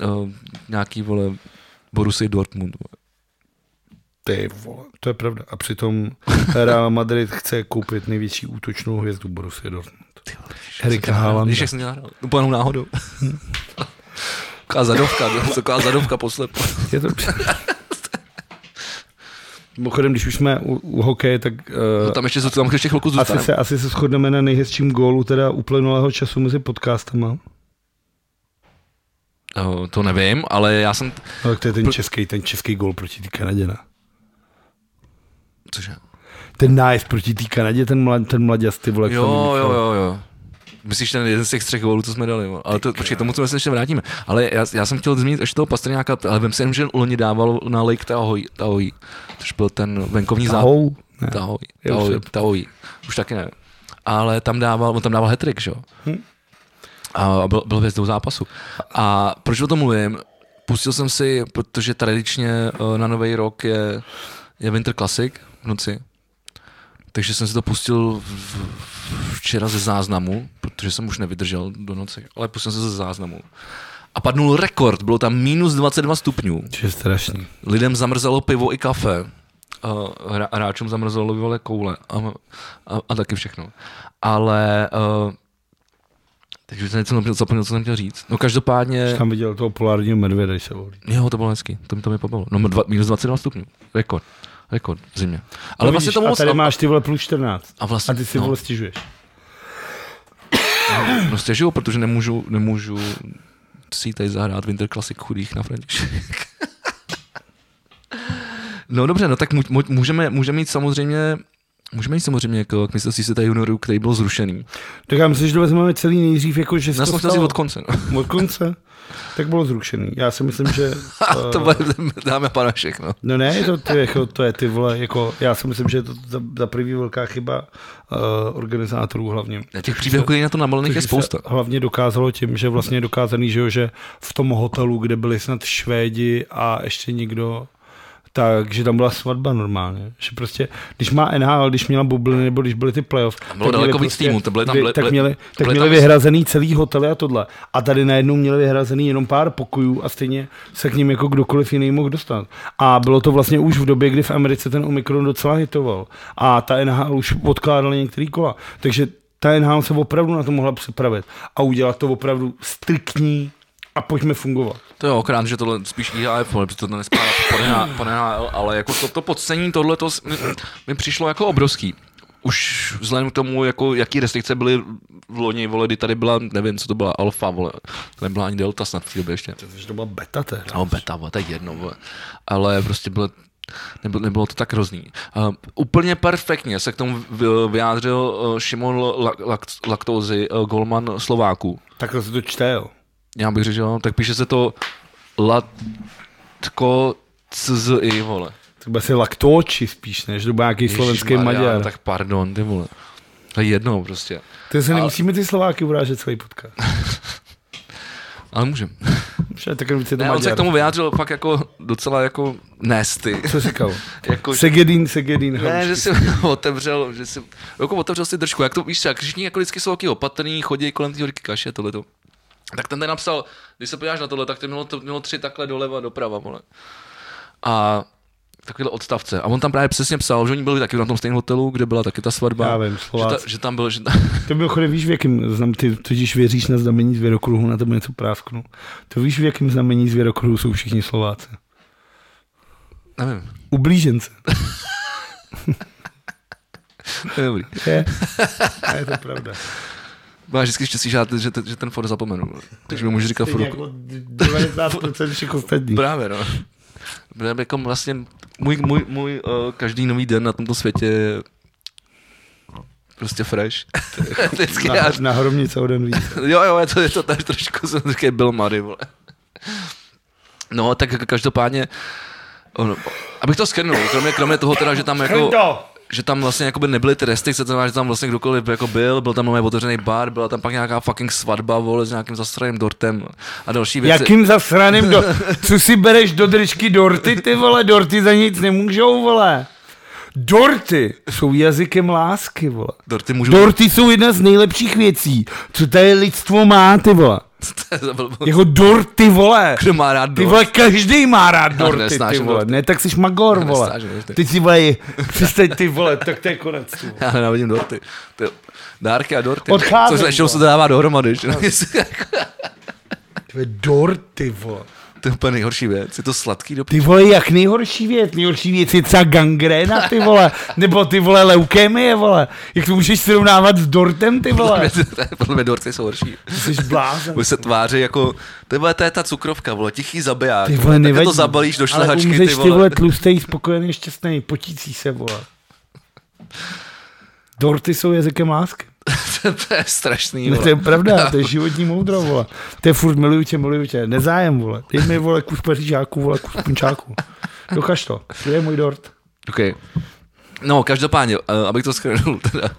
S2: uh, nějaký, vole, Borussia Dortmund, vole.
S1: Ty vole, to je pravda. A přitom Real Madrid chce koupit největší útočnou hvězdu Borussia Dortmund. Erika Haaland.
S2: Víš, jak jsem dělal? Úplnou náhodou. Taková zadovka, jo, taková zadovka poslepo.
S1: Je to... Mimochodem, když už jsme u, u hokeje, tak uh,
S2: No tam ještě, tam ještě chvilku
S1: asi,
S2: zůstaneme.
S1: se, asi se shodneme na nejhezčím gólu teda uplynulého času mezi podcastama. No,
S2: Eh, To nevím, ale já jsem...
S1: No, tak to je ten český, ten český gól proti té Kanadě, ne?
S2: Cože?
S1: Ten nájezd proti té Kanadě, ten, mlad, ten mladěz, ty vole. jak
S2: Jo,
S1: tam vymyslel.
S2: jo, jo, jo. Myslíš ten jeden z těch třech gólů, co jsme dali, vole. ale to, počkej, tomu co se vlastně ještě vrátíme. Ale já, já jsem chtěl zmínit ještě toho Pastrňáka, ale vem si jenom, že loni dával na Lake Tahoe, Tahoe což byl ten venkovní zápas.
S1: Tahou? Ne.
S2: Tahoe,
S1: Já už
S2: Tahoe,
S1: se-
S2: Tahoe, už taky ne. Ale tam dával, on tam dával hetrik, že jo?
S1: Hm.
S2: A byl, byl hvězdou zápasu. A proč o tom mluvím? Pustil jsem si, protože tradičně eh, na Nový rok je, je Winter Classic v noci. Takže jsem si to pustil v- v- včera ze záznamu, protože jsem už nevydržel do noci, ale pustil jsem se ze záznamu. A padnul rekord, bylo tam minus 22 stupňů.
S1: Že je strašný.
S2: Lidem zamrzelo pivo i kafe. Uh, hra- hráčům zamrzelo vole koule a, a, a taky všechno. Ale uh, takže jsem něco zapomněl, co jsem chtěl říct. No každopádně,
S1: Tam viděl toho polárního medvěda, když se volí.
S2: jo, to bylo hezky, to mi to mi pobavilo. No dva, minus 22 stupňů, rekord, rekord v zimě. Ale
S1: No
S2: vlastně
S1: vidíš,
S2: to
S1: a
S2: moc...
S1: tady máš ty vole plus 14.
S2: a vlastně,
S1: A ty si
S2: no,
S1: vole stěžuješ.
S2: no stěžuju, protože nemůžu, nemůžu si tady zahrát Winter Classic chudých na František. no dobře, no tak mu- mu- můžeme, můžeme jít samozřejmě Můžeme jít samozřejmě k, k mistrovství světa juniorů, který byl zrušený.
S1: Tak já myslím, že to vezmeme celý nejdřív, jako že se
S2: Já
S1: to
S2: jsem chtěl říct
S1: stalo.
S2: od konce. No.
S1: od konce. Tak bylo zrušený. Já si myslím, že... eh,
S2: A to bude, dáme pana všechno.
S1: No ne, je to, ty, jako, to je ty vole, jako, já si myslím, že je to za, za první velká chyba uh, organizátorů hlavně.
S2: Těch příběhů, který na to namalených je
S1: Což se
S2: spousta.
S1: Hlavně dokázalo tím, že vlastně je dokázaný, že, jo, že v tom hotelu, kde byli snad Švédi a ještě někdo, tak, že tam byla svatba normálně. Že prostě, když má NHL, když měla bubliny, nebo když byly ty playoff,
S2: bylo
S1: tak měli prostě
S2: daleko víc týmů, to byly tam-
S1: vy-
S2: byly-
S1: tak
S2: byly-
S1: měli, tak
S2: byly
S1: měli
S2: tam-
S1: vyhrazený celý hotel a tohle. A tady najednou měli vyhrazený jenom pár pokojů a stejně se k ním jako kdokoliv jiný mohl dostat. A bylo to vlastně už v době, kdy v Americe ten Omikron docela hitoval. A ta NHL už odkládala některé kola. Takže ta NHL se opravdu na to mohla připravit a udělat to opravdu striktní a pojďme fungovat.
S2: To jo, akorát, že tohle spíš E IHF, ale protože to nespadá pod NH- pod NHL, ale jako to, to podcení tohle to s- mi, mi přišlo jako obrovský. Už vzhledem k tomu, jako, jaký restrikce byly v loni, vole, kdy tady byla, nevím, co to byla, alfa, vole, to nebyla ani delta snad v té době ještě.
S1: Takže to byla beta tehdy.
S2: No, beta, vole, to je jedno, vole. Ale prostě bylo, nebylo, nebylo to tak hrozný. Uh, úplně perfektně se k tomu vy- vyjádřil uh, Šimon La- Lakt- Laktózy, uh, golman Slováků.
S1: Takhle se to čte, jo.
S2: Já bych řekl, že ano, tak píše se to Latko CZI, vole.
S1: To bude si laktóči spíš, než to byl nějaký slovenský
S2: Ježišmarja,
S1: Maďar.
S2: no
S1: Tak...
S2: Tak pardon, ty vole. To je jedno prostě.
S1: To se nemusíme ty Slováky urážet celý podcast.
S2: Ale můžem.
S1: Vše, tak víc je to
S2: Ne, on se
S1: Maďar.
S2: k tomu vyjádřil fakt jako docela jako nesty.
S1: Co říkal?
S2: jako,
S1: Segedin, Segedin.
S2: ne,
S1: Halušky.
S2: že si otevřel, že si, jako otevřel si držku, jak to víš, jak všichni jako vždycky jsou taky opatrný, chodí kolem té horky kaše, tohleto. Tak ten ten napsal, když se podíváš na tohle, tak to mělo, to mělo tři takhle doleva, doprava, vole. A takovýhle odstavce. A on tam právě přesně psal, že oni byli taky na tom stejném hotelu, kde byla taky ta svatba.
S1: Já vím,
S2: že, ta,
S1: Slováci.
S2: že tam byl, že,
S1: To mimochodem víš, v jakém znam, ty totiž věříš na znamení zvěrokruhu, na tebe něco prásknu. To víš, v jakém znamení zvěrokruhu jsou všichni Slováci.
S2: nevím.
S1: Ublížence.
S2: To je dobrý.
S1: Je, A je to pravda.
S2: Máš vždycky štěstí, že, já t- že, t- že ten for zapomenu. Takže mi můžu říkat
S1: Stejně
S2: for.
S1: jako 90% všech ostatních.
S2: Právě, no. Protože jako vlastně můj, můj, můj uh, každý nový den na tomto světě je prostě fresh. Vždycky
S1: Na,
S2: já,
S1: na hromnice o den víc.
S2: jo, jo, je to, je to tak trošku, jsem říkal, Bill Murray, vole. No, tak jako každopádně, ono, abych to skrnul, kromě, kromě toho teda, že tam jako že tam vlastně jakoby nebyly ty restrikce, to znamená, že tam vlastně kdokoliv jako byl, byl tam normálně otevřený bar, byla tam pak nějaká fucking svatba, vole, s nějakým zasraným dortem a další věci.
S1: Jakým zasraným do... Co si bereš do držky dorty, ty vole? Dorty za nic nemůžou, vole. Dorty jsou jazykem lásky, vole.
S2: Dorty můžu...
S1: Dorty jsou jedna z nejlepších věcí, co tady lidstvo má, ty vole.
S2: To je za blbost.
S1: Jako dorty, vole.
S2: Kdo má rád
S1: Ty
S2: dort?
S1: vole, každý má rád dorty, ty
S2: nesnáším
S1: vole.
S2: dorty.
S1: Ne, tak jsi magor, vole.
S2: nesnáším dorty.
S1: Ty si vole, přestaň ty vole, tak to je konec. ty vole.
S2: Já nenávidím dorty. To je- Dárky a dorty.
S1: Odcházím,
S2: Což ještě
S1: vole. No.
S2: se to dává dohromady. Že?
S1: Ty vole, dorty, vole.
S2: to je úplně nejhorší věc. Je to sladký do
S1: Ty vole, jak nejhorší věc? Nejhorší věc je třeba gangréna, ty vole. Nebo ty vole, leukémie, vole. Jak to můžeš srovnávat s dortem, ty vole?
S2: Podle mě dorty jsou horší.
S1: Jsi blázen.
S2: Už se tváří jako, to je, vole, to je ta cukrovka, vole, tichý zabiják.
S1: Ty vole,
S2: Tak
S1: nevadí.
S2: to zabalíš do šlehačky,
S1: ale
S2: ty
S1: umřeš,
S2: vole.
S1: ty vole, tlustej, spokojený, šťastný, potící se, vole. Dorty jsou jazykem lásky.
S2: to je strašný,
S1: Ne, to je
S2: vole.
S1: pravda, to je životní moudro, vole. To je furt miluju tě, miluju tě, nezájem, vole. Dej mi, vole, kus pařížáků, vole, kus punčáků. Dokaž to, to je můj dort.
S2: Okay. No, každopádně, eh, abych to skrnul, teda.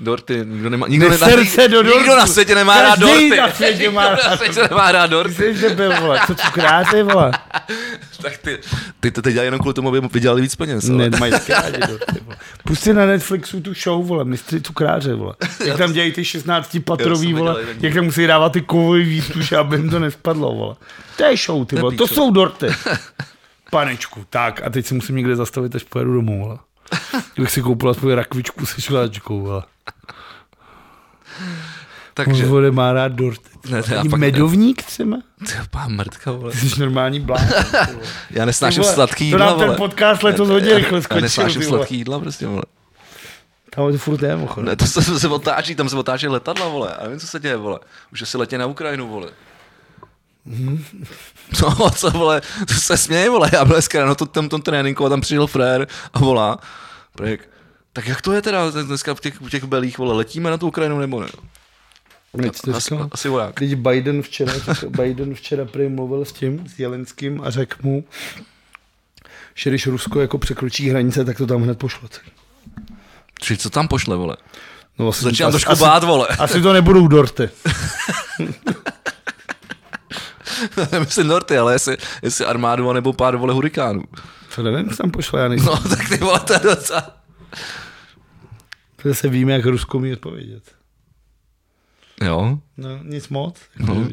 S2: Dorty, nikdo nemá, nikdo, nemá,
S1: Neser se do
S2: nikdo
S1: dortu.
S2: na světě nemá rád
S1: Každý
S2: dorty.
S1: na světě
S2: Nikdo
S1: má
S2: na
S1: rád
S2: světě nemá rád dorty.
S1: Jsi debil, vole, co cukráte, vole.
S2: Tak ty, ty to teď dělají jenom kvůli tomu, aby mu vydělali víc peněz.
S1: Ne,
S2: Ne.
S1: mají taky rádi
S2: no,
S1: dorty, vole. Pusti na Netflixu tu show, vole, mistři cukráře, vole. Jak tam dělají ty 16
S2: Já jsem
S1: patrový,
S2: viděl
S1: vole,
S2: jeden díl.
S1: jak tam musí dávat ty kovový výstuže, aby jim to nespadlo, vole. To je show, ty vole, to
S2: píčo.
S1: jsou dorty. Panečku, tak a teď se musím někde zastavit, až pojedu domů, vole. Kdybych si koupil aspoň rakvičku se šláčkou, vole.
S2: Takže,
S1: Vole, má rád dorty.
S2: ne, to já
S1: Ani
S2: fakt ne.
S1: Medovník chceme?
S2: Ty pán mrtka, vole.
S1: Ty jsi normální blázen.
S2: Já nesnáším
S1: Vole,
S2: sladký
S1: To
S2: jídla,
S1: nám ten
S2: vole.
S1: podcast letos hodně rychle
S2: Já
S1: skončil.
S2: nesnáším
S1: ty vole.
S2: sladký jídla, prostě, vole.
S1: Tam to furt je, mocho.
S2: Ne, to se, se otáčí, tam se otáčí letadla, vole. A nevím, co se děje, vole. Už asi letě na Ukrajinu, vole.
S1: Mhm.
S2: No, co, vole, to se směje, vole. Já byl dneska ráno to, tam tom tréninku a tam přijel frér a volá. Prek. Tak jak to je teda dneska v těch, v těch belých, vole, letíme na tu Ukrajinu nebo ne? Asi, asi voják.
S1: Když Biden včera, Biden včera prý mluvil s tím, s Jelenským a řekl mu, že když Rusko jako překročí hranice, tak to tam hned pošle.
S2: Či co tam pošle, vole?
S1: No, asi,
S2: Začínám
S1: asi-
S2: trošku
S1: asi,
S2: bát, vole.
S1: Asi to nebudou dorty.
S2: Myslím Norty, ale jestli, jestli armádu nebo pár vole hurikánů.
S1: To nevím, co tam pošle, já nejsem.
S2: No, tak ty vole, to je docela...
S1: To Zase víme, jak Rusko umí odpovědět.
S2: Jo,
S1: No, nic moc. Jako, no.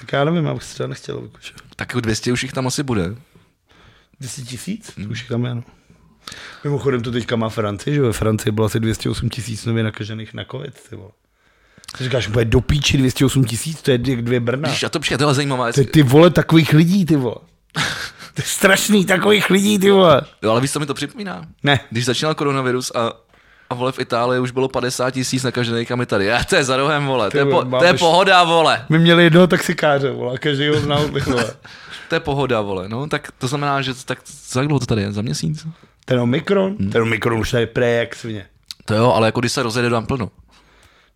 S1: Tak já nevím, já bych se třeba nechtěl vykušet.
S2: tak jako 200 už jich tam asi bude.
S1: 10 tisíc? To už je tam Hmm. ano. Mimochodem to teďka má Francie, že jo? ve Francii bylo asi 208 tisíc nově nakažených na covid, ty vole. Ty říkáš, úplně do píči 208 tisíc, to je jak dvě Brna.
S2: Víš, a to přijde, tohle je zajímavá
S1: To
S2: jestli...
S1: je ty vole takových lidí, ty vole. To je strašný takových lidí, ty vole.
S2: Jo, ale víš, co mi to připomíná?
S1: Ne.
S2: Když začínal koronavirus a, a vole v Itálii už bylo 50 tisíc nakažených a my tady. Já, to je za rohem, vole. To je,
S1: vole,
S2: po, to je
S1: máme š-
S2: pohoda, vole.
S1: My měli jednoho taxikáře, vole, a každý ho znal, ty vole.
S2: To je pohoda, vole. No, tak to znamená, že tak za jak dlouho to tady je? Za měsíc?
S1: Ten Omikron, ten Omikron už tady pré jak svině.
S2: To jo, ale jako když se rozjede dám plno.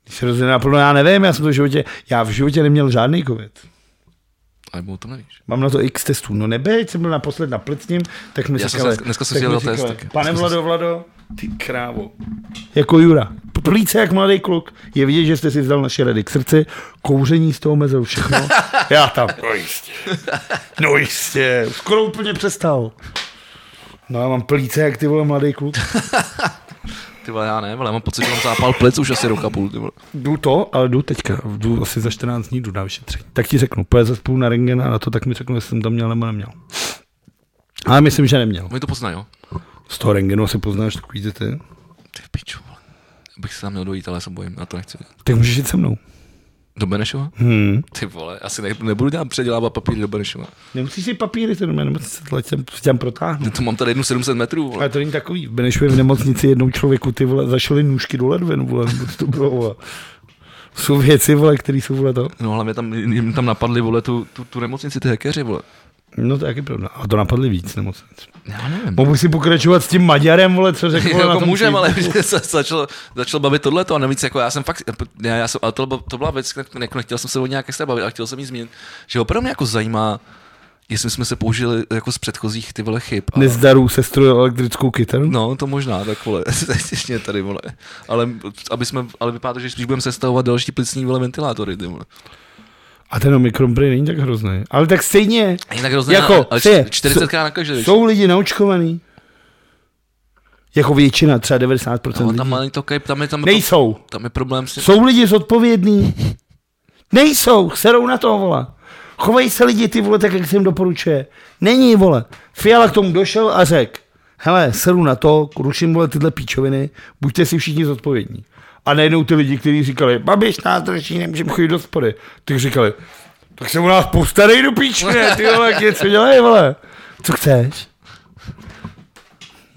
S1: Když se rozhodne naplno, já nevím, já jsem to v životě, já v životě neměl žádný covid.
S2: Ale mu to nevíš.
S1: Mám na to x testů. No nebyť, jsem byl naposled na plicním, tak mi
S2: Já jsem
S1: říkali,
S2: se- dneska jsem
S1: tak mi
S2: si dělal test
S1: říkali,
S2: taky.
S1: Pane
S2: Dneska jsem
S1: Vlado, Vlado, ty krávo. Jako Jura. Plíce jak mladý kluk. Je vidět, že jste si vzdal naše rady k srdci. Kouření z toho mezil všechno. Já tam. No jistě. No jistě. Skoro úplně přestal. No já mám plíce jak ty vole mladý kluk.
S2: Ty vole, já ne, vole, já mám pocit, že mám zápal plic už asi roka půl, ty vole.
S1: Jdu to, ale jdu teďka. Jdu asi za 14 dní, jdu na vyšetření. Tak ti řeknu, pojď zase půl na rengen a na to, tak mi řeknu, jestli jsem tam měl nebo neměl. Ale myslím, že neměl.
S2: Oni to poznají, jo?
S1: Z toho rengenu asi poznáš takový ty ty.
S2: Ty piču, vole. Bych se tam měl dojít, ale já se bojím, na to nechci.
S1: Tak můžeš jít se mnou.
S2: Do Benešova?
S1: Hmm.
S2: Ty vole, asi ne, nebudu dělat předělávat papíry do Benešova.
S1: Nemusíš si papíry, to nebo se tam, se tam protáhnu.
S2: To mám tady jednu 700 metrů, vole.
S1: Ale to není takový. V Benešově v nemocnici jednou člověku ty vole, zašly nůžky do ledvin, vole, nebo co to bylo, vole. Jsou věci, vole, které jsou, vole, to.
S2: No hlavně tam, jim tam napadli, vole, tu, tu, tu nemocnici, ty hekeři, vole.
S1: No to je taky pravda. A to napadli víc nemocnic.
S2: Já nevím.
S1: Mohu si pokračovat s tím Maďarem, vole, co řekl, vole, na
S2: jako
S1: tom
S2: můžem,
S1: klipu?
S2: ale se začal, začal bavit tohleto a navíc jako já jsem fakt, já, já jsem, ale to, bylo- to byla věc, která- jako nechtěl jsem se o nějak extra bavit, ale chtěl jsem jí zmínit, že opravdu mě jako zajímá, jestli jsme se použili jako z předchozích ty vole chyb. A,
S1: Nezdarů se strojil elektrickou kytaru?
S2: no, to možná, tak vole, ještě tady, vole. Ale, aby jsme, ale vypadá to, že spíš budeme sestavovat další plicní vole ventilátory, ty vole.
S1: A ten Omikron prý není tak hrozný. Ale tak stejně,
S2: Jinak hrozně,
S1: Jako,
S2: ale
S1: co je?
S2: 40 krát na každý.
S1: jsou lidi naočkovaný. Jako většina, třeba 90%
S2: No,
S1: lidí.
S2: tam, ale to, kej- tam, je, tam, je, pro-
S1: Nejsou.
S2: tam je problém s
S1: Jsou lidi zodpovědní? Nejsou, serou na to, vole. Chovají se lidi, ty vole, tak jak se jim doporučuje. Není, vole. Fiala k tomu došel a řekl, hele, seru na to, ruším, vole, tyhle píčoviny, buďte si všichni zodpovědní. A najednou ty lidi, kteří říkali, babiš nás drží, nemůžeme chodit do spody, tak říkali, tak se u nás postarej do píče, ty vole, jak něco dělej, vole. Co chceš?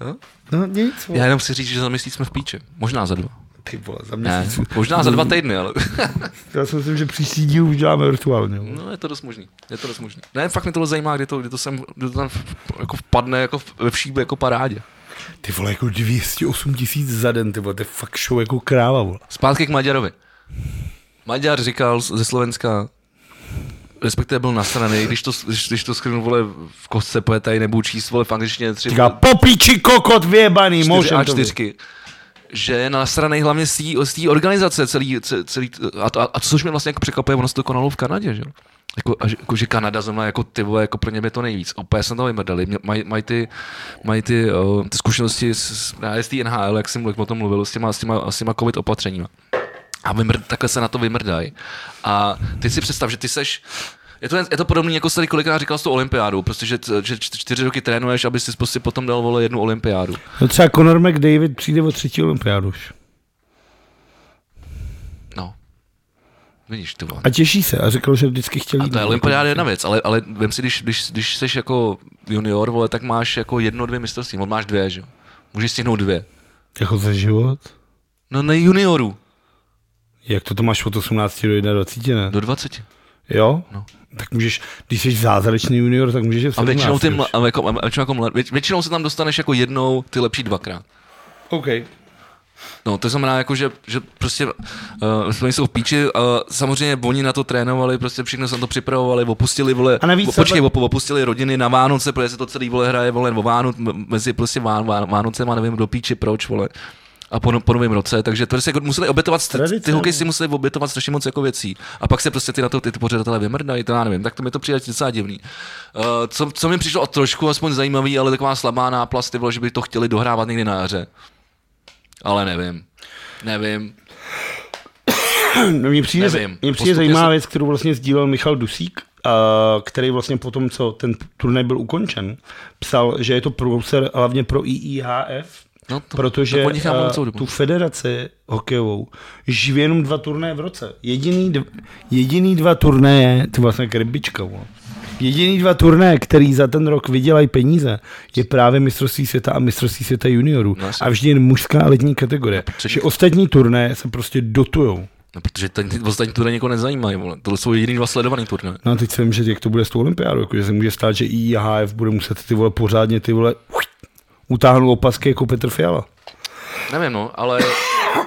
S2: No.
S1: No nic, vole.
S2: Já jenom chci říct, že za měsíc jsme v píči. Možná za dva.
S1: Ty vole, za
S2: Ne,
S1: měsíc.
S2: možná za dva
S1: Hmm.
S2: týdny, ale
S1: Já si myslím, že příští díl už děláme virtuálně. vole.
S2: no, je to dost možný. Je to dost možný. Ne, fakt mě tohle zajímá, kdy to, kdy to, sem, kdy to tam jako vpadne jako v- ve všíbe jako parádě.
S1: Ty vole, jako 208 tisíc za den, ty vole, to je fakt show jako kráva, vole.
S2: Zpátky k Maďarovi. Maďar říkal z- ze Slovenska, respektive byl nasraný, když to, když, když to schrnu, vole, v kostce poetaj, nebudu číst, vole, v angličtině tři,
S1: Říká, popiči kokot vyjebaný,
S2: čtyři
S1: můžem
S2: a
S1: to být.
S2: čtyřky. Že je nasraný hlavně z té- z té organizace celý, ce- celý a, to- a, a, což mě vlastně jako překvapuje, ono se to konalo v Kanadě, že jo? Jako, a že, jako, že Kanada zrovna jako ty vole, jako pro ně by to nejvíc. Opět jsem to vymrdali. Mě- Mají maj ty, maj ty, o, ty, zkušenosti z, z, právě z té NHL, jak jsem jak o tom mluvil, s těma, s těma, s těma covid opatřeníma. A vymr, takhle se na to vymrdají. A ty si představ, že ty seš, je to, je to podobné, jako jsi tady kolikrát říkal s tou olympiádou, prostě, že, že čty- čtyři roky trénuješ, aby si prostě potom dal vole jednu olympiádu.
S1: No třeba Conor McDavid přijde o třetí olympiádu už.
S2: No. Vidíš, ty vole.
S1: A těší se a řekl, že vždycky chtěl
S2: A
S1: jít
S2: to je
S1: na
S2: olympiáda jedna věc, ale, ale vem si, když, když, když jsi jako junior, vole, tak máš jako jedno, dvě mistrovství, on máš dvě, že jo. Můžeš stihnout dvě.
S1: Jako za život?
S2: No ne juniorů,
S1: Jak to, to máš od 18 do 21, ne?
S2: do 20.
S1: Jo?
S2: No.
S1: Tak můžeš, když jsi zázračný junior, tak můžeš je v
S2: A
S1: 17
S2: většinou, ty,
S1: už.
S2: mla- a jako, a většinou, jako mlad, vět- většinou se tam dostaneš jako jednou, ty lepší dvakrát.
S1: OK.
S2: No, to znamená, jako, že, že prostě uh, jsou v píči, uh, samozřejmě oni na to trénovali, prostě všechno se na to připravovali, opustili, vole,
S1: A navíc se-
S2: počkej, opu- Jako opustili rodiny na Vánoce, protože se to celý, vole, hraje, vole, o Vánoc, m- mezi prostě Ván, Ván, Vánocema, nevím, do píči, proč, vole, a po, no- po novém roce, takže to se jako museli obětovat, ty- ty
S1: Tradice, no.
S2: hokej si museli obětovat strašně moc jako věcí. A pak se prostě ty na to ty, ty pořadatelé vymrdají, to já nevím, tak to mi to přijde docela divný. Uh, co, co mi přišlo o trošku aspoň zajímavý, ale taková slabá náplast, ty vole, že by to chtěli dohrávat někdy na jaře. Ale nevím. Nevím.
S1: No, mně přijde,
S2: Nevím.
S1: mně
S2: Postupně
S1: přijde zajímavá
S2: se-
S1: věc, kterou vlastně sdílel Michal Dusík, a který vlastně po tom, co ten turnaj byl ukončen, psal, že je to průser hlavně pro IIHF,
S2: No to,
S1: protože
S2: to po nich já mluvím
S1: eh,
S2: celou
S1: tu
S2: dobu.
S1: federaci hokejovou živě jenom dva turnaje v roce. Jediný, dv, jediný dva turnaje, ty vlastně krybička, vole. Jediný dva turnaje, který za ten rok vydělají peníze, je právě mistrovství světa a mistrovství světa juniorů.
S2: No, jasně.
S1: a vždy jen mužská a letní kategorie.
S2: třetí-
S1: Že ostatní turnaje se prostě dotujou.
S2: No, protože ten, ty ostatní turnaje někoho nezajímají, vole. Tohle jsou jediný dva sledovaný turnaje.
S1: No a teď jsem, že jak to bude s tou olympiádou, jakože se může stát, že IHF bude muset ty vole pořádně ty vole utáhnout opasky jako Petr Fiala.
S2: Nevím, no, ale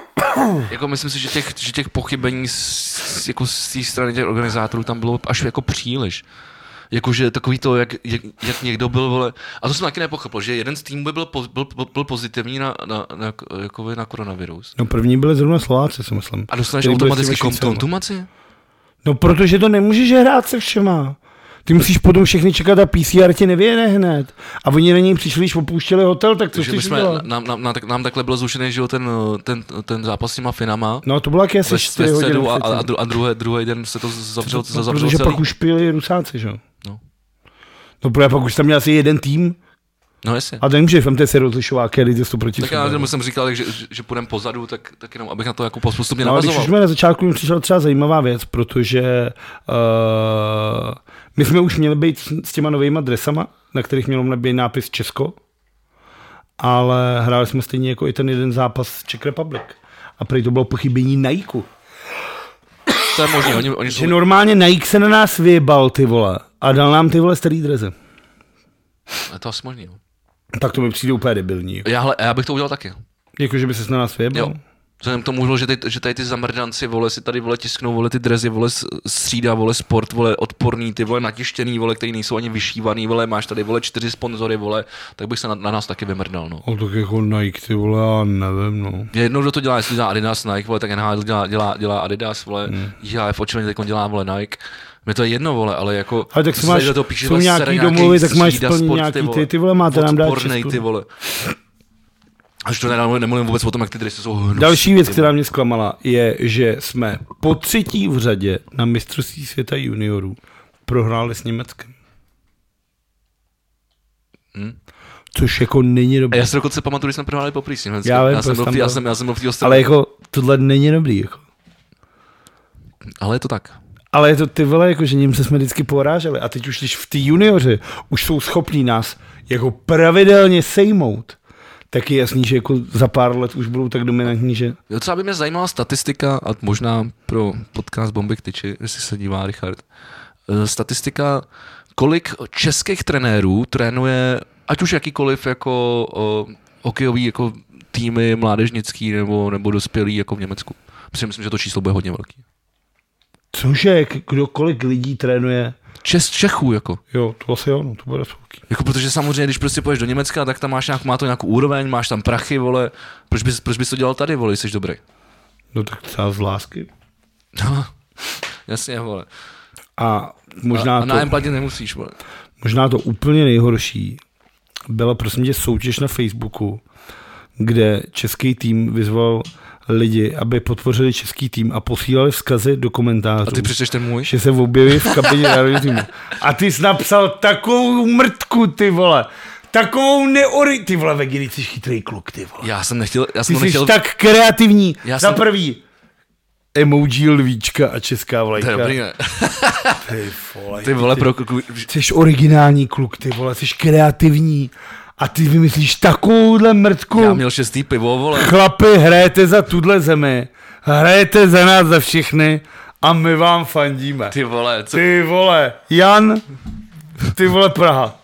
S2: jako myslím si, že těch, že těch pochybení z, jako z té strany těch organizátorů tam bylo až jako příliš. Jakože takový to, jak, jak, jak někdo byl, vole, a to jsem taky nepochopil, že jeden z týmů by byl, po- byl, byl pozitivní na, na, na, jako na koronavirus.
S1: No první byly zrovna Slováci, si myslím.
S2: A dostaneš
S1: Který byli s těmi
S2: automaticky kom-
S1: Švýcarama.
S2: kontumaci?
S1: No protože to nemůžeš hrát se všema. Ty musíš potom všechny čekat a PCR ti nevěne hned. A oni na něj přišli, když opouštěli hotel, tak co
S2: Takže my
S1: chceš
S2: jsme,
S1: udělat?
S2: nám, nám, nám, tak- nám, takhle byl zrušený že jo, ten, ten, ten zápas s těma Finama.
S1: No to bylo jak asi
S2: ve,
S1: 4
S2: ve
S1: hodiny.
S2: středu a, a,
S1: předtím.
S2: dru- a druhý, druhý den se to zavřelo, to,
S1: No,
S2: zavřelo
S1: protože
S2: celý.
S1: pak už pili Rusáci, že jo?
S2: No.
S1: No protože pak už tam měl asi jeden tým.
S2: No jasně.
S1: A ten může v MTC rozlišovat, který jde to proti
S2: Tak já jenom jsem říkal, že, že půjdem pozadu, tak, tak jenom abych na to jako postupně
S1: No, a když
S2: navazoval.
S1: už jsme na začátku, mi přišla třeba zajímavá věc, protože uh, my jsme už měli být s- s těma novýma dresama, na kterých měl být nápis Česko, ale hráli jsme stejně jako i ten jeden zápas s Czech Republic. A prý to bylo pochybení Nike.
S2: To je možné, oni, oni jsou...
S1: Že normálně Nike se na nás vyjebal, ty vole, a dal nám ty vole starý dreze.
S2: Je to asi možný, jo.
S1: Tak to mi přijde úplně debilní.
S2: Já, hele, já bych to udělal taky.
S1: Jako, že by se na nás vyjebal.
S2: Jo. Vzhledem k tomu, že, ty, že tady ty zamrdanci, vole, si tady, vole, tisknou, vole, ty drezy, vole, s- střída, vole, sport, vole, odporný, ty, vole, natištěný, vole, který nejsou ani vyšívaný, vole, máš tady, vole, čtyři sponzory, vole, tak bych se na, na nás taky vymrdal, no.
S1: Ale tak jako Nike, ty vole, já nevím, no.
S2: Mě jednou, kdo to dělá, jestli dělá Adidas, Nike, vole, tak NHL dělá, dělá, dělá Adidas, vole, hmm. IHF očividně teď dělá, vole, Nike. Mě to je jedno, vole, ale jako...
S1: Ale tak si
S2: se
S1: máš-
S2: tady do toho píše,
S1: jsou
S2: vole,
S1: nějaký
S2: sere,
S1: domluvy, tak máš
S2: střída,
S1: splnit
S2: sport,
S1: nějaký ty- ty vole, máte nám dát
S2: Odpornej,
S1: českou.
S2: ty vole. Až to nedám, nemluvím vůbec o tom, jak ty dresy jsou hnusné.
S1: Další věc, která mě zklamala, je, že jsme po třetí v řadě na mistrovství světa juniorů prohráli s Německem. Hm? Což jako není
S2: A
S1: dobrý.
S2: já si dokonce pamatuju, když jsme prohráli po prýsí.
S1: Já
S2: Já,
S1: vím,
S2: já,
S1: proč
S2: jsem byl v
S1: tam
S2: tý- já,
S1: byl.
S2: jsem, já jsem byl v té
S1: Ale
S2: ale...
S1: jako tohle není dobrý. Jako.
S2: ale je to tak.
S1: Ale je to ty vole, jako, že Němce jsme vždycky poráželi. A teď už když v té junioři už jsou schopní nás jako pravidelně sejmout, tak je jasný, že jako za pár let už budou tak dominantní, že
S2: Docela by mě zajímala statistika, a možná pro podcast Bomby k tyči, jestli se dívá Richard, eh, statistika, kolik českých trenérů trénuje, ať už jakýkoliv jako o, hokejový jako týmy mládežnický nebo, nebo dospělý jako v Německu. Protože myslím, že to číslo bude hodně velký.
S1: cože, k- kdo kolik lidí trénuje.
S2: Čes Čechů jako.
S1: Jo, to asi jo, no, to bude spolky.
S2: Jako protože samozřejmě, když prostě půjdeš do Německa, tak tam máš nějak, má to nějakou úroveň, máš tam prachy, vole. Proč bys, proč bys to dělal tady, vole, jsi dobrý?
S1: No tak třeba z lásky.
S2: No, jasně, vole.
S1: A
S2: A,
S1: možná,
S2: a
S1: a, to,
S2: nájem platit nemusíš, vole.
S1: možná to úplně nejhorší byla prosím tě soutěž na Facebooku, kde český tým vyzval lidi, aby podpořili český tým a posílali vzkazy do komentářů.
S2: A ty přečteš ten můj?
S1: že se objeví v kabině národního týmu. A ty jsi napsal takovou mrtku, ty vole. Takovou neori... Ty vole, Vegini, jsi chytrý kluk, ty vole.
S2: Já jsem nechtěl, já jsem
S1: Ty
S2: to
S1: jsi
S2: nechtěl.
S1: tak kreativní.
S2: Já
S1: Za
S2: jsem-
S1: prvý, emoji lvíčka a česká
S2: To
S1: vlajka.
S2: je dobrý, ne?
S1: Ty vole.
S2: Ty vole, pro kuku.
S1: jsi originální kluk, ty vole, jsi kreativní a ty vymyslíš takovouhle mrtku.
S2: Já měl šestý pivo, vole.
S1: Chlapi, hrajete za tuhle zemi, hrajete za nás, za všechny a my vám fandíme. Ty,
S2: Ty vole, co?
S1: ty vole, Jan, ty vole Praha.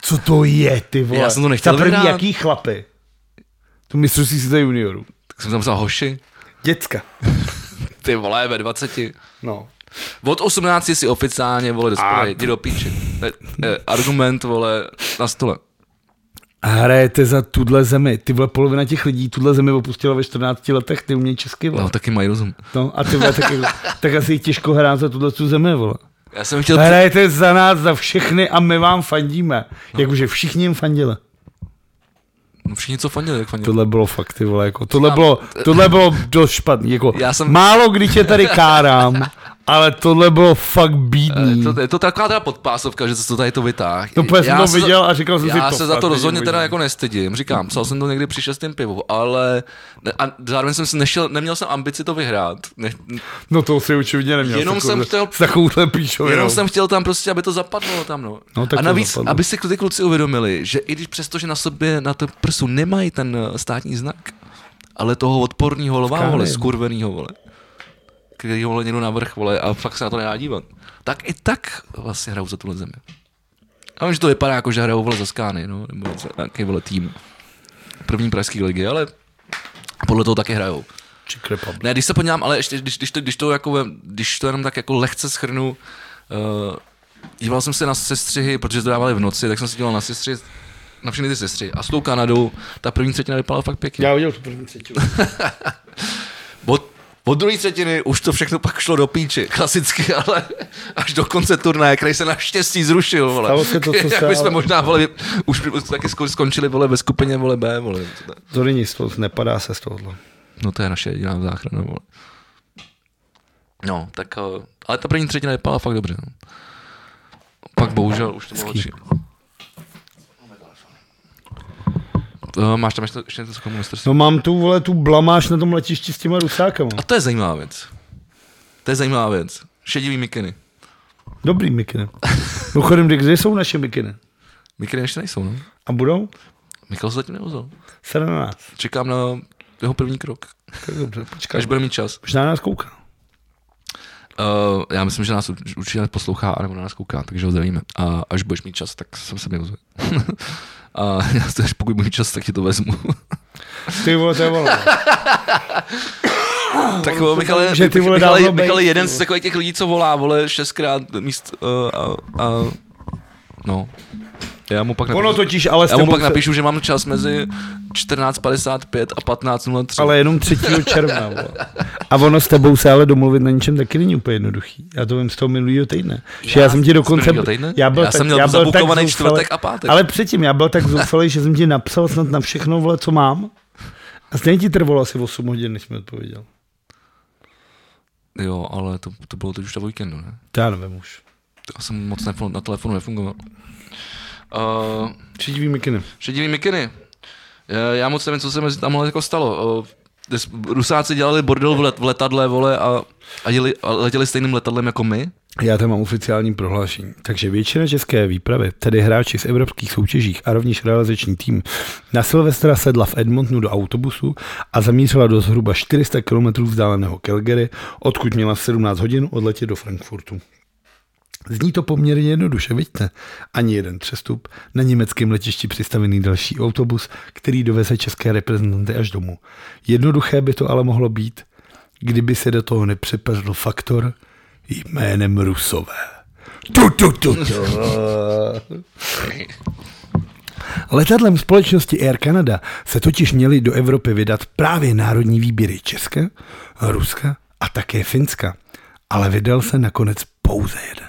S1: Co to je, ty vole?
S2: Já jsem to nechtěl
S1: Za první,
S2: vyhrát.
S1: jaký chlapy? To mistrovství světa juniorů.
S2: Tak jsem tam psal hoši.
S1: Děcka.
S2: Ty vole, ve 20.
S1: No.
S2: Od 18 si oficiálně, vole, dospělej, jdi do píči. To je- to je Argument, vole, na stole.
S1: A hrajete za tuhle zemi. Ty vole, polovina těch lidí tuhle zemi opustila ve 14 letech, ty umějí česky, vole.
S2: No, taky mají rozum.
S1: No a ty vole, tak, jako, tak asi je těžko hrát za tuhle tu zemi, vole.
S2: Já jsem chtěl...
S1: Hrajete za nás, za všechny a my vám fandíme. No. Jakože všichni jim fandili.
S2: No, Všichni, co fandili, jak fandili.
S1: Tohle bylo fakt, ty vole, jako, tohle, bylo, tohle bylo dost špatný. Jako,
S2: Já jsem-
S1: Málo kdy tě tady kárám, ale tohle bylo fakt bídný.
S2: To, je to taková teda podpásovka, že jsi to tady to vytáh.
S1: No, protože jsem
S2: Já
S1: to
S2: se za-
S1: viděl a říkal jsem si,
S2: Já
S1: to
S2: se za
S1: fakt
S2: to
S1: není
S2: rozhodně teda
S1: možný.
S2: jako nestydím, říkám, psal jsem to někdy při šestém pivu, ale ne- a zároveň jsem si nešel, neměl jsem ambici to vyhrát. Ne,
S1: No to si určitě neměl. jako-
S2: Jenom
S1: s takovou-
S2: jsem chtěl-
S1: S takovouhle píčovinou.
S2: jenom jsem chtěl tam prostě, aby to zapadlo tam, no.
S1: No, tak
S2: a
S1: to
S2: navíc,
S1: zapadlo.
S2: aby si ty kluci uvědomili, že i když přesto, že na sobě, na tom prsu nemají ten eh, státní znak, ale toho odporného lva,
S1: Skány.
S2: vole, skurvenýho, vole, který ho vole, někdo navrch, vole, a fakt se na to nedá dívat. Tak i tak vlastně hrajou za tuhle zemi. A vím, že to vypadá jako, že hrajou vole za skány, no, nebo za nějaký vole tým první pražské ligy, ale podle toho taky hrajou.
S1: Czech Republic.
S2: Ne, když se podívám, ale ještě, když, když, to, když, to, jako, vem- když to jenom tak jako lehce schrnu, uh, díval jsem se na sestřihy, protože to dávali v noci, tak jsem se díval na sestři, na všechny ty sestři. A s tou Kanadou, ta první třetina vypadala fakt pěkně.
S1: Já viděl tu první třetinu.
S2: Od, od druhé třetiny už to všechno pak šlo do píči, klasicky, ale až do konce turnaje, který se naštěstí zrušil, vole.
S1: Stalo se to, co se-
S2: Jak bychom možná, vole, už by- taky sko- skončili, vole, ve skupině, vole, B, vole.
S1: To není z toho, nepadá se z tohohle.
S2: No to je naše jediná záchrana, vole. No, tak, eh, ale ta první třetina vypadala fakt dobře. No. Pak bohužel už to bylo lepší. Uh, máš tam ještě, ještě něco komu mistrství?
S1: No mám tu, vole, tu blamáš na tom letišti s těma rusákama.
S2: A to je zajímavá věc. To je zajímavá věc. Šedivý mikiny.
S1: Dobrý mikine. Mimochodem, kde jsou naše mikine?
S2: Mikiny ještě nejsou, no.
S1: A budou?
S2: Michal se zatím neuzal.
S1: Se na nás.
S2: Čekám na jeho první krok,
S1: Tak dobře, počkej.
S2: až bude mít čas.
S1: Možná na nás kouká.
S2: Uh, já myslím, že nás urč- určitě poslouchá, nebo na nás kouká, takže ho zdravíme. A až budeš mít čas, tak jsem se mi ozve. A já se, až pokud budu mít čas, tak ti to vezmu.
S1: Ty vole, to je vole.
S2: tak vole, Michale,
S1: že ty vole
S2: Michale,
S1: dávno
S2: Michale,
S1: bejt,
S2: jeden
S1: ty
S2: z takových těch lidí, co volá, vole, šestkrát míst uh, a, a, no. Já mu pak
S1: Ono prostě totiž, ale s
S2: Já mu
S1: tebou
S2: pak
S1: se-
S2: napíšu, že mám čas mezi 14.55 a 15.03.
S1: Ale jenom 3. června. Vole. A ono s tebou se ale domluvit na něčem taky není úplně jednoduchý. Já to vím z toho minulého týdne. Že já, jsem ti dokonce...
S2: minulýho týdne? Já jsem měl zabukovaný čtvrtek a pátek.
S1: Ale předtím já byl tak zoufalý, že jsem ti napsal snad na všechno, vole, co mám. A stejně ti trvalo asi 8 hodin, než mi odpověděl.
S2: Jo, ale to, to bylo teď už ta víkendu, ne?
S1: To já nevím už.
S2: Já jsem moc nefon, na telefonu nefungoval. Uh,
S1: Šedivý mikiny.
S2: šedivý mikiny. Eh, Já moc nevím, co se mezi tamhle jako stalo. Eh, des- Rusáci dělali bordel v, let, v letadle, vole, a, a, jeli, a letěli stejným letadlem jako my.
S1: Já tam mám oficiální prohlášení. Takže většina české výpravy, tedy hráči z evropských soutěžích a rovněž realizační tým, na Silvestra sedla v Edmontonu do autobusu a zamířila do zhruba 400 km vzdáleného Calgary, odkud měla v 17 hodin odletět do Frankfurtu. Zní to poměrně jednoduše, vidíte? Ani jeden přestup, na německém letišti přistavený další autobus, který doveze české reprezentanty až domů. Jednoduché by to ale mohlo být, kdyby se do toho nepřepadl faktor jménem Rusové. Tu, tu, tu, tu. Letadlem společnosti Air Canada se totiž měly do Evropy vydat právě národní výběry Česka, Ruska a také Finska. Ale vydal se nakonec pouze jeden.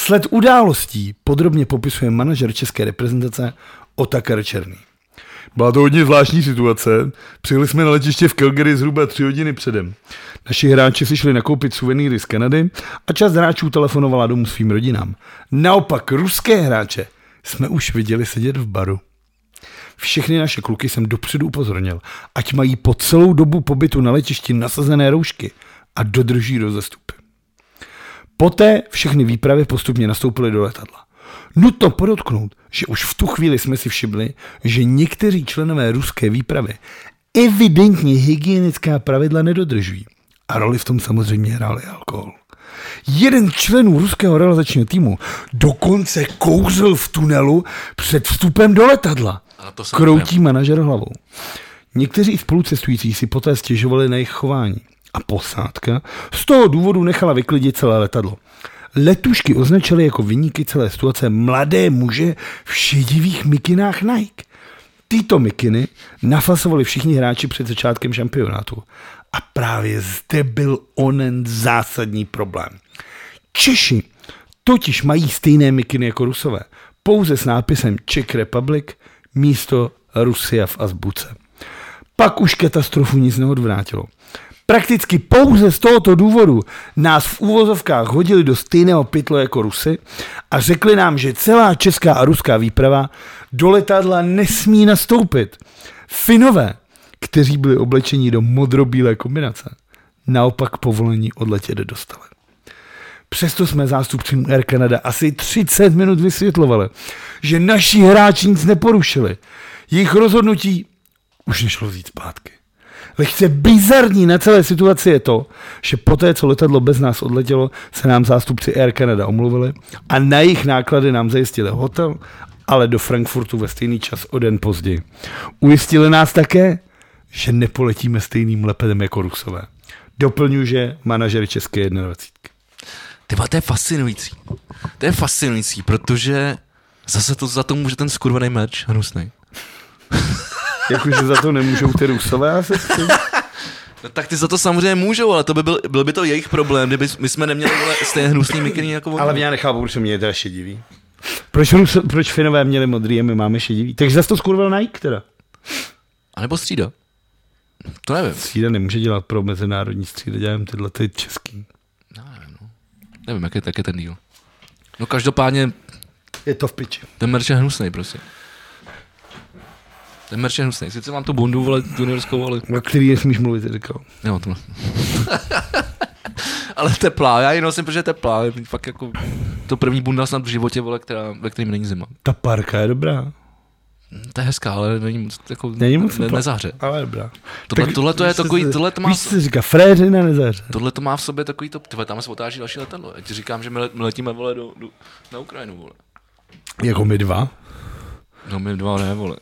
S1: Sled událostí podrobně popisuje manažer české reprezentace Otakar Černý. Byla to hodně zvláštní situace. Přijeli jsme na letiště v Calgary zhruba tři hodiny předem. Naši hráči si šli nakoupit suvenýry z Kanady a část hráčů telefonovala domů svým rodinám. Naopak ruské hráče jsme už viděli sedět v baru. Všechny naše kluky jsem dopředu upozornil, ať mají po celou dobu pobytu na letišti nasazené roušky a dodrží rozestupy. Poté všechny výpravy postupně nastoupily do letadla. Nutno podotknout, že už v tu chvíli jsme si všimli, že někteří členové ruské výpravy evidentně hygienická pravidla nedodržují. A roli v tom samozřejmě hrál i alkohol. Jeden z členů ruského realizačního týmu dokonce kouřil v tunelu před vstupem do letadla.
S2: A to jsem
S1: Kroutí manažer hlavou. Někteří spolucestující si poté stěžovali na jejich chování a posádka z toho důvodu nechala vyklidit celé letadlo. Letušky označily jako vyníky celé situace mladé muže v šedivých mikinách Nike. Tyto mikiny nafasovali všichni hráči před začátkem šampionátu. A právě zde byl onen zásadní problém. Češi totiž mají stejné mikiny jako Rusové, pouze s nápisem Czech Republic místo Rusia v azbuce. Pak už katastrofu nic neodvrátilo. Prakticky pouze z tohoto důvodu nás v úvozovkách hodili do stejného pytle jako Rusy a řekli nám, že celá česká a ruská výprava do letadla nesmí nastoupit. Finové, kteří byli oblečeni do modrobílé kombinace, naopak povolení odletět dostali. Přesto jsme zástupcům Air Canada asi 30 minut vysvětlovali, že naši hráči nic neporušili. Jejich rozhodnutí už nešlo vzít zpátky. Lehce bizarní na celé situaci je to, že poté, co letadlo bez nás odletělo, se nám zástupci Air Canada omluvili a na jejich náklady nám zajistili hotel, ale do Frankfurtu ve stejný čas o den později. Ujistili nás také, že nepoletíme stejným lepetem jako Rusové. Doplňuji, že manažer České 21.
S2: Ty vole, to je fascinující. To je fascinující, protože zase to, za to může ten skurvený meč hnusný.
S1: Jakože za to nemůžou ty rusové asi.
S2: No, tak ty za to samozřejmě můžou, ale to by byl, byl by to jejich problém, kdyby my jsme neměli vole, stejně hnusný mikiny jako oni.
S1: Ale mě já nechápu, proč mě je teda šedivý. Proč, Ruso, proč Finové měli modrý a my máme šedivý? Takže zase to skurvel Nike teda.
S2: A nebo střída. To nevím.
S1: Střída nemůže dělat pro mezinárodní střída, dělám tyhle ty český.
S2: Nevím, jak je, jak je ten díl. No každopádně
S1: Je to v piči.
S2: ten merch je hnusný, prostě. Ten merch je hnusný. Sice mám tu bundu, vole, juniorskou, ale...
S1: O No, který nesmíš mluvit, říkal.
S2: Jo, to Ale teplá, já ji nosím, protože je teplá. Je Fakt jako to první bunda snad v životě, vole, která, ve kterým není zima.
S1: Ta parka je dobrá.
S2: To je hezká, ale není moc, jako,
S1: Není moc
S2: ne,
S1: teplá.
S2: nezahře.
S1: Ale dobrá.
S2: Tohle- tohle to je
S1: víš, co
S2: takový-
S1: se-
S2: tohle to má-
S1: Víš, co se říká, fréřina nezaře.
S2: Tohle to má v sobě takový to, tyhle, tam se otáží další letadlo. Já ti říkám, že my, let, my letíme, vole, do, do, na Ukrajinu, vole.
S1: Jako my dva.
S2: No my dva ne, vole.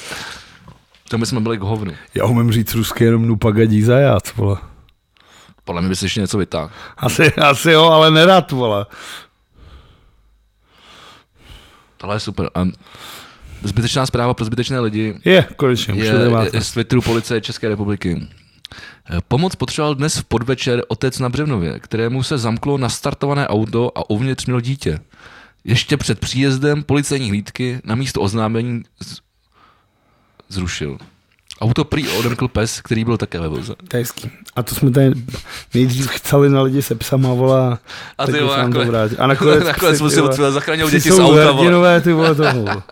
S2: to my jsme byli k hovnu.
S1: Já umím říct rusky jenom nupagadí zajác, vole.
S2: Podle mě bys ještě něco vytáhl.
S1: Asi, asi jo, ale nerad, vole.
S2: Tohle je super. A zbytečná zpráva pro zbytečné lidi.
S1: Je, konečně, už
S2: je,
S1: to nemáte.
S2: je z Twitteru policie České republiky. Eh, Pomoc potřeboval dnes v podvečer otec na Břevnově, kterému se zamklo nastartované auto a uvnitř měl dítě. Ještě před příjezdem policejní hlídky na místo oznámení z- zrušil. Auto prý odemkl pes, který byl také ve voze.
S1: To je hezký. A to jsme tady nejdřív chceli na lidi se psama, vola.
S2: A ty vole,
S1: to
S2: nakonec-
S1: vrátí. A nakonec,
S2: nakonec
S1: psy,
S2: jsme
S1: ty
S2: si
S1: vole,
S2: odcvele- zachránil
S1: psy
S2: děti z
S1: jsou
S2: auta, vole.
S1: hrdinové, ty vole, toho. vole.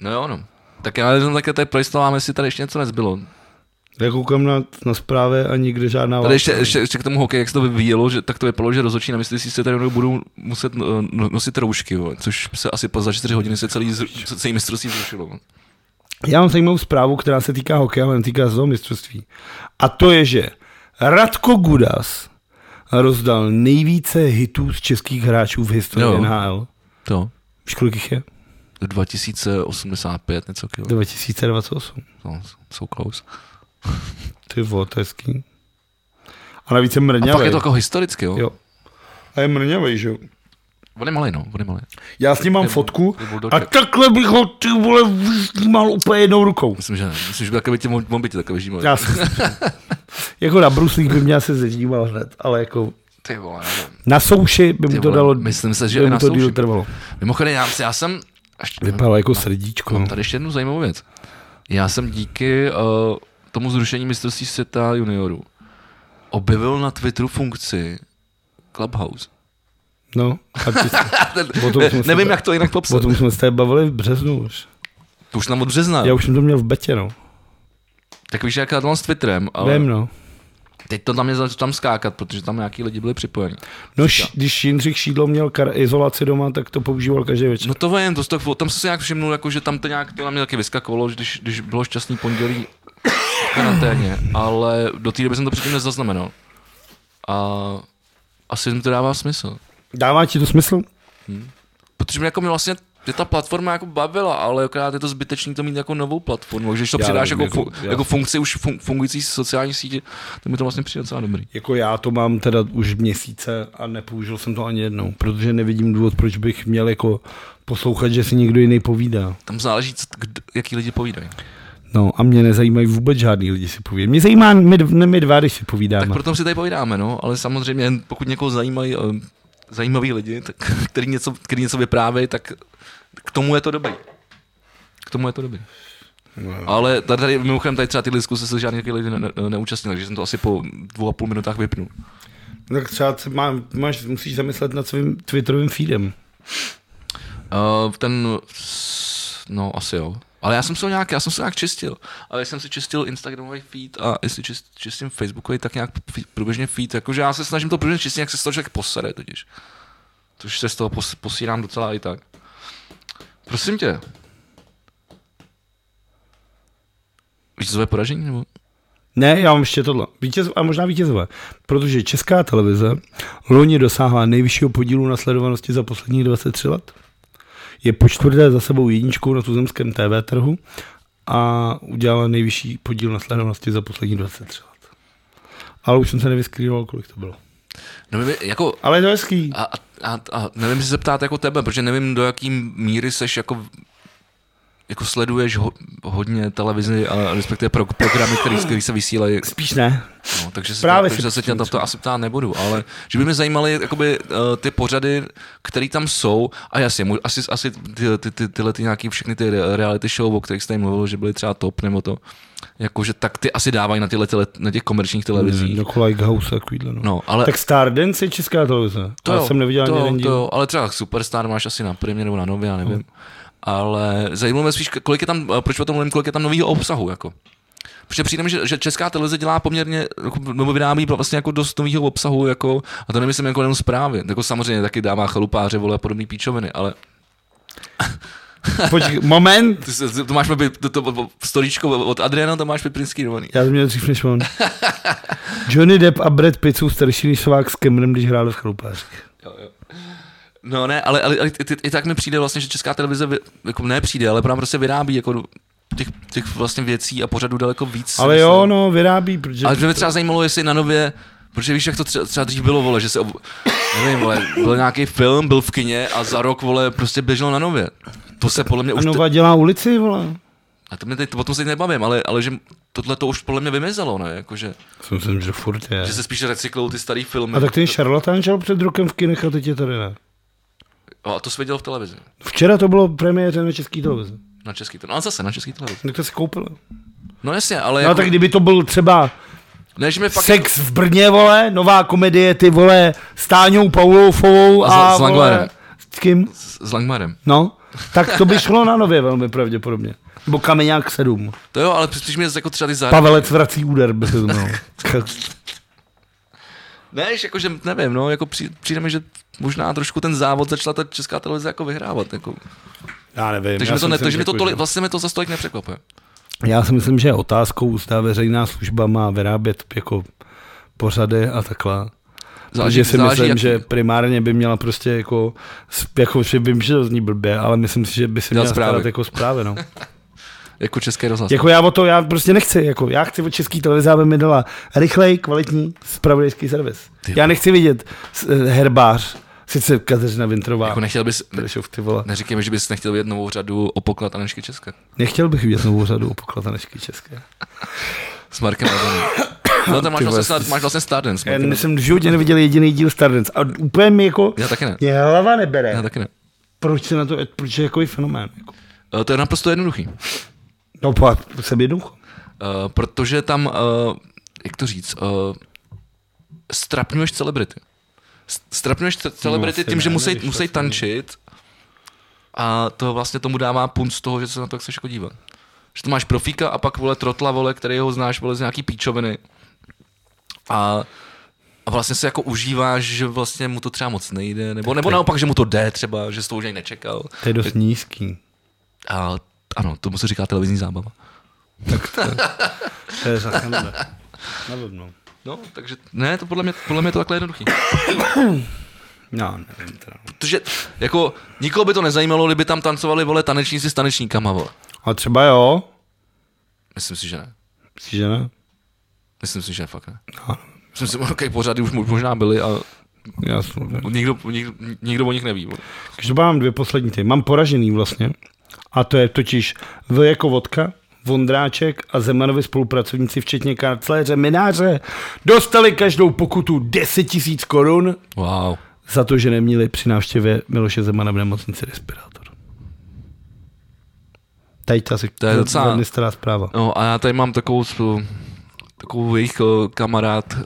S2: No jo, no. Tak já jenom také tady projistováme, jestli tady ještě něco nezbylo.
S1: Já koukám na, na zprávy a nikde žádná
S2: Tady
S1: válka.
S2: ještě, ještě, ještě, k tomu hokeji, jak se to vyvíjelo, že, tak to vypadalo, že rozhodčí na místě se tady jednou budou muset eh, no- nosit roušky, vole, což se asi po za 4 hodiny se celý, zru- se celý mistrovství zrušilo. vole.
S1: Já mám zajímavou zprávu, která se týká hokeje, ale netýká se toho mistrovství. A to je, že Radko Gudas rozdal nejvíce hitů z českých hráčů v historii
S2: Jo.
S1: jo. NHL.
S2: To,
S1: Víš, kolik jich je?
S2: 2085, něco kilo.
S1: 2028.
S2: No, jsou close.
S1: Ty vole, to je hezký. A navíc je
S2: A
S1: mrňavej.
S2: pak je to jako historicky, jo.
S1: Jo. A je mrňavej, že jo?
S2: On je malý, no, on je malý.
S1: Já s ním mám fotku
S2: je buldoček.
S1: a takhle bych ho ty vole vyždímal úplně jednou rukou.
S2: Myslím, že ne. Myslím, že by takové tě mohl být takové žímavé.
S1: Já si... jako na bruslích by mě asi zeždímal hned, ale jako
S2: Ty vole, nevím.
S1: na souši by
S2: Ty
S1: mu to
S2: vole,
S1: dalo,
S2: myslím se, že
S1: by
S2: i
S1: mu
S2: na
S1: to díl
S2: souši.
S1: trvalo.
S2: Mimochodem, já, já jsem... Až,
S1: Vypadalo jako srdíčko.
S2: Mám tady ještě jednu zajímavou věc. Já jsem díky uh, tomu zrušení mistrovství světa juniorů objevil na Twitteru funkci Clubhouse.
S1: No, a ty, O tom
S2: Ne,
S1: jsme se-
S2: nevím, jak to jinak
S1: o
S2: popsat.
S1: tom jsme se tady bavili v březnu už.
S2: To už nám od března.
S1: Já už jsem to měl v betě, no.
S2: Tak víš, jak já to mám s Twitterem, ale
S1: Vím, no.
S2: teď to tam je začalo tam skákat, protože tam nějaký lidi byli připojeni.
S1: No, š- když Jindřich Šídlo měl kar- izolaci doma, tak to používal každý večer.
S2: No to vím, to, to, to, tam jsem si nějak všimnul, jako, že tam to nějak to na mě taky vyskakovalo, že když, když bylo šťastný pondělí v karanténě, ale do té doby jsem to předtím nezaznamenal. A asi mi to dává smysl.
S1: Dává ti to smysl?
S2: Protože mě jako mě vlastně je ta platforma jako bavila, ale akorát je to zbytečný to mít jako novou platformu. Takže když to
S1: Já
S2: přidáš
S1: nevím,
S2: jako, jako,
S1: jako- já-
S2: jako funkci už fun, fungující sociální sítě, tak mi to vlastně přijde docela dobrý.
S1: Jako já to mám teda už měsíce a nepoužil jsem to ani jednou, protože nevidím důvod, proč bych měl jako poslouchat, že si někdo jiný povídá.
S2: Tam záleží, co, kd, jaký lidi povídají.
S1: No a mě nezajímají vůbec žádný lidi si povídají. Mě zajímá my, dv- ne, my dva, když si
S2: Tak
S1: povídáme.
S2: proto si tady povídáme, no, ale samozřejmě jen pokud někoho zajímají ehm, zajímaví lidi, tak, který, něco, který něco vyprávějí, tak k tomu je to dobrý. K tomu je to dobrý.
S1: No.
S2: Ale tady, tady mimochodem tady třeba ty diskuse se žádný takový lidi ne, ne, neúčastnil, takže jsem to asi po dvou a půl minutách vypnul.
S1: Tak třeba se má, máš, musíš zamyslet nad svým Twitterovým feedem.
S2: Uh, ten, s- no asi jo. Ale já jsem se ho nějak, já jsem se nějak čistil. Ale jsem si čistil Instagramový feed a jestli čist, čistím Facebookový, tak nějak f- průběžně feed. Jakože já se snažím to průběžně čistit, jak se z toho člověk posere totiž. Což se z toho pos, posírám docela i tak. Prosím tě. Víš, co je poražení? Nebo?
S1: Ne, já mám ještě tohle. Vítěz, a možná vítězové. Protože česká televize loni dosáhla nejvyššího podílu na sledovanosti za posledních 23 let. Je po čtvrté za sebou jedničkou na tuzemském TV trhu a udělala nejvyšší podíl na sledovanosti za posledních 23 let. Ale už jsem se nevyskrýval, kolik to bylo.
S2: No, my, by- jako,
S1: Ale je to hezký.
S2: A, a, a nevím, jestli se ptát jako tebe, protože nevím, do jaký míry seš jako jako sleduješ ho, hodně televizi a respektive pro, programy, které který se vysílají.
S1: Spíš ne.
S2: No, takže se,
S1: Právě
S2: takže
S1: si
S2: se tě na to-
S1: myslím,
S2: to asi ptát nebudu, ale že by mě zajímaly jakoby, uh, ty pořady, které tam jsou. A jasně, mu- asi, asi ty, ty, ty, tyhle ty nějaký všechny ty re- reality show, o kterých jste mluvil, že byly třeba top nebo to. Jakože tak ty asi dávají na, tyhle, tyhle, na těch komerčních televizích.
S1: Jako Lighthouse a takovýhle. No.
S2: No, ale
S1: Tak Stardance je česká televize. To já
S2: jo,
S1: jsem neviděl
S2: to,
S1: ani
S2: jo,
S1: jeden
S2: to,
S1: díl.
S2: jo, ale třeba Superstar máš asi na Primě nebo na Nově, já nevím. Ale zajímalo mě spíš, kolik je tam, eh, proč o tom mluvím, kolik je tam nového obsahu, jako. Protože přijde mi, že, že česká televize dělá poměrně, jako, nebo vyrábí vlastně jako dost nového obsahu, jako, a to nemyslím jako jenom zprávy, jako samozřejmě taky dává chalupáře, vole, a podobné píčoviny, ale
S1: Počkej, moment.
S2: ty, se- to máš být, to, to, to, storíčko od Adriana, to máš být prinskýrovaný.
S1: Já jsem měl dřív než on. Johnny Depp a Brad Pitt jsou starší než Svák s Cameronem, když hráli v chalupářích.
S2: Jo, jo. No ne, ale, ale, ale i, i- i tak mi přijde vlastně, že česká televize, vy, jako ne přijde, ale nám prostě vyrábí jako těch, těch vlastně věcí a pořadů daleko víc. si
S1: Ale
S2: myslím.
S1: jo, no, vyrábí, protože...
S2: Ale to mě třeba zajímalo, jestli na nově, protože víš, jak to třeba, třeba dřív bylo, vole, že se, ob... nevím, vole, byl nějaký film, byl v kině a za rok, vole, prostě běžel na nově. To se podle mě
S1: A
S2: už,
S1: Nova dělá ulici, vole.
S2: a to mě teď, o tom se teď nebavím, ale, ale že tohle to už podle mě vymizelo, ne, jakože,
S1: Jsem si že furt je.
S2: že se spíš recyklují ty starý filmy.
S1: A tak ten šarlatán žel před rokem v kinech a teď je tady ne.
S2: Jo, a to se viděl v televizi,
S1: Včera to bylo premiéře na český televizi.
S2: na český televizi. No a zase na český televizi.
S1: Kdo to si koupil?
S2: No jasně, ale
S1: No a tak kdyby to byl třeba
S2: ne, že mi fakt
S1: Sex v Brně, vole, nová komedie, ty vole, s Táňou Pauloufovou
S2: A s-
S1: a
S2: s Langvarem.
S1: vole, s kým?
S2: s, s Langmarem.
S1: No, tak to by šlo na nově velmi pravděpodobně. Nebo Kameňák 7.
S2: To jo, ale přestože mě jako třeba ty zahraniční.
S1: Pavelec vrací úder no. by se to jmenovalo.
S2: Ne, že jako, že nevím, no, jako při- přijde mi, že možná trošku ten závod začala ta česká televize jako vyhrávat. Jako.
S1: Já nevím.
S2: Takže
S1: já
S2: mi to,
S1: si
S2: ne,
S1: myslím,
S2: takže mi
S1: že
S2: to
S1: jako,
S2: tolik,
S1: že-
S2: vlastně mi to za tolik nepřekvapuje.
S1: Já si myslím, že je otázkou, zda veřejná služba má vyrábět jako pořady a takhle. Záleží, si myslím,
S2: jak-
S1: že primárně by měla prostě jako, s- jako že vím, že to zní blbě, ale myslím si, že by se
S2: Dělat
S1: měla
S2: zprávy.
S1: starat jako zprávy, no.
S2: Jako český rozhlas.
S1: Jako já o to, já prostě nechci, jako já chci od český televize, aby mi dala rychlej, kvalitní, spravodajský servis.
S2: Ty
S1: já nechci vidět s- eh, herbář, sice Kateřina Vintrová,
S2: Jako
S1: jako
S2: nechtěl bys, ne,
S1: ty vole.
S2: neříkej mi, že bys nechtěl vidět novou řadu o poklad Anešky České.
S1: Nechtěl bych vidět novou řadu o pokladanešky české.
S2: S Markem Adanem. No tam máš
S1: Ty vole,
S2: vlastně, snad, máš vlastně Stardance. s
S1: Já
S2: Markem
S1: jsem v životě neviděl jediný díl Stardance a úplně mi jako,
S2: Adanem. Já taky ne.
S1: mě hlava nebere.
S2: Já taky ne.
S1: Proč se na to, proč je jako fenomén? Jako.
S2: Eh, To je naprosto jednoduchý.
S1: No, po, jsem jednoducho.
S2: Eh, protože tam, eh, jak to říct, eh, strapňuješ celebrity. S- Strapňuješ ce- celebrity
S1: No, asi
S2: tím, že
S1: ne,
S2: musí,
S1: nevíš,
S2: musí
S1: asi
S2: tančit a to vlastně tomu dává punt z toho, že se na to chceš jako dívat. Že to máš profíka a pak vole trotla, vole, který ho znáš, vole, z nějaký píčoviny. A, a vlastně se jako užíváš, že vlastně mu to třeba moc nejde, nebo, nebo naopak, že mu to jde třeba, že jsi to už ani nečekal.
S1: To je dost nízký.
S2: A ano, tomu se říká televizní zábava.
S1: To je sakra Nevím, no.
S2: No, takže ne, to podle mě, podle mě je to takhle jednoduchý.
S1: Já nevím teda.
S2: Protože jako nikoho by to nezajímalo, kdyby tam tancovali vole tanečníci s tanečníkama, vole.
S1: A třeba jo.
S2: Myslím si, že ne.
S1: Myslíš, že ne?
S2: Myslím si, že fakt ne.
S1: No.
S2: Myslím si, ok, pořady už mo- možná byly a
S1: Já jsem
S2: nikdo, nikdo, nikdo o nich neví. Vole.
S1: Každopádně mám dvě poslední ty. Mám poražený vlastně. A to je totiž V jako vodka, Vondráček a Zemanovi spolupracovníci, včetně kancléře Mináře, dostali každou pokutu 10 tisíc korun
S2: Wow.
S1: za to, že neměli při návštěvě Miloše Zemana v nemocnici respirátor. Tady ta asi
S2: To je docela-
S1: velmi stará zpráva.
S2: No a já tady mám takovou, sp- takovou jejich o, kamarád eh,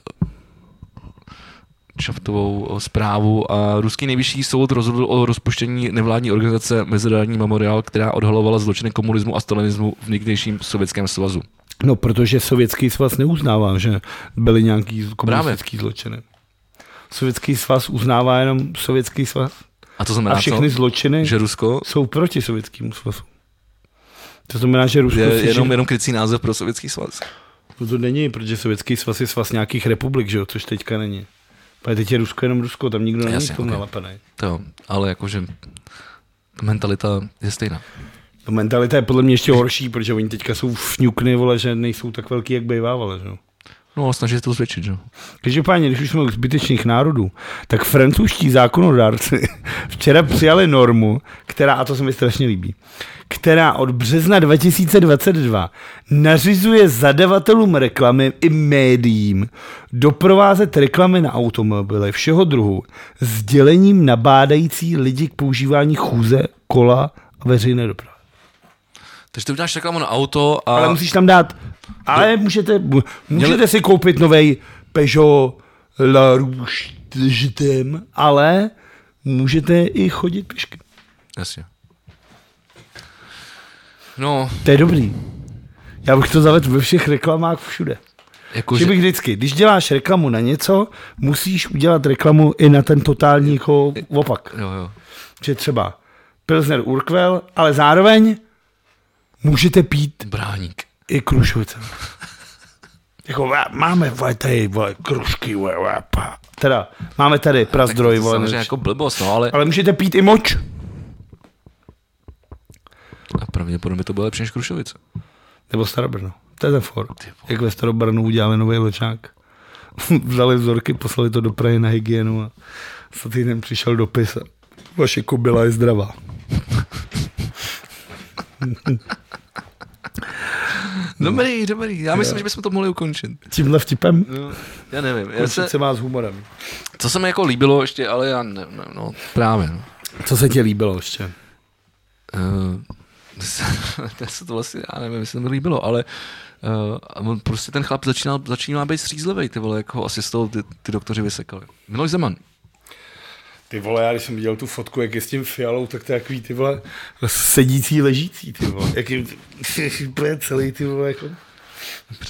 S2: šaftovou o, zprávu a ruský nejvyšší soud rozhodl o rozpuštění nevládní organizace Mezinárodní memoriál, která odhalovala zločiny komunismu a stalinismu v někdejším sovětském svazu.
S1: No, protože sovětský svaz neuznává, že byly nějaký komunistický zločiny. Sovětský svaz uznává jenom sovětský svaz.
S2: A to znamená,
S1: A všechny
S2: co?
S1: zločiny
S2: že Rusko
S1: jsou proti sovětskému svazu. To znamená, že Rusko
S2: Je
S1: si
S2: jenom,
S1: žije-
S2: jenom krycí název pro sovětský svaz.
S1: No to není, protože sovětský svaz je svaz nějakých republik, že jo, což teďka není. Ale teď je Rusko jenom Rusko, tam nikdo není
S2: Jasně,
S1: k tomu
S2: ok.
S1: nalepený.
S2: To jo, ale jakože ta mentalita je stejná.
S1: No mentalita je podle mě ještě horší, protože oni teďka jsou fňukny, vole, že nejsou tak velký, jak bývávali, že jo.
S2: No ale snaží se to zvětšit, že jo.
S1: Každopádně, když už jsme u zbytečných národů, tak francouzští zákonodárci včera přijali normu, která, a to se mi strašně líbí, která od března 2022 nařizuje zadavatelům reklamy i médiím doprovázet reklamy na automobily všeho druhu s dělením nabádající lidi k používání chůze, kola a veřejné dopravy.
S2: Takže ty uděláš reklamu na auto a...
S1: Ale musíš tam dát, ale můžete, mu- můžete si koupit nový Peugeot La Rouge Jetem, ale můžete i chodit pěšky.
S2: Jasně. No,
S1: To je dobrý. Já bych to zavedl ve všech reklamách všude. Že
S2: jakože...
S1: bych vždycky, když děláš reklamu na něco, musíš udělat reklamu i na ten totální jako opak.
S2: Jo, jo.
S1: Že třeba Pilsner Urquell, ale zároveň můžete pít
S2: Bráník.
S1: i krušovice. Jako vá- máme vole, tady vole, krušky, vole, vole, pa. teda máme tady prazdroj,
S2: To
S1: vole,
S2: samozřejmě
S1: než-
S2: jako blbost, no, ale,
S1: ale můžete pít i moč.
S2: a pravděpodobně to bylo lepší než Krušovice.
S1: Nebo Starobrno. To je ten for. Jak ve Starobrnu udělali nový lečák. Vzali vzorky, poslali to do Prahy na hygienu a za týden přišel dopis. a Vaše kobila je zdravá.
S2: Dobrý, dobrý, já myslím, že bychom to mohli ukončit.
S1: Tímhle vtipem?
S2: No, já nevím, já se,
S1: Končit se má s humorem.
S2: co se mi jako líbilo ještě, ale já ne, ne, no, právě, no.
S1: Co se ti líbilo ještě?
S2: Uh, to se to vlastně, já nevím, jestli se mi líbilo, ale uh, on prostě ten chlap začínal, začínal být střízlivý, ty vole, jako asi z toho ty, ty doktoři vysekali. Miloš Zeman.
S1: Ty vole, já když jsem viděl tu fotku, jak je s tím fialou, tak to je takový ty vole sedící, ležící, ty vole. Jak je úplně celý, ty vole, jako.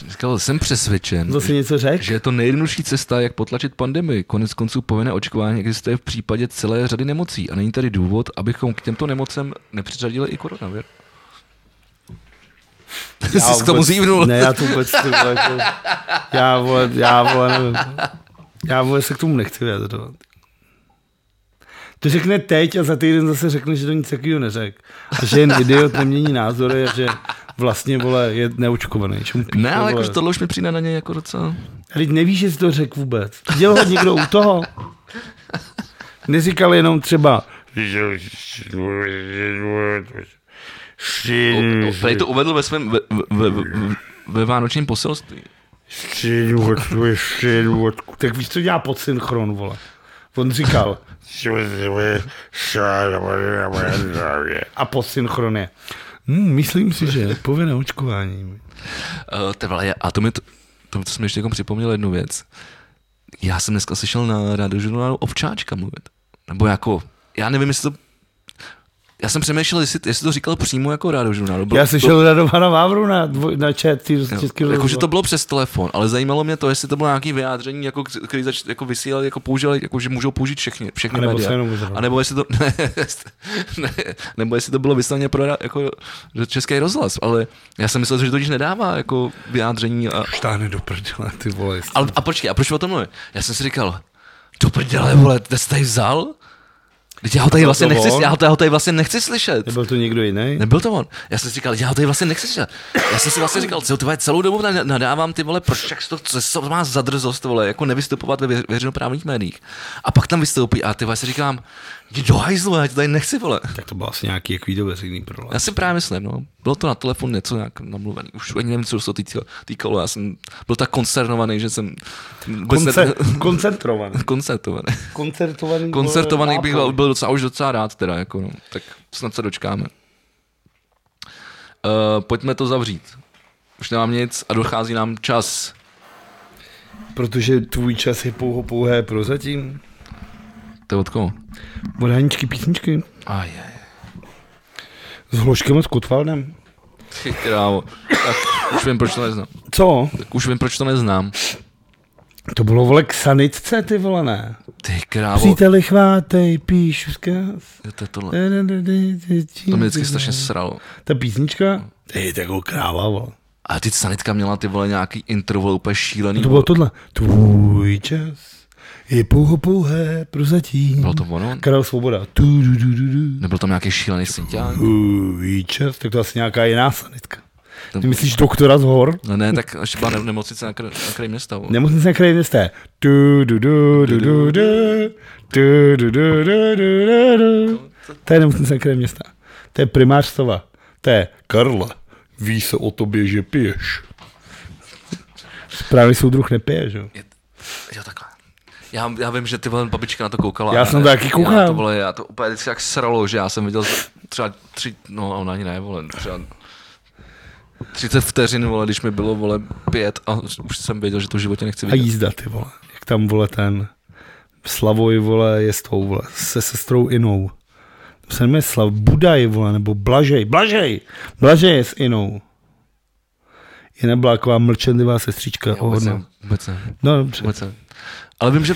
S2: Říkal, jsem přesvědčen,
S1: Zase něco řekl?
S2: že je to nejjednodušší cesta, jak potlačit pandemii. Konec konců povinné očkování existuje v případě celé řady nemocí a není tady důvod, abychom k těmto nemocem nepřiřadili i koronavir. Ty
S1: Já
S2: jsi k tomu
S1: vůbec-
S2: zívnul.
S1: Ne, já to vůbec, ty vole, jako, já vole, já vole, nevím. Já vole se k tomu nechci vyjadřovat. To řekne teď a za týden zase řekne, že to nic takového neřekl. A že jen idiot nemění názory a že vlastně, vole, je neočkovaný. Čemu píše,
S2: Ne, ale
S1: vole.
S2: jakože tohle už mi přijde na něj jako docela...
S1: A teď nevíš, jestli to řekl vůbec. Dělal ho někdo u toho? Neříkal jenom třeba,
S2: O- o- Tady to uvedl ve svém ve, ve, ve, ve vánočním poselství.
S3: Syn vodku, syn vodku,
S1: tak víš, co dělá podsynchron, vole. On říkal, a podsynchron je. Hmm, myslím si, že povinné očkování.
S2: Uh, tevle, a to mi to, to, to jsem ještě jako připomněl jednu věc. Já jsem dneska slyšel na radiožurnálu Ovčáčka mluvit. Nebo jako, já nevím, jestli to... Já jsem přemýšlel, jestli, jestli to říkal přímo jako radiožurnálu. Bylo
S1: Já
S2: to-
S1: slyšel Radovana Vávru na, dvoj, na chat tý,
S2: Jo,
S1: český
S2: Jako, že to bylo přes telefon, ale zajímalo mě to, jestli to bylo nějaké vyjádření, jako, k- který zač, jako vysílali, jako používali, jako, že můžou použít všechny, všechny
S1: A nebo
S2: média.
S1: se jenom uzrou.
S2: a nebo jestli to, ne, ne, nebo jestli to bylo vysílaně pro ra- jako, že český rozhlas, ale já jsem myslel, že to již nedává jako vyjádření. A,
S1: Štáhne do prdele, ty vole. jestli-
S2: ale, a počkej, a proč o tom mluvím? Já jsem si říkal, do prdele, vole, ty jsi tady vzal? Teď já ho tady, vlastně
S1: to
S2: nechci,
S1: on?
S2: já ho, já ho tady vlastně nechci slyšet.
S1: Nebyl to někdo jiný?
S2: Nebyl to on. Já jsem si říkal, já ho tady vlastně nechci říkat. Já jsem si vlastně říkal, co ty vole, celou dobu na- nadávám ty vole, proč jak to, co se to má za drzost, vole, jako nevystupovat ve vě- veřejnoprávních médiích. A pak tam vystoupí a ty vole, si říkám, jdi do hajzlu, vole, já tě tady nechci, vole.
S1: Tak to byl asi nějaký jako do veřejný
S2: Já
S1: prolaz.
S2: si právě myslím, no. Bylo to na telefon něco nějak namluvený. Už ani nevím, co se to týkalo- týkalo. Já jsem byl tak koncernovaný, že jsem vůbec
S1: Koncer,
S2: ne-
S1: koncentrovaný.
S2: koncertovaný.
S1: Koncertovaný.
S2: Koncertovaný bych byl,
S1: byl.
S2: byl docela, už docela rád teda, jako, no. tak snad se dočkáme. Uh, pojďme to zavřít. Už nemám nic a dochází nám čas.
S1: Protože tvůj čas je pouho pouhé prozatím.
S2: To je od koho?
S1: Vodáničky písničky
S2: A je.
S1: s Hloškem a s Kotwaldem.
S2: Ty krávo. Tak už vím, proč to neznám.
S1: Co?
S2: Tak už vím, proč to neznám.
S1: To bylo vole k sanitce, ty vole, ne?
S2: Ty krávo.
S1: Příteli chvátej, píšu zkaz.
S2: Jo, To, je tohle.
S1: Da, da, da, da, da,
S2: to mě vždycky
S1: da.
S2: strašně No. sralo.
S1: Ta písnička? Ty, tak jako kráva, vole.
S2: A ty sanitka měla ty vole nějaký intro, vole, úplně šílený.
S1: To bylo tohle. Tvůj čas je pouho pouhé prozatím.
S2: bylo to ono?
S1: Karel Svoboda. Tu, du, du, du, du.
S2: Nebyl tam nějaký šílený synťák?
S1: Tvůj čas. Tak to asi nějaká jiná sanitka.
S2: To-
S1: Ty myslíš doktora z hor?
S2: No ne, tak ještě byla ne- nemocnice na, kr- na kraji města. vole.
S1: Nemocnice na kraji města. Tu, du, du, du, du, du. Tu, du, du, du, du, du, du. To je nemocnice na kraji města. To je primář Sova. To je Karla. Ví se o tobě, že piješ. Právě soudruh nepije, že jo?
S2: Je, jo, takhle. Já, já vím, že ty vole babička na to koukala.
S1: Já
S2: a-
S1: jsem to taky koukal.
S2: Já to, vole, já to úplně vždycky tak sralo, že já jsem viděl třeba tři, no ona ani ne, vole, třeba 30 vteřin, vole, když mi bylo, vole, pět a už jsem věděl, že to v životě nechci
S1: A
S2: vidět.
S1: jízda, ty vole. Jak tam, vole, ten Slavoj, vole, je s tou, vole, se sestrou Inou. to se jmenuje Slav Budaj, vole, nebo Blažej, Blažej, Blažej je s Inou. Jina byla taková mlčenlivá sestřička.
S2: vůbec
S1: ohodná.
S2: ne, vůbec ne,
S1: No, dobře.
S2: vůbec ne. Ale vím, že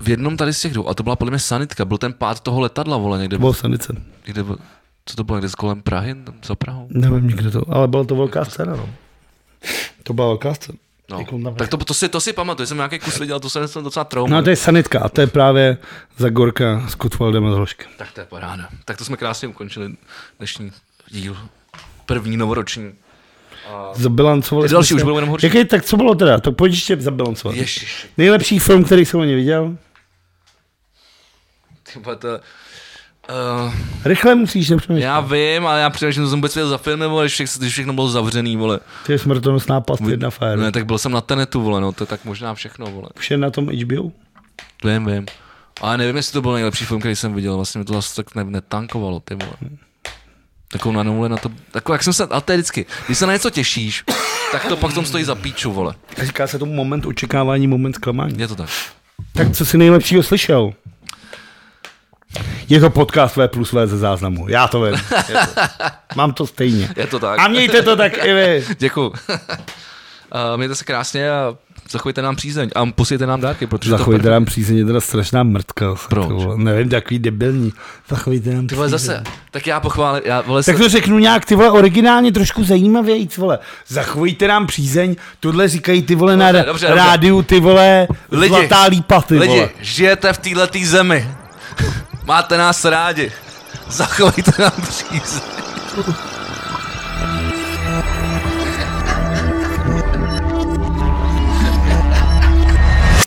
S2: v jednom tady z těch dvou, a to byla podle mě sanitka, byl ten pád toho letadla, vole, někde,
S1: Bylo sanice.
S2: někde byl- co to bylo, někde z kolem Prahy, tam za Prahou?
S1: Nevím nikdo to, ale byla to velká scéna, no. To byla velká scéna.
S2: No.
S1: Jako tam-
S2: Tak to, to, si, to si pamatuju, jsem nějaký kus viděl, to jsem, jsem docela trauma.
S1: No a to je sanitka a to je právě Zagorka s Kutwaldem a s Hloškem.
S2: Tak to je paráda. Tak to jsme krásně ukončili dnešní díl. První novoroční.
S1: Zabilancovali
S2: Další
S1: jsme
S2: už
S1: se-
S2: budou jenom horší.
S1: Jaký, tak co bylo teda? To pojď ještě zabilancovat.
S2: Ježiš.
S1: Nejlepší film, který jsem o ně viděl?
S2: Ty vole, to, uh,
S1: Rychle musíš nepřemýšlet.
S2: já vím, ale já přemýšlím, co jsem vůbec věděl za film, nebo když, vše- když všechno bylo zavřený, vole.
S1: To je smrtonosná past jedna fér.
S2: Ne, tak byl jsem na Tenetu, vole, no, to je tak možná všechno, vole.
S1: Už je na tom HBO?
S2: Vím, vím. Ale nevím, jestli to byl nejlepší film, který jsem viděl, vlastně mi to zase tak ne, netankovalo, ty vole. Takovou na nule na to, takovou, jak jsem se, ale to je vždycky, když se na něco těšíš, tak to pak v tom stojí za píču, vole.
S1: A říká se tomu moment očekávání, moment zklamání.
S2: Je to tak.
S1: Tak co jsi nejlepšího slyšel? Je to podcast V plus V ze záznamu. Já to vím. Je to. Mám to stejně.
S2: Je to tak.
S1: A mějte to tak i vy.
S2: Děkuju. A mějte se krásně a zachovejte nám přízeň a posílejte nám dárky, protože to
S1: Zachovejte
S2: první-
S1: nám přízeň, je teda strašná mrtka.
S2: Proč?
S1: Ty vole, Nevím, takový debilní. Zachovejte nám
S2: Ty vole,
S1: přízeň.
S2: zase, tak já pochválím, já vole,
S1: Tak
S2: se,
S1: to řeknu nějak, ty vole, originálně trošku zajímavějíc, vole. Zachovejte nám přízeň, tohle říkají ty vole na
S2: Dobře,
S1: ra-
S2: dobře, dobře.
S1: rádiu, ty vole,
S2: Lidi,
S1: zlatá lípa, ty
S2: lidi,
S1: vole.
S2: žijete v této zemi, máte nás rádi, zachovejte nám přízeň.